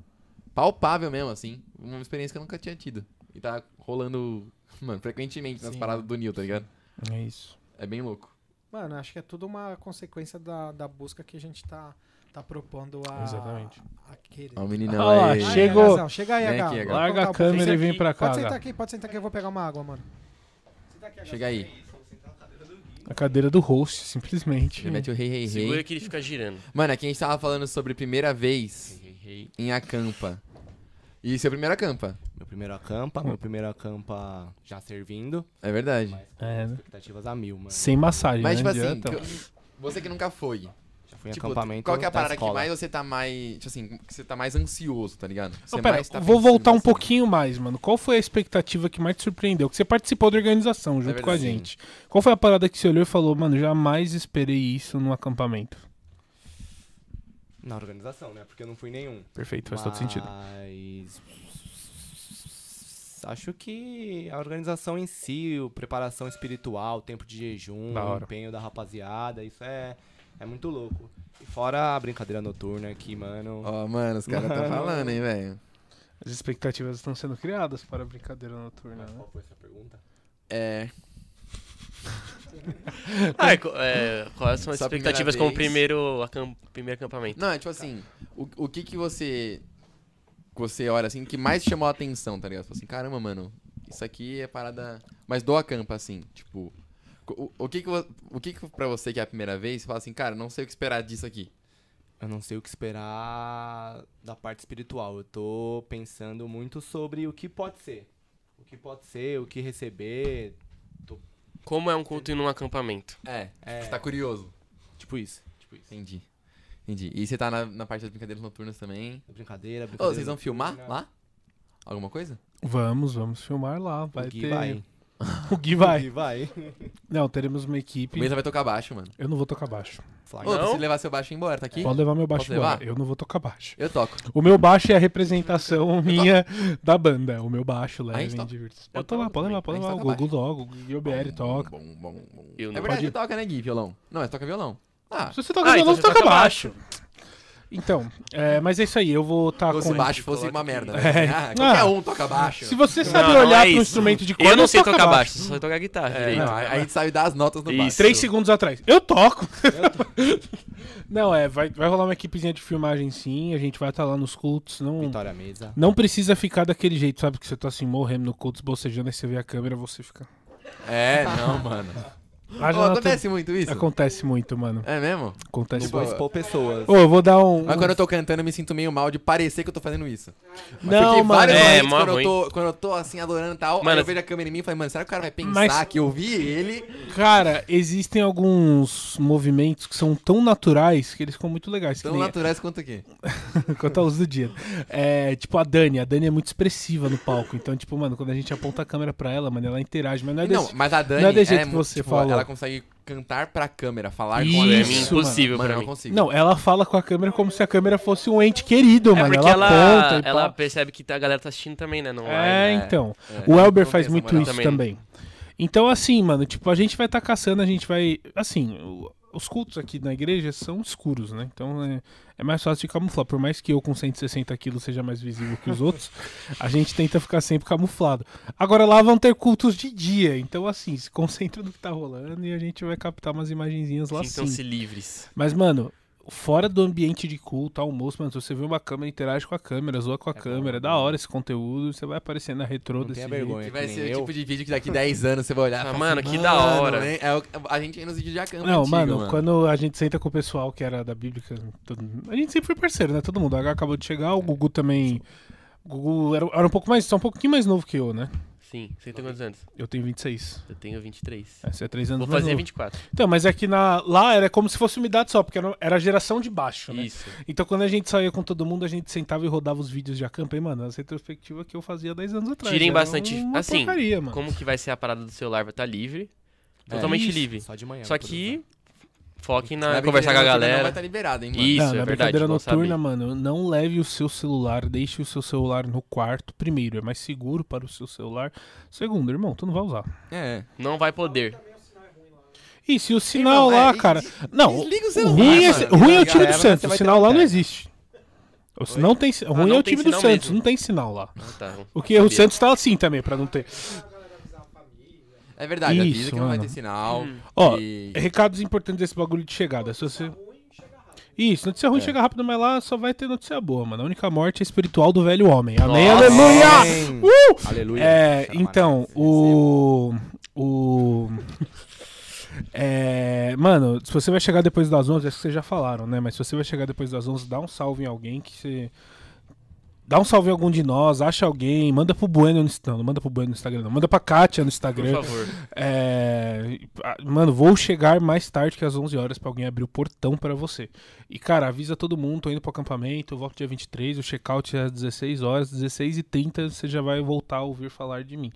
S2: palpável mesmo, assim. Uma experiência que eu nunca tinha tido. E tá rolando, mano, frequentemente nas
S1: Sim.
S2: paradas do Nil, tá ligado?
S6: É isso.
S2: É bem louco.
S1: Mano, acho que é tudo uma consequência da, da busca que a gente tá, tá propondo a.
S6: Exatamente.
S1: A querer.
S2: Ó, o meninão
S6: Ah lá,
S2: aí.
S1: Ah, é,
S6: chegou.
S1: Gazão, Chega aí,
S2: Vem
S1: H.
S2: aqui, H.
S1: Vou
S6: Larga a
S1: colocar um pouquinho
S6: câmera e vem
S1: aqui.
S6: pra cá,
S1: Pode sentar
S6: H.
S1: aqui, pode sentar aqui, eu vou pegar uma água, mano.
S2: Chega aí.
S6: A cadeira do host, simplesmente.
S2: Ele mete o rei, rei,
S4: Segura
S2: rei.
S4: que ele fica girando.
S2: Mano, aqui a gente tava falando sobre primeira vez
S4: Rei, rei.
S2: em Acampa. E seu primeiro Acampa.
S11: Meu primeiro acampa, meu primeiro acampa já servindo.
S2: É verdade.
S6: É, né?
S11: Expectativas a mil, mano.
S6: Sem massagem,
S2: Mas, tipo
S6: né?
S2: assim,
S6: Adianta.
S2: que- você que nunca foi.
S11: Já fui em
S2: Tipo,
S11: acampamento
S2: qual que é a
S11: da
S2: parada que
S11: escola.
S2: mais você tá mais. Tipo assim, que você tá mais ansioso, tá ligado? Você
S6: Ô, pera,
S2: mais tá
S6: vou
S2: pensando
S6: voltar um
S2: nessa-
S6: pouquinho mais, mano. Qual foi a expectativa que mais te surpreendeu? Que você participou da organização junto com a
S2: É verdade, sim.
S6: gente. Qual foi a parada que você olhou e falou, mano, jamais esperei isso num acampamento?
S11: Na organização, né? Porque eu não fui nenhum.
S6: Perfeito, faz todo
S11: Mas-
S6: sentido.
S11: Acho que a organização em si, o preparação espiritual, o tempo de jejum,
S6: Da
S11: o
S6: hora.
S11: empenho da rapaziada, isso é, é muito louco. E fora a brincadeira noturna que, mano.
S2: Ó, mano, os caras tão falando, hein, velho.
S6: As expectativas estão sendo criadas para a brincadeira noturna, né?
S11: Qual foi essa pergunta?
S2: É.
S4: Ah, é, co- é, quais são as
S2: Sua primeira
S4: expectativas com o
S2: vez.
S4: primeiro, acam- primeiro acampamento?
S2: Não, é tipo assim, o, o que que você. que Você olha assim, que mais te chamou a atenção, tá ligado? Você fala assim, caramba, mano, isso aqui é parada. Mas do acampa, assim, tipo. O, o que que, vo- o que que pra você que é a primeira vez, você fala assim, cara, não sei o que esperar disso aqui.
S11: Eu não sei o que esperar da parte espiritual. Eu tô pensando muito sobre o que pode ser. O que pode ser, o que receber.
S4: Como é um culto em um acampamento?
S2: É,
S11: É,
S2: você tá curioso.
S11: tipo isso. Tipo isso.
S2: Entendi. Entendi. E você tá na, na parte das brincadeiras noturnas também.
S11: Brincadeira,
S2: Ô,
S11: brincadeira.
S2: vocês vão filmar
S11: noturna.
S2: lá? Alguma coisa?
S6: Vamos, vamos filmar lá.
S11: O
S6: Vai
S11: Gui
S6: ter.
S11: vai.
S6: O Gui vai.
S11: E vai.
S6: Não, teremos uma
S2: O
S6: equipe.
S2: Mesa vai tocar baixo, mano.
S6: Eu não vou tocar baixo.
S2: Ô,
S11: Flag.
S2: eu preciso levar seu baixo embora, tá aqui?
S6: Pode levar meu baixo
S2: Posso levar?
S6: embora. Eu não vou tocar baixo.
S2: Eu toco.
S6: O meu baixo é a representação minha da banda. O meu baixo, leve,
S2: gente toca.
S6: divertido.
S2: Eu
S6: Pode levar,
S2: toco
S6: pode levar, pode
S2: também. A
S6: levar. O
S2: gente
S6: Gugu
S2: toca
S6: logo, o Guilherme toca.
S2: Bom, bom, bom.
S4: Eu
S2: É verdade,
S4: não
S6: pode-
S2: você toca, né, Gui, violão? Não, você toca violão. Ah,
S6: Se você toca violão,
S4: então
S6: você
S4: você
S6: toca
S4: toca
S6: baixo. Então, é, mas é isso aí. Eu vou estar
S2: se
S6: com.
S2: o baixo fosse uma merda. né?
S6: É.
S2: Ah, qualquer
S6: Ah.
S2: um toca baixo.
S6: Se você sabe
S4: Não, não
S6: olhar
S4: é
S6: para pro
S4: isso.
S6: instrumento de corda,
S4: Eu não sei
S6: toca
S4: tocar
S6: baixo. É,
S4: baixo, eu só tocar guitarra.
S2: Aí,
S4: direito.
S2: É, não, aí a gente sabe dar as notas no
S4: Isso.
S2: baixo.
S6: Três segundos atrás. Eu toco! não, é, vai, vai rolar uma equipezinha de filmagem sim. A gente vai estar lá nos cultos. Não,
S11: Vitória Mesa.
S6: não precisa ficar daquele jeito, sabe? Que você tá assim morrendo no culto, bocejando, aí você vê a câmera, você fica.
S2: É, não, mano.
S6: Haja
S2: Ô,
S6: natu-
S2: acontece muito isso?
S6: Acontece muito, mano.
S2: É mesmo?
S6: Acontece
S11: Não
S2: Tipo,
S11: vou
S6: muito.
S11: expor pessoas.
S6: Ô, eu vou dar um.
S2: Mas quando eu tô cantando, eu me sinto meio mal de parecer que eu tô fazendo isso. Porque
S6: Não, mano.
S2: vários
S4: É,
S2: momentos
S4: mó
S2: quando, eu
S4: ruim.
S2: tô, quando eu tô assim adorando e tal, aí
S4: Mano,
S2: eu vejo a câmera em mim e falei, mano, será que o cara vai pensar
S6: Mas-
S2: que eu vi ele?
S6: Cara, existem alguns movimentos que são tão naturais que eles ficam muito legais. que
S2: Tão
S6: nem-
S2: naturais quanto aqui.
S6: Quanto ao uso do dia. É, tipo, a Dani. A Dani é muito expressiva no palco. Então, tipo, mano, quando a gente aponta a câmera pra ela, mano, ela interage. Mas não é
S2: não,
S6: desse...
S2: mas a Dani,
S6: não é desse
S2: ela,
S6: jeito
S2: é
S6: que
S2: muito-
S6: você
S2: tipo,
S6: falou.
S2: ela consegue cantar pra câmera, falar com a
S6: Isso,
S4: É
S2: câmera.
S6: mano.
S4: impossível
S2: Mano, eu
S4: pra
S2: não
S4: mim.
S2: consigo.
S6: Não, ela fala com a câmera como se a câmera fosse um ente querido,
S4: É
S6: mano.
S4: porque
S6: Ela,
S4: ela,
S6: aponta e pá.
S4: ela percebe que a galera tá assistindo também, né? Não
S6: É,
S2: né?
S6: então.
S2: É,
S6: O Elber
S2: não
S6: faz
S2: tem
S6: muito
S2: essa moral.
S6: isso também.
S4: também.
S6: Então, assim, mano, tipo, a gente vai estar caçando, a gente vai. Assim, o- os cultos aqui na igreja são escuros, né? Então é, é mais fácil de camuflar. Por mais que eu com 160 quilos seja mais visível que os outros, a gente tenta ficar sempre camuflado. Agora lá vão ter cultos de dia. Então, assim, se concentra no que tá rolando e a gente vai captar umas imagenzinhas lá sim.
S4: Sintam-se livres.
S6: Mas, mano, fora do ambiente de culto, almoço, mano, se você vê uma câmera, interage com a câmera, zoa com a câmera, é da hora esse conteúdo, você vai aparecer na retrô
S11: Não
S6: desse
S11: tenha
S6: jeito.
S11: vergonha.
S2: Que vai
S11: que
S2: ser
S11: nem
S2: o
S11: eu.
S2: tipo de vídeo que daqui 10 anos você vai olhar e
S4: Ah,
S2: falar
S4: mano,
S2: assim,
S4: que da hora.
S2: né? É o- a gente ia nos vídeos de acampo
S6: Não,
S2: antigo,
S6: mano, quando a gente senta com o pessoal que era da Bíblica, todo- a gente sempre foi parceiro, né? Todo mundo. A H acabou de chegar, o Gugu também. O Gugu era, era um pouco mais, só um pouquinho mais novo que eu, né?
S4: Sim, você tem quantos anos?
S6: Eu tenho 26.
S4: Eu tenho 23.
S6: É, você é 3 anos
S4: Vou
S6: mais
S4: fazer
S6: novo.
S4: 24.
S6: Então, mas é que na, lá era como se fosse uma idade só, porque era, era a geração de baixo, né?
S4: Isso.
S6: Então quando a gente saía com todo mundo, a gente sentava e rodava os vídeos de acampo, aí, mano, as retrospectivas que eu fazia 10 anos atrás.
S4: Tirem
S6: era
S4: bastante-
S6: é Uma
S4: assim,
S6: porcaria, mano.
S4: Como que vai ser a parada do celular? Vai estar livre.
S2: É
S4: Totalmente
S6: Isso.
S4: livre.
S11: Só de manhã.
S4: Só
S11: por exemplo.
S4: que foquem
S2: Na
S4: na
S2: brincadeira
S4: conversar com a
S2: noturna Não vai
S4: galera.
S2: estar liberado, hein, mano?
S4: Isso,
S6: não,
S4: é
S6: na
S4: verdade.
S6: brincadeira
S4: vão
S6: noturna,
S4: saber.
S6: mano, não leve o seu celular, deixe o seu celular no quarto. Primeiro, é mais seguro para o seu celular. Segundo, irmão, tu não vai usar.
S2: É.
S4: Não vai poder.
S6: E se o sinal
S2: Irmão,
S6: lá,
S2: é,
S6: cara. Não, o
S2: Desliga o celular,
S6: ruim é,
S2: mano.
S6: ruim é o time
S11: Galera,
S6: do
S11: você
S6: Santos. O
S11: vai ter
S6: sinal lá não
S11: ideia.
S6: existe. O, se- não tem, si- ruim é
S4: não
S6: o
S4: tem
S6: time do
S4: sinal
S6: Santos,
S4: mesmo.
S6: não tem sinal lá.
S4: Ah, tá.
S6: O que o
S4: Sabia.
S6: Santos tá assim também, pra não ter.
S2: É verdade, avisa
S6: Isso,
S2: que não vai
S6: mano.
S2: ter sinal.
S4: Hum.
S6: Ó,
S2: e-
S6: recados importantes desse bagulho de chegada. Se você... Isso, notícia
S2: É.
S6: ruim chega rápido, mas lá só vai ter notícia boa, mano. A única morte é espiritual do velho homem. Amém,
S4: Nossa.
S6: aleluia!
S11: Amém.
S6: Uh!
S11: Aleluia.
S6: É,
S11: Chamada.
S6: então, o. O. É, mano, se você vai chegar depois das 11, acho que vocês já falaram, né? Mas se você vai chegar depois das 11, dá um salve em alguém que você. Dá um salve em algum de nós, acha alguém, manda pro Bueno no Instagram. Não, manda pro Bueno no Instagram, não. Manda pra Kátia no
S4: Por
S6: Instagram.
S4: favor.
S6: É, ah, mano, vou chegar mais tarde que às 11 horas pra alguém abrir o portão pra você. E, cara, avisa todo mundo, tô indo pro acampamento, eu volto dia 23, o check-out é às 16 horas, 16 e 30 você já vai voltar a ouvir falar de mim.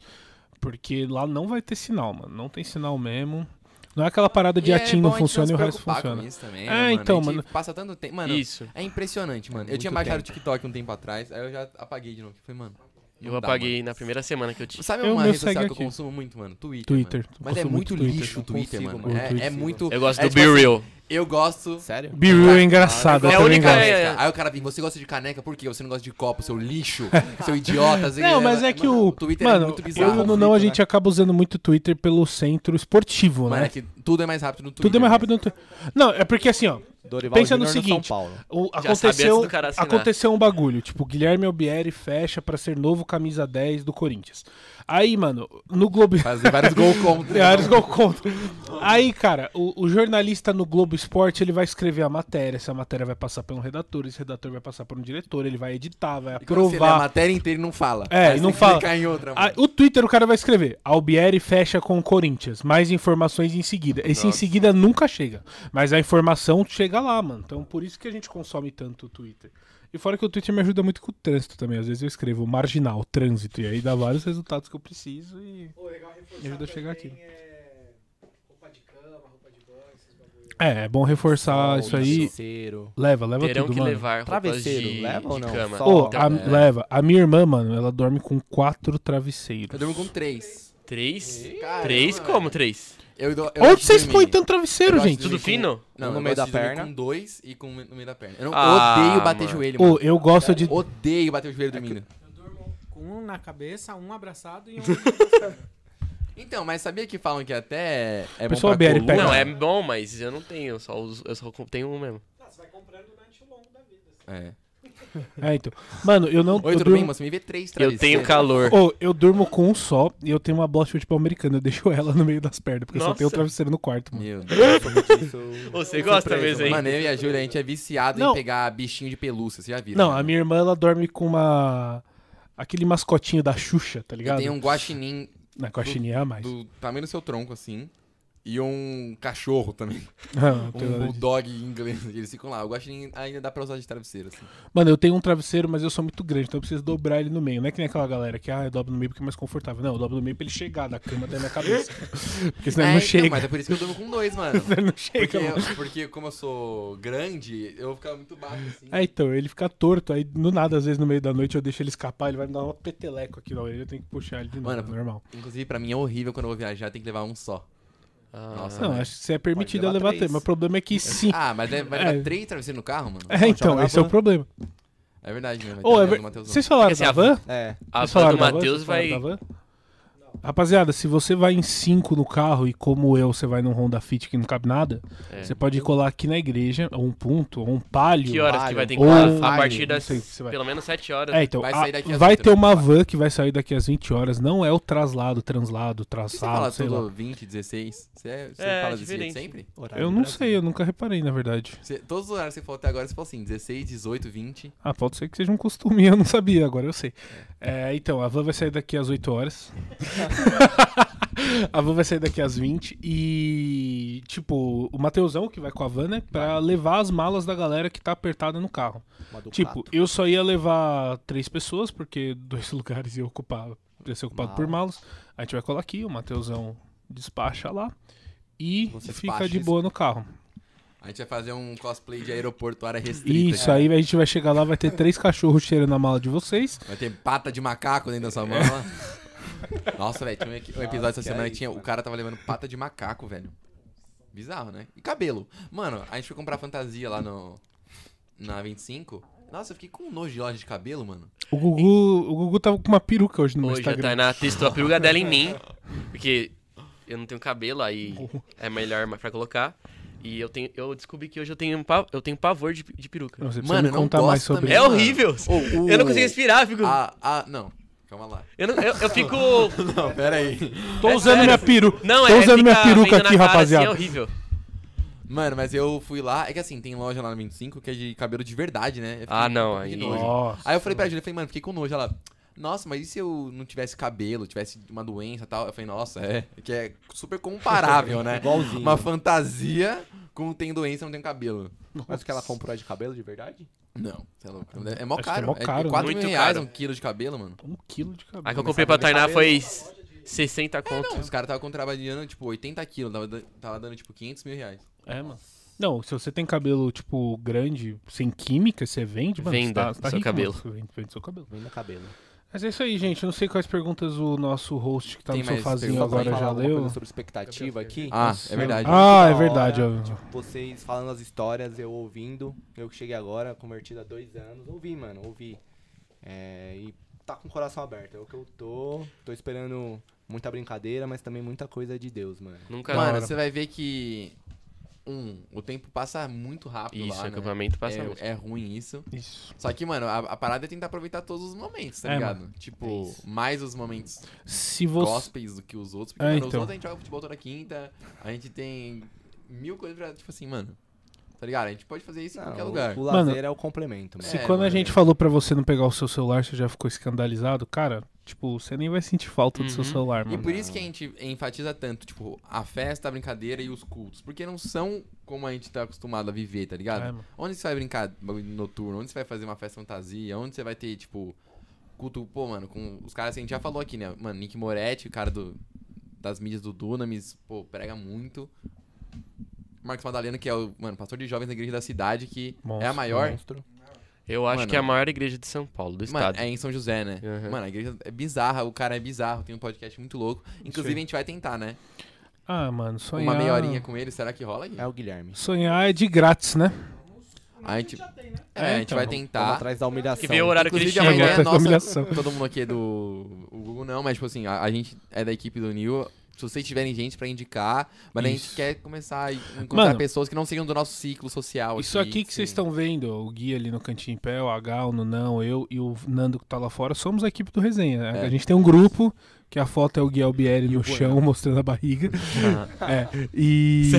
S6: Porque lá não vai ter sinal, mano, não tem sinal mesmo. Não é aquela parada de
S2: E é
S6: atim
S2: bom
S6: não
S2: a gente
S6: funciona
S2: se
S6: e o resto
S2: preocupar com
S6: funciona.
S2: isso também,
S6: É,
S2: né, mano?
S6: então,
S2: a gente
S6: mano.
S2: Passa tanto tempo. Mano,
S4: Isso.
S2: é impressionante, mano. eu
S11: muito
S2: tinha baixado
S11: tempo.
S2: o TikTok um tempo atrás, aí eu já apaguei de novo. Falei, mano.
S4: Eu
S2: não dá,
S4: apaguei na primeira semana que eu
S2: mano.
S4: tive.
S2: Sabe
S6: Eu-
S2: uma
S6: meu
S2: rede social
S6: segue
S2: que eu
S6: aqui.
S2: consumo muito, mano? Twitter.
S6: Twitter.
S2: mano. Mas é
S6: Consumo
S2: muito
S6: Twitter.
S2: lixo o Twitter,
S11: Consigo,
S2: mano.
S11: mano.
S2: É- É,
S11: Consigo.
S2: muito.
S4: Eu gosto
S2: é
S4: do
S2: tipo assim,
S4: Be Real.
S2: Eu gosto.
S11: Sério?
S6: Be Real é engraçado,
S4: É a
S6: eu também
S4: única-
S6: gosto.
S4: é-
S2: Caneca. Aí o cara vem, você gosta de caneca, por quê? Você não gosta de copo, seu lixo, seu idiota. você-
S6: Não, mas é que o.
S2: Twitter é
S6: Mano,
S2: muito bizarro.
S6: eu e o Nunão a gente acaba usando muito o Twitter pelo centro esportivo,
S2: Mano,
S6: né?
S2: é que tudo é mais rápido no Twitter.
S6: Tudo é mais
S2: né?
S6: rápido no Twitter. Não, é porque assim, ó.
S11: Dorival
S6: Pensa no
S11: Júnior
S6: seguinte.
S11: São Paulo.
S6: O-
S4: Já sabia antes
S6: aconteceu,
S4: do cara assinar.
S6: aconteceu um bagulho, tipo, Guilherme Albieri fecha pra ser novo camisa 10 do Corinthians. Aí, mano, no Globo
S2: Fazer vários gols contra.
S6: Vários gols contra. Aí, cara, o, o jornalista no Globo Esporte, ele vai escrever a matéria, essa matéria vai passar por um redator, esse redator vai passar por um diretor, ele vai editar, vai
S2: E quando você lê a
S6: aprovar.
S2: matéria inteira e não fala.
S6: É, e
S2: Aí você
S6: não
S2: tem que
S6: fala.
S2: clicar em outra,
S6: Ah,
S2: mano.
S6: o Twitter o cara vai escrever, Albieri fecha com o Corinthians, mais informações em seguida. Esse em seguida nunca chega, mas a informação chega lá, mano. Então por isso que a gente consome tanto o Twitter. E fora que o Twitter me ajuda muito com o trânsito também. Às vezes eu escrevo marginal, trânsito, e aí dá vários resultados que eu preciso e me ajuda a chegar aqui. É, é bom reforçar isso aí.
S11: Travesseiro.
S6: Leva, leva
S4: Terão
S6: tudo,
S4: que
S6: mano.
S4: levar roupas
S11: Travesseiro,
S4: de,
S11: leva ou
S4: de
S11: não?
S4: cama.
S11: Só-
S6: Ô,
S11: Então,
S6: a-
S2: né?
S11: é.
S6: leva. A minha irmã, mano, ela dorme com quatro travesseiros.
S2: Eu durmo com três.
S4: Três?
S2: Caramba,
S4: Três? Como tês?
S2: Eu dou- eu gosto
S6: Onde
S2: de
S6: vocês
S2: dormir.
S6: põem tanto travesseiro,
S2: Eu gosto
S6: gente?
S2: de
S4: Tudo
S2: dormir com-
S4: fino?
S2: Não,
S11: Um
S2: no meio da perna. Com dois e com no meio da perna. Eu não
S4: Ah,
S2: odeio bater
S4: mano.
S2: joelho,
S6: Ô,
S2: mano.
S6: eu gosto de.
S2: Odeio bater o
S11: É
S2: joelho dormindo.
S1: Com um na cabeça, um abraçado e um.
S2: Então, mas sabia que falam que até é bom
S6: Pessoal,
S2: pra
S6: BL,
S2: coluna?
S6: pega.
S4: Não, é bom, mas eu não tenho. Eu só, uso- eu só tenho um mesmo.
S2: É.
S6: É, então. Mano, eu não.
S2: Oi,
S6: eu
S2: tudo
S6: durmo-
S2: bem, moça? Me vê três
S4: Eu
S2: travesseiros.
S4: tenho calor.
S6: Ô, eu durmo com um só e eu tenho uma bola de futebol americana. Eu deixo ela no meio das pernas, porque eu só
S4: Nossa.
S6: tenho o travesseiro no quarto, mano.
S2: Meu Deus.
S4: Você gosta mesmo, hein?
S2: assim? Mano, eu e a Júlia, a gente é viciado
S6: Não.
S2: em pegar bichinho de pelúcia, você já viu? né?
S6: Não, a minha tá irmã, ela dorme com uma. Aquele mascotinho da Xuxa, tá
S2: Eu
S6: ligado?
S2: tenho um guaxinim
S6: Na coxinha é a mais.
S2: do tamanho do seu tronco, assim. E um cachorro também.
S6: Não, não tenho
S2: Um
S6: nada disso.
S2: bulldog em inglês. Eles ficam lá. O guaxinim ainda dá pra usar de travesseiro, assim.
S6: Mano, eu tenho um travesseiro, mas eu sou muito grande, então eu preciso dobrar ele no meio. Não é que nem aquela galera que, ah, eu dobro no meio porque é mais confortável. Não, eu dobro no meio pra ele chegar da cama até a minha cabeça. Porque senão
S2: É,
S6: ele não
S2: então,
S6: chega.
S2: mas é por isso que eu durmo com dois, mano.
S6: Ele não chega,
S2: Porque,
S6: mano.
S2: eu- porque como eu sou grande, eu vou ficar muito baixo, assim.
S6: É, então, ele fica torto, aí do nada, às vezes no meio da noite eu deixo ele escapar, ele vai me dar um peteleco aqui na orelha, eu tenho que puxar ele de novo,
S2: Mano,
S6: é normal.
S2: Inclusive, pra mim é horrível quando eu vou viajar, tem que levar um só.
S4: Ah,
S2: Nossa,
S6: Não,
S2: velho.
S6: acho que se é permitido eu levar
S11: levar três.
S6: três, mas o problema é que sim.
S2: Ah, mas é- vai levar
S6: É.
S2: três travesseiros no carro, mano?
S6: É, então,
S11: joga
S6: esse é o
S11: na
S6: problema.
S2: É verdade mesmo. vai ter
S6: Ou
S2: a
S6: é
S2: minha
S6: ver-
S2: do Matheus
S6: Vocês falaram
S4: Porque
S6: da
S4: assim, a-
S6: van?
S11: É.
S4: A
S6: Vocês
S4: van
S6: falaram
S4: do
S6: da van?
S4: Matheus
S6: Vocês falaram
S4: vai.
S6: da van? Rapaziada, se você vai em 5 no carro e como eu, você vai num Honda Fit que não cabe nada,
S4: É.
S6: você pode colar aqui na igreja, ou um ponto, ou um palio.
S4: Que horas que vai ter que
S6: Ou-
S4: parar? A
S6: Ai,
S4: partir das
S6: não sei se vai-
S4: pelo menos 7 horas.
S6: É, então,
S2: Vai
S6: vai,
S2: sair daqui às
S6: vai
S2: oito,
S6: ter
S2: né?
S6: uma van que vai sair daqui às 20 horas. Não é o traslado, translado,
S2: Por que você fala
S6: traçado, sei lá.
S2: tudo 20, 16? Você, é- você
S4: É,
S2: fala desse jeito
S4: diferente.
S2: sempre?
S11: Horário
S6: Eu
S11: do
S6: não
S11: Brasil.
S6: sei, eu nunca reparei, na verdade.
S2: Você- todos os horários que você falou até agora, você falou assim, 16, 18, 20.
S6: Ah, pode ser que seja um costume, eu não sabia, agora eu sei. É, então, a van vai sair daqui às 8 horas. a van vai sair daqui às 20 e, tipo, o Mateusão que vai com a van, né, pra levar as malas da galera que tá apertada no carro.
S11: Uma do
S6: Tipo,
S11: Pato.
S6: eu só ia levar três pessoas, porque dois lugares ia ocupar, ia ser ocupado por malas. A gente vai colar aqui, o Mateusão despacha lá e
S2: Você
S6: fica
S2: despacha
S6: de
S2: isso.
S6: boa no carro.
S2: A gente vai fazer um cosplay de aeroporto, área restrita.
S6: Isso, aí a gente vai chegar lá, vai ter três cachorros cheirando a mala de vocês.
S2: Vai ter pata de macaco dentro da sua mala. Nossa, velho, tinha um equi- um episódio essa semana É. que tinha, o cara tava levando pata de macaco, velho. Bizarro, né? E cabelo. Mano, a gente foi comprar fantasia lá no na 25. Nossa, eu fiquei com um nojo de loja de cabelo, mano.
S6: O Gugu, o Gugu tava com uma peruca hoje no meu
S4: Hoje a
S6: Instagram.
S4: Tainá testou a peruca dela em mim, porque eu não tenho cabelo, aí é melhor ma- pra colocar. E eu, tenho, eu descobri que hoje eu tenho, um pa- eu tenho pavor de, de peruca.
S6: Não, Você precisa
S2: Mano,
S6: me
S2: eu não
S6: contar mais
S2: gosto
S6: sobre
S2: também.
S4: É
S6: isso.
S2: mano.
S4: horrível!
S2: O- o-
S4: Eu não consigo respirar, eu fico...
S2: Ah, ah, não. Calma lá.
S4: Eu, não- eu- eu fico...
S2: Não, pera aí.
S6: Tô
S4: É
S6: usando
S4: sério.
S6: minha peruca.
S4: Não,
S6: Tô
S4: é,
S6: usando minha
S4: fica
S6: peruca
S4: vindo na
S6: aqui,
S4: cara,
S6: rapaziada.
S4: Assim, é horrível.
S2: Mano, mas eu fui lá, é que assim, tem loja lá no 25 que é de cabelo de verdade, né? Eu fiquei
S4: Ah, não,
S2: com
S4: aí-
S2: nojo.
S6: Nossa.
S2: Aí eu falei pra Júlia, eu falei, mano, fiquei com nojo. Ela, nossa, mas e se eu não tivesse cabelo, tivesse uma doença e tal? Eu falei, nossa, é. Que é super comparável, né?
S11: Igualzinho.
S2: Uma fantasia com tem doença não tem cabelo.
S11: Mas o que ela comprou é de cabelo de verdade?
S2: Não, você é louco. É mó
S6: Acho que é
S2: caro.
S6: mó caro,
S2: 4
S4: né?
S2: mil
S4: Muito
S2: reais
S4: caro.
S2: um quilo de cabelo, mano.
S6: Um quilo de cabelo. é um
S4: A que eu comprei pra Tainá foi 60 conto.
S2: É, Não, os caras estavam contrabandeando, tipo, 80 quilos. Tava, dan- tava dando, tipo, 500 mil reais.
S6: É, mano. Não, se você tem cabelo, tipo, grande, sem química, você vende, mano.
S4: Venda
S6: você tá, você tá
S4: seu
S6: rico, mano.
S4: cabelo.
S6: Você vende, vende seu cabelo.
S11: Venda cabelo.
S6: Mas é isso aí, gente. Eu não sei quais perguntas o nosso host que tá
S2: Tem
S6: no
S2: mais
S6: sofazinho
S2: perguntas?
S6: agora
S11: falar
S6: já
S11: alguma
S6: leu.
S11: coisa sobre expectativa aqui.
S2: Ah, é verdade.
S6: Ah,
S11: Da
S6: é
S11: hora,
S6: verdade. ó.
S11: tipo, vocês falando as histórias, eu ouvindo. Eu que cheguei agora, convertido há dois anos. Ouvi, mano, ouvi. É, e tá com o coração aberto. É o que eu tô. Tô esperando muita brincadeira, mas também muita coisa de Deus, mano.
S6: É.
S4: Nunca...
S2: Mano,
S6: hora.
S2: você vai ver que. Um, o tempo passa muito rápido
S4: Isso,
S2: lá. né?
S4: acampamento passa
S2: É-
S4: muito.
S2: é ruim isso.
S6: Isso.
S2: Só que, mano, a, a parada é tentar aproveitar todos os momentos, tá
S6: É,
S2: ligado?
S4: É
S2: Tipo,
S4: isso.
S2: mais os momentos
S6: Se você.
S2: gospels do que os outros.
S6: É,
S2: Porque, mano, os
S6: então.
S2: outros a gente joga futebol toda quinta, a gente tem mil coisas pra, tipo assim, mano. Tá ligado? A gente pode fazer isso em qualquer
S11: Não,
S2: lugar.
S11: O
S6: Mano,
S11: lazer é o complemento, mano.
S6: Se
S2: É,
S6: quando a
S2: mano.
S6: gente falou pra você não pegar o seu celular, você já ficou escandalizado, cara, tipo, você nem vai sentir falta do seu
S4: Uhum.
S6: celular,
S2: E
S6: mano.
S2: por isso que a gente enfatiza tanto, tipo, a festa, a brincadeira e os cultos. Porque não são como a gente tá acostumado a viver, tá ligado?
S6: É, mano.
S2: Onde você vai brincar bagulho noturno? Onde você vai fazer uma festa fantasia? Onde você vai ter, tipo, culto, pô, mano, com os caras que a gente já falou aqui, né? Mano, Nick Moretti, o cara do, das mídias do Dunamis, pô, prega muito. Marcos Madaleno, que é o, mano, pastor de jovens da igreja da cidade, que é a
S6: Monstro,
S2: maior.
S11: Monstro.
S4: Eu acho
S2: Mano.
S4: que é a maior igreja de São Paulo, do
S2: Mano,
S4: estado.
S2: é em São José, né?
S4: Uhum.
S2: Mano, a igreja é bizarra, o cara é bizarro, tem um podcast muito louco. Inclusive, a gente vai tentar, né?
S6: Ah, mano, sonhar.
S2: Uma meia horinha com ele, será que rola? Gui?
S11: É o Guilherme.
S6: Sonhar é de grátis, né?
S2: A gente, é, a gente
S6: então.
S2: vai
S11: Vamos
S2: tentar.
S11: atrás da humilhação.
S4: né? Que vê o horário que ele
S2: Inclusive,
S4: chega.
S2: amanhã
S6: Tá
S2: é
S6: com
S2: nossa.
S6: humilhação.
S2: Todo mundo aqui é do. O Google não, mas, tipo assim, a, a gente é da equipe do Nil. Se vocês tiverem gente pra indicar, mas a gente
S6: Isso.
S2: quer começar a encontrar
S6: Mano,
S2: pessoas que não sejam do nosso ciclo social.
S6: Isso aqui que vocês
S2: sim.
S6: estão vendo, o Gui ali no cantinho em pé, o H, o Nunão, eu e o Nando que tá lá fora, somos a equipe do Resenha. né?
S2: É.
S6: A gente tem um grupo, que a foto é o Gui Albieri no chão, mostrando a barriga. É, e...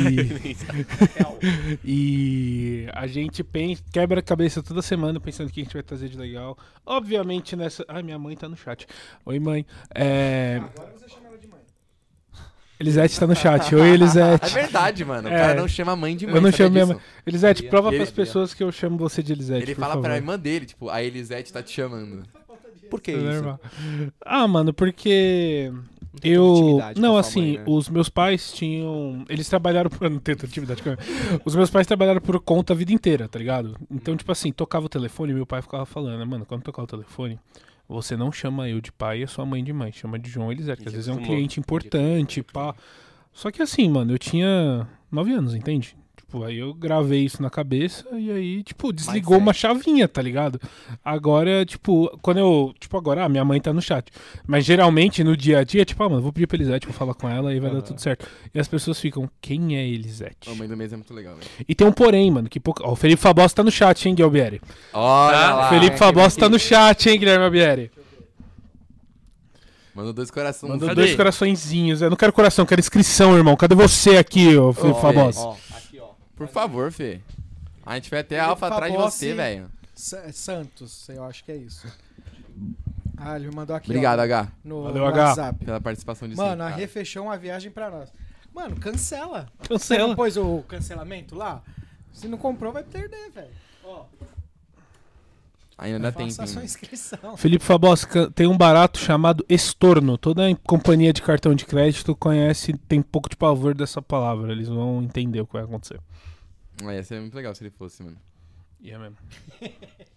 S6: e a gente pensa, quebra a cabeça toda semana pensando o que a gente vai trazer de legal. Obviamente nessa... Ai, minha mãe tá no chat. Oi, mãe. É... Elisete tá no chat. Oi,
S2: É
S6: Elisete.
S2: verdade, mano. O
S6: É.
S2: cara não chama a mãe de mãe.
S6: Eu não
S2: sabia
S6: chamo minha
S2: disso?
S6: mãe. Elisete,
S11: Sabia.
S6: prova
S2: Ele-
S6: pras pessoas que eu chamo você de Elisete,
S2: Ele
S6: por
S2: fala
S6: favor.
S2: pra irmã dele, tipo, a Elisete tá te chamando.
S11: Por que
S6: É
S11: isso?
S6: normal. Ah, mano, porque
S11: Não tem
S6: eu.
S11: intimidade com
S6: Não,
S11: a sua
S6: assim,
S11: mãe, né?
S6: os meus pais tinham. Eles trabalharam por. Não tenho tanta intimidade com ela. Os meus pais trabalharam por conta a vida inteira, tá ligado? Então, tipo assim, tocava o telefone e meu pai ficava falando, né, mano, quando tocar o telefone. Você não chama eu de pai e a sua mãe de mãe, chama de João Elisete, que às
S4: Entendi,
S6: vezes é um
S4: acostumou.
S6: cliente importante, pá. Só que assim, mano, eu tinha nove anos, entende? Tipo, Tipo, aí eu gravei isso na cabeça e aí, tipo, desligou uma chavinha, tá ligado? Agora, tipo, quando eu. Tipo, agora, ah, minha mãe tá no chat. Mas geralmente no dia a dia, tipo, ah, mano, vou pedir pra Elisete, vou falar com ela e vai dar tudo certo. E as pessoas ficam, quem é Elisete?
S2: A mãe do mês é muito legal, velho.
S6: E tem um porém, mano, que pouco. Ó, o Felipe Fabos tá no chat, hein, Guilherme?
S2: Olha lá. é,
S6: Felipe Fabos tá no chat, hein, Guilherme Albieri?
S2: Mandou dois corações.
S6: Mandou
S3: Cadê?
S6: dois coraçõezinhos. Eu não quero coração, eu quero inscrição, irmão. Cadê você aqui, ô Felipe
S2: Ó,
S6: Fabos?
S2: ó, Por favor, Fê. A gente vai até a alfa
S1: Felipe
S2: atrás de
S1: Fabossi.
S2: você, velho.
S1: Sa- Santos, eu acho que é isso. Ah, ele me mandou aqui. ó,
S2: Obrigado, H,
S1: no
S6: Valeu, H.
S1: WhatsApp.
S2: pela participação de
S1: Mano, a
S2: sempre,
S1: Rê fechou uma viagem pra nós. Mano, cancela. Você
S6: Cancela.
S1: não pôs o cancelamento lá? Se não comprou, vai perder, velho. Ó,
S2: cara. Ainda tem
S1: faça a sua
S2: tempo.
S1: inscrição.
S6: Felipe Fabos, can- tem um barato chamado estorno. Toda em- companhia de cartão de crédito conhece, tem um pouco de pavor dessa palavra. Eles vão entender o que vai acontecer.
S2: Ah, ia ser muito legal se ele fosse, mano.
S6: E é mesmo.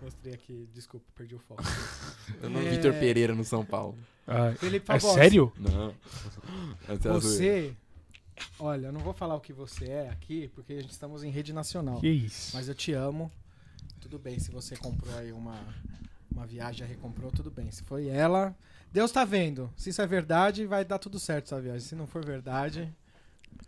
S1: Mostrei aqui, desculpa, perdi o foco.
S2: Eu não
S1: É.
S2: Vitor Pereira no São Paulo.
S1: Felipe
S6: é
S1: Fabossi,
S6: sério?
S2: Não. Essa é a zoeira.
S1: Você. Olha, eu não vou falar o que você é aqui, porque a gente estamos em rede nacional.
S6: Que isso.
S1: Mas eu te amo. Tudo bem se você comprou aí uma, uma viagem, a recomprou, tudo bem. Se foi ela, Deus tá vendo. Se isso é verdade, vai dar tudo certo essa viagem. Se não for verdade,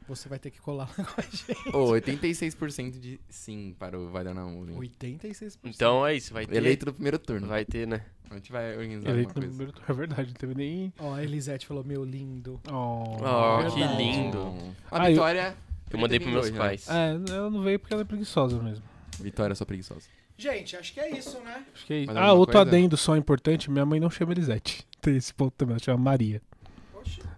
S1: você vai ter que colar lá com a gente.
S2: Ô, 86% de sim para o Vai Dar Na Uni.
S1: 86%.
S4: Então é isso, vai ter.
S2: Eleito no primeiro turno.
S4: Vai ter, né?
S2: A gente vai organizar
S6: Eleito no
S2: alguma coisa.
S6: primeiro turno. É verdade, não teve nem.
S1: Ó, a Elisete falou, meu lindo.
S6: Oh.
S4: Oh, que
S1: Verdade.
S4: lindo.
S2: A
S6: Ah, eu-
S2: Vitória...
S4: Eu mandei pros meus
S2: Hoje, né?
S4: pais.
S6: É, ela não veio porque ela é preguiçosa mesmo.
S2: Vitória, sua preguiçosa.
S1: Gente, acho que é isso, né?
S6: Acho que é isso.
S2: Mais
S6: Ah,
S2: alguma
S6: outro
S2: coisa?
S6: adendo só importante: minha mãe não chama Elisete. Tem esse ponto também, ela chama Maria.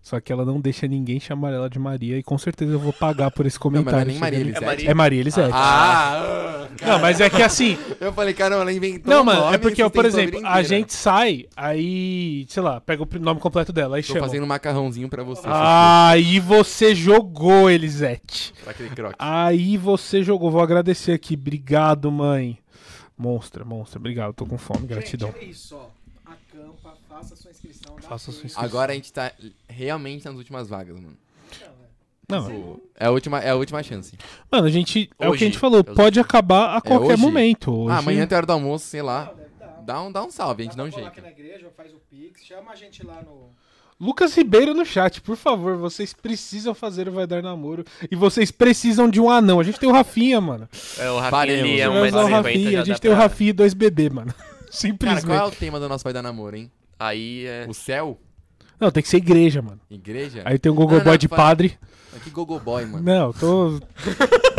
S6: Só que ela não deixa ninguém chamar ela de Maria e com certeza eu vou pagar por esse
S2: Não, mas não é
S6: comentário.
S2: nem Maria
S6: chegando-
S2: Elisete.
S4: Maria-
S6: É Maria Elisete.
S2: Ah! ah,
S6: Não, mas é que assim,
S2: Eu falei, cara, ela inventou
S6: Não,
S2: um
S6: mano,
S2: nome
S6: é porque,
S2: e
S6: ó, por
S2: sustentou
S6: exemplo,
S2: vida
S6: a
S2: inteira.
S6: gente sai, aí, sei lá, pega o pr- nome completo dela, aí
S2: Tô
S6: chama.
S2: fazendo um macarrãozinho pra você.
S6: Aí você jogou, Elisete.
S2: seu- Pra aquele croque.
S6: Aí você jogou. Vou agradecer aqui. Obrigado, mãe. Monstra, monstra. Obrigado, tô com fome. Gratidão.
S1: Gente, é isso, ó. Acampa, faça sua inscrição. dá
S6: Faça sua
S1: play.
S6: inscrição.
S2: Agora a gente tá realmente nas últimas vagas, mano.
S6: Não,
S2: Tipo, é, a última, é a última chance.
S6: mano, a gente. é o que a gente
S4: Hoje,
S6: falou.
S4: é hoje.
S6: Pode acabar a qualquer
S2: hoje?
S6: momento. Hoje,
S2: Ah, amanhã tem hora do almoço, sei lá.
S1: Não, deve dar.
S2: Dá um, dá um salve, a gente dá um
S1: pra colar aqui
S2: jeito.
S1: na igreja, faz o pix, chama a gente lá no...
S6: Lucas Ribeiro no chat, por favor. Vocês precisam fazer o Vai Dar Namoro. E vocês precisam de um anão. A gente tem o Rafinha, mano.
S4: É, o Rafinha
S2: Paremos,
S4: ali é
S2: né?
S4: um
S6: Mas
S4: metro
S6: o
S4: e
S6: Rafinha, a gente tem o Rafinha e dois bebê, mano.
S2: Cara,
S6: Simplesmente.
S2: qual é o tema do nosso Vai Dar Namoro, hein?
S4: Aí é.
S2: O céu?
S6: Não, tem que ser igreja, mano.
S2: Igreja?
S6: Aí tem um
S2: Não, não,
S6: gogoboy de
S2: fala- É
S6: padre.
S2: Que gogoboy, mano.
S6: Não, tô.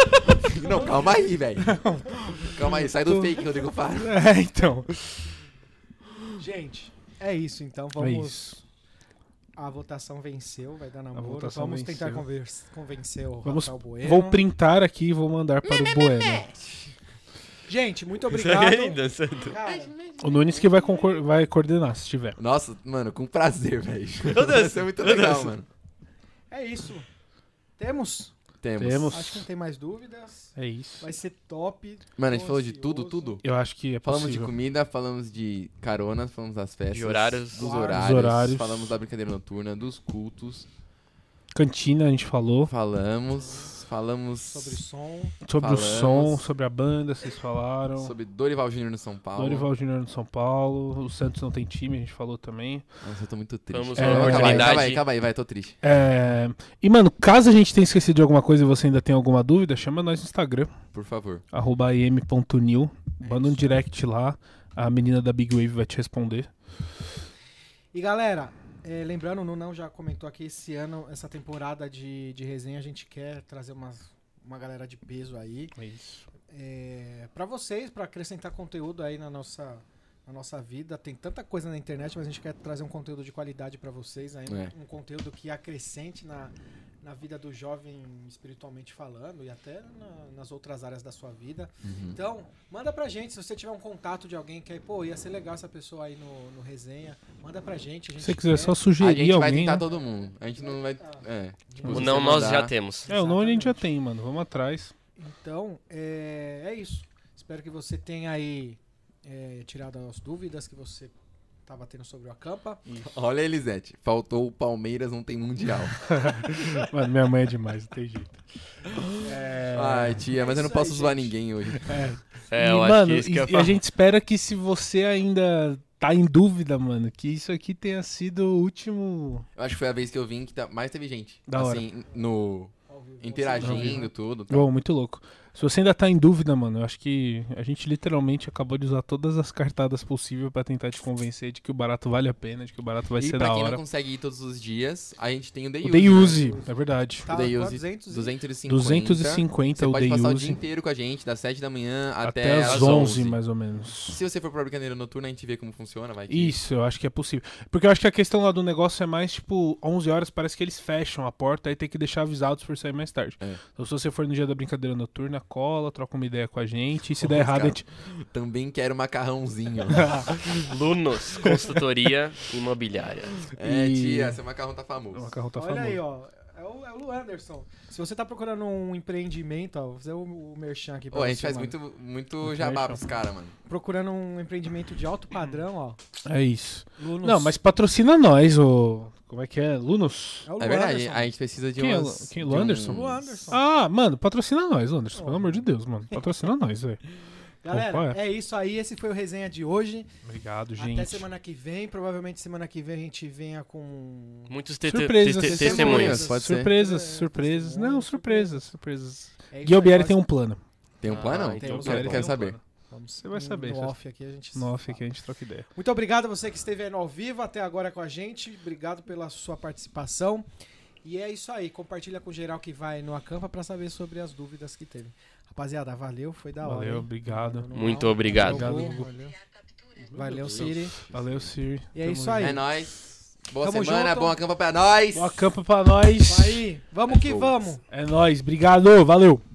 S2: Não, calma aí, velho. Calma aí, sai do fake, Rodrigo Faro.
S6: É, então.
S1: Gente, é isso então. Vamos.
S6: É isso.
S1: A votação venceu, vai dar namoro.
S6: votação
S1: Vamos tentar
S6: venceu.
S1: conver- convencer o
S6: Vamos-
S1: Rafael Bueno.
S6: Vou printar aqui e vou mandar para o Bueno.
S1: Gente, muito obrigado. Cara,
S6: O Nunes que vai, concor- vai coordenar, se tiver.
S2: Nossa, mano, com prazer, velho. Meu Deus, isso é muito legal, mano.
S1: é isso. Temos?
S2: Temos.
S6: Temos.
S1: Acho que não tem mais dúvidas.
S6: É isso.
S1: Vai ser top.
S2: Mano, a
S1: Tô
S2: gente falou de tudo,
S1: ansioso.
S2: tudo.
S6: Eu acho que é
S2: Falamos de
S6: possível.
S2: comida, falamos de caronas, falamos das festas.
S4: De horários.
S2: Dos
S1: Claro.
S2: horários,
S6: Dos horários.
S2: Falamos da brincadeira noturna, dos cultos.
S6: Cantina, a gente falou.
S2: Falamos. Falamos
S1: Sobre
S2: sobre,
S1: som.
S6: Sobre o som,
S2: Falamos.
S6: sobre a banda, vocês falaram.
S2: Dorival Júnior no São Paulo.
S6: Dorival Júnior no São Paulo. O Santos não tem time, a gente falou também.
S2: Nossa, eu tô muito triste.
S4: Vamos
S6: É, falar da
S2: acaba, aí,
S4: oportunidade.
S2: acaba aí, acaba aí, vai, tô triste.
S6: É, E, mano, caso a gente tenha esquecido de alguma coisa e você ainda tem alguma dúvida, chama nós no Instagram.
S2: Por favor.
S6: arroba im.new, manda um direct lá, a menina da Big Wave vai te responder.
S1: E galera, é, lembrando, o Nunão já comentou aqui, esse ano, essa temporada de, de resenha, a gente quer trazer umas, uma galera de peso aí.
S6: É isso.
S1: é, para vocês, para acrescentar conteúdo aí na nossa, na nossa vida. Tem tanta coisa na internet, mas a gente quer trazer um conteúdo de qualidade para vocês, aí,
S2: É.
S1: um conteúdo que acrescente na, na vida do jovem espiritualmente falando e até na- nas outras áreas da sua vida.
S2: Uhum.
S1: Então, manda pra gente, se você tiver um contato de alguém que aí, pô, ia ser legal essa pessoa aí no, no resenha, manda pra gente. A gente
S6: Se você quiser
S1: quer.
S6: só
S2: A
S6: sugerir
S2: gente vai
S6: alguém.
S2: tentar
S6: né?
S2: todo mundo. A gente não vai. É. Tipo,
S4: O
S2: se
S4: não
S2: você
S4: nós
S2: mandar-
S4: já temos.
S6: É, o nome a gente já
S1: Exatamente.
S6: tem, mano. Vamos atrás.
S1: Então, é, é isso. Espero que você tenha aí é, tirado as dúvidas que você tava tendo sobre o Acampa.
S2: Olha, Elisete, faltou o Palmeiras, não tem mundial.
S6: Mano, minha mãe é demais, não tem jeito.
S1: É,
S2: Ai, tia, mas eu não
S1: isso aí,
S2: posso zoar
S1: gente.
S2: ninguém hoje.
S6: É. e,
S4: É, eu
S6: mano,
S4: acho que isso
S6: e,
S4: que eu ia
S6: e a
S4: falar.
S6: gente espera que se você ainda tá em dúvida, mano, que isso aqui tenha sido o último.
S2: Eu acho que foi a vez que eu vim que tá- mais teve gente.
S6: Da hora.
S2: assim, no. Interagindo, tudo. tá?
S4: tá?
S6: Bom, muito louco. Se você ainda tá em dúvida, mano, eu acho que a gente literalmente acabou de usar todas as cartadas possíveis pra tentar te convencer de que o barato vale a pena, de que o barato vai
S2: e
S6: ser
S2: pra
S6: da
S2: quem
S6: hora.
S2: não consegue ir todos os dias, a gente tem o Day
S6: O Day
S2: né?
S6: Use, é verdade.
S2: O Day
S9: Tá,
S2: Use,
S9: 200 e-
S2: 250.
S6: 250
S2: Você
S6: é o
S2: pode
S6: Day
S2: passar o dia
S6: Use
S2: inteiro com a gente, das 7 da manhã até,
S6: até
S2: as
S6: as 11,
S2: 11.
S6: mais ou menos.
S2: Se você for pra brincadeira noturna, a gente vê como funciona, vai que...
S6: Isso, eu acho que é possível. Porque eu acho que a questão lá do negócio é mais tipo 11 horas, parece que eles fecham a porta aí tem que deixar avisados por sair mais tarde.
S2: É.
S6: Então se você for no dia da brincadeira noturna, cola, troca uma ideia com a gente. E se der
S2: Os
S6: errado, a
S2: caras-
S6: gente...
S2: Também quero um macarrãozinho.
S4: Lunos, consultoria imobiliária.
S2: é,
S6: E-
S2: tia, seu macarrão tá famoso.
S6: o macarrão tá
S1: Olha
S6: famoso.
S1: aí, ó. É o, é o Lu Anderson. Se você tá procurando um empreendimento, ó, vou fazer o, o merchan aqui pra
S2: Pô, a
S1: você,
S2: gente faz
S1: mano.
S2: muito, muito jabá pros caras, mano.
S1: Procurando um empreendimento de alto padrão, ó.
S6: É isso.
S1: Lu nos-
S6: Não, mas patrocina nós, ô. Como é que é? Lunos?
S1: É, o um Lu
S2: É verdade,
S1: Anderson.
S2: a gente precisa de
S6: Quem é
S2: umas...
S6: o- quem é o
S2: de
S6: Anderson?
S1: Lu Anderson.
S6: Ah, mano, patrocina nós, Anderson. Pelo
S1: Ó.
S6: amor de Deus, mano. Patrocina nós, velho.
S1: Galera,
S6: Opa,
S1: é isso aí. Esse foi o resenha de hoje.
S6: Obrigado,
S1: Até
S6: gente.
S1: semana que vem. Provavelmente semana que vem a gente venha com.
S4: Muitos te- te-
S6: Surpresas,
S4: te-
S2: testemunhas.
S4: testemunhas.
S2: Pode ser.
S6: surpresas,
S1: É,
S6: surpresas. Não, surpresas, surpresas.
S1: É isso aí,
S6: Guilherme
S1: nós-
S6: tem um plano.
S2: Tem um plano? Então,
S4: Ah, então
S2: quero,
S4: tá bom.
S2: quero saber.
S1: Vamos-
S6: Você vai saber,
S1: No
S6: você-
S1: off aqui a gente.
S6: Nossa, que a gente troca ideia.
S1: Muito obrigado a você que esteve aí no ao vivo até agora com a gente. Obrigado pela sua participação. E é isso aí. Compartilha com o geral que vai no Acampa pra saber sobre as dúvidas que teve. Rapaziada, valeu. Foi da hora.
S6: Valeu,
S1: hein?
S6: obrigado.
S1: Valeu,
S4: Muito
S1: Nau.
S4: obrigado.
S1: Valeu,
S6: Obrigado,
S1: Gu. Valeu, Siri.
S6: Valeu, Siri.
S1: E é
S6: Tamo
S1: isso
S6: junto.
S1: aí.
S2: É nóis. Boa
S1: Tamo
S2: semana,
S1: junto.
S2: bom acampo pra nós.
S6: Boa campo pra nós.
S1: Aí, vamos que
S2: Boa.
S1: vamos.
S6: É nóis. Obrigado. Valeu.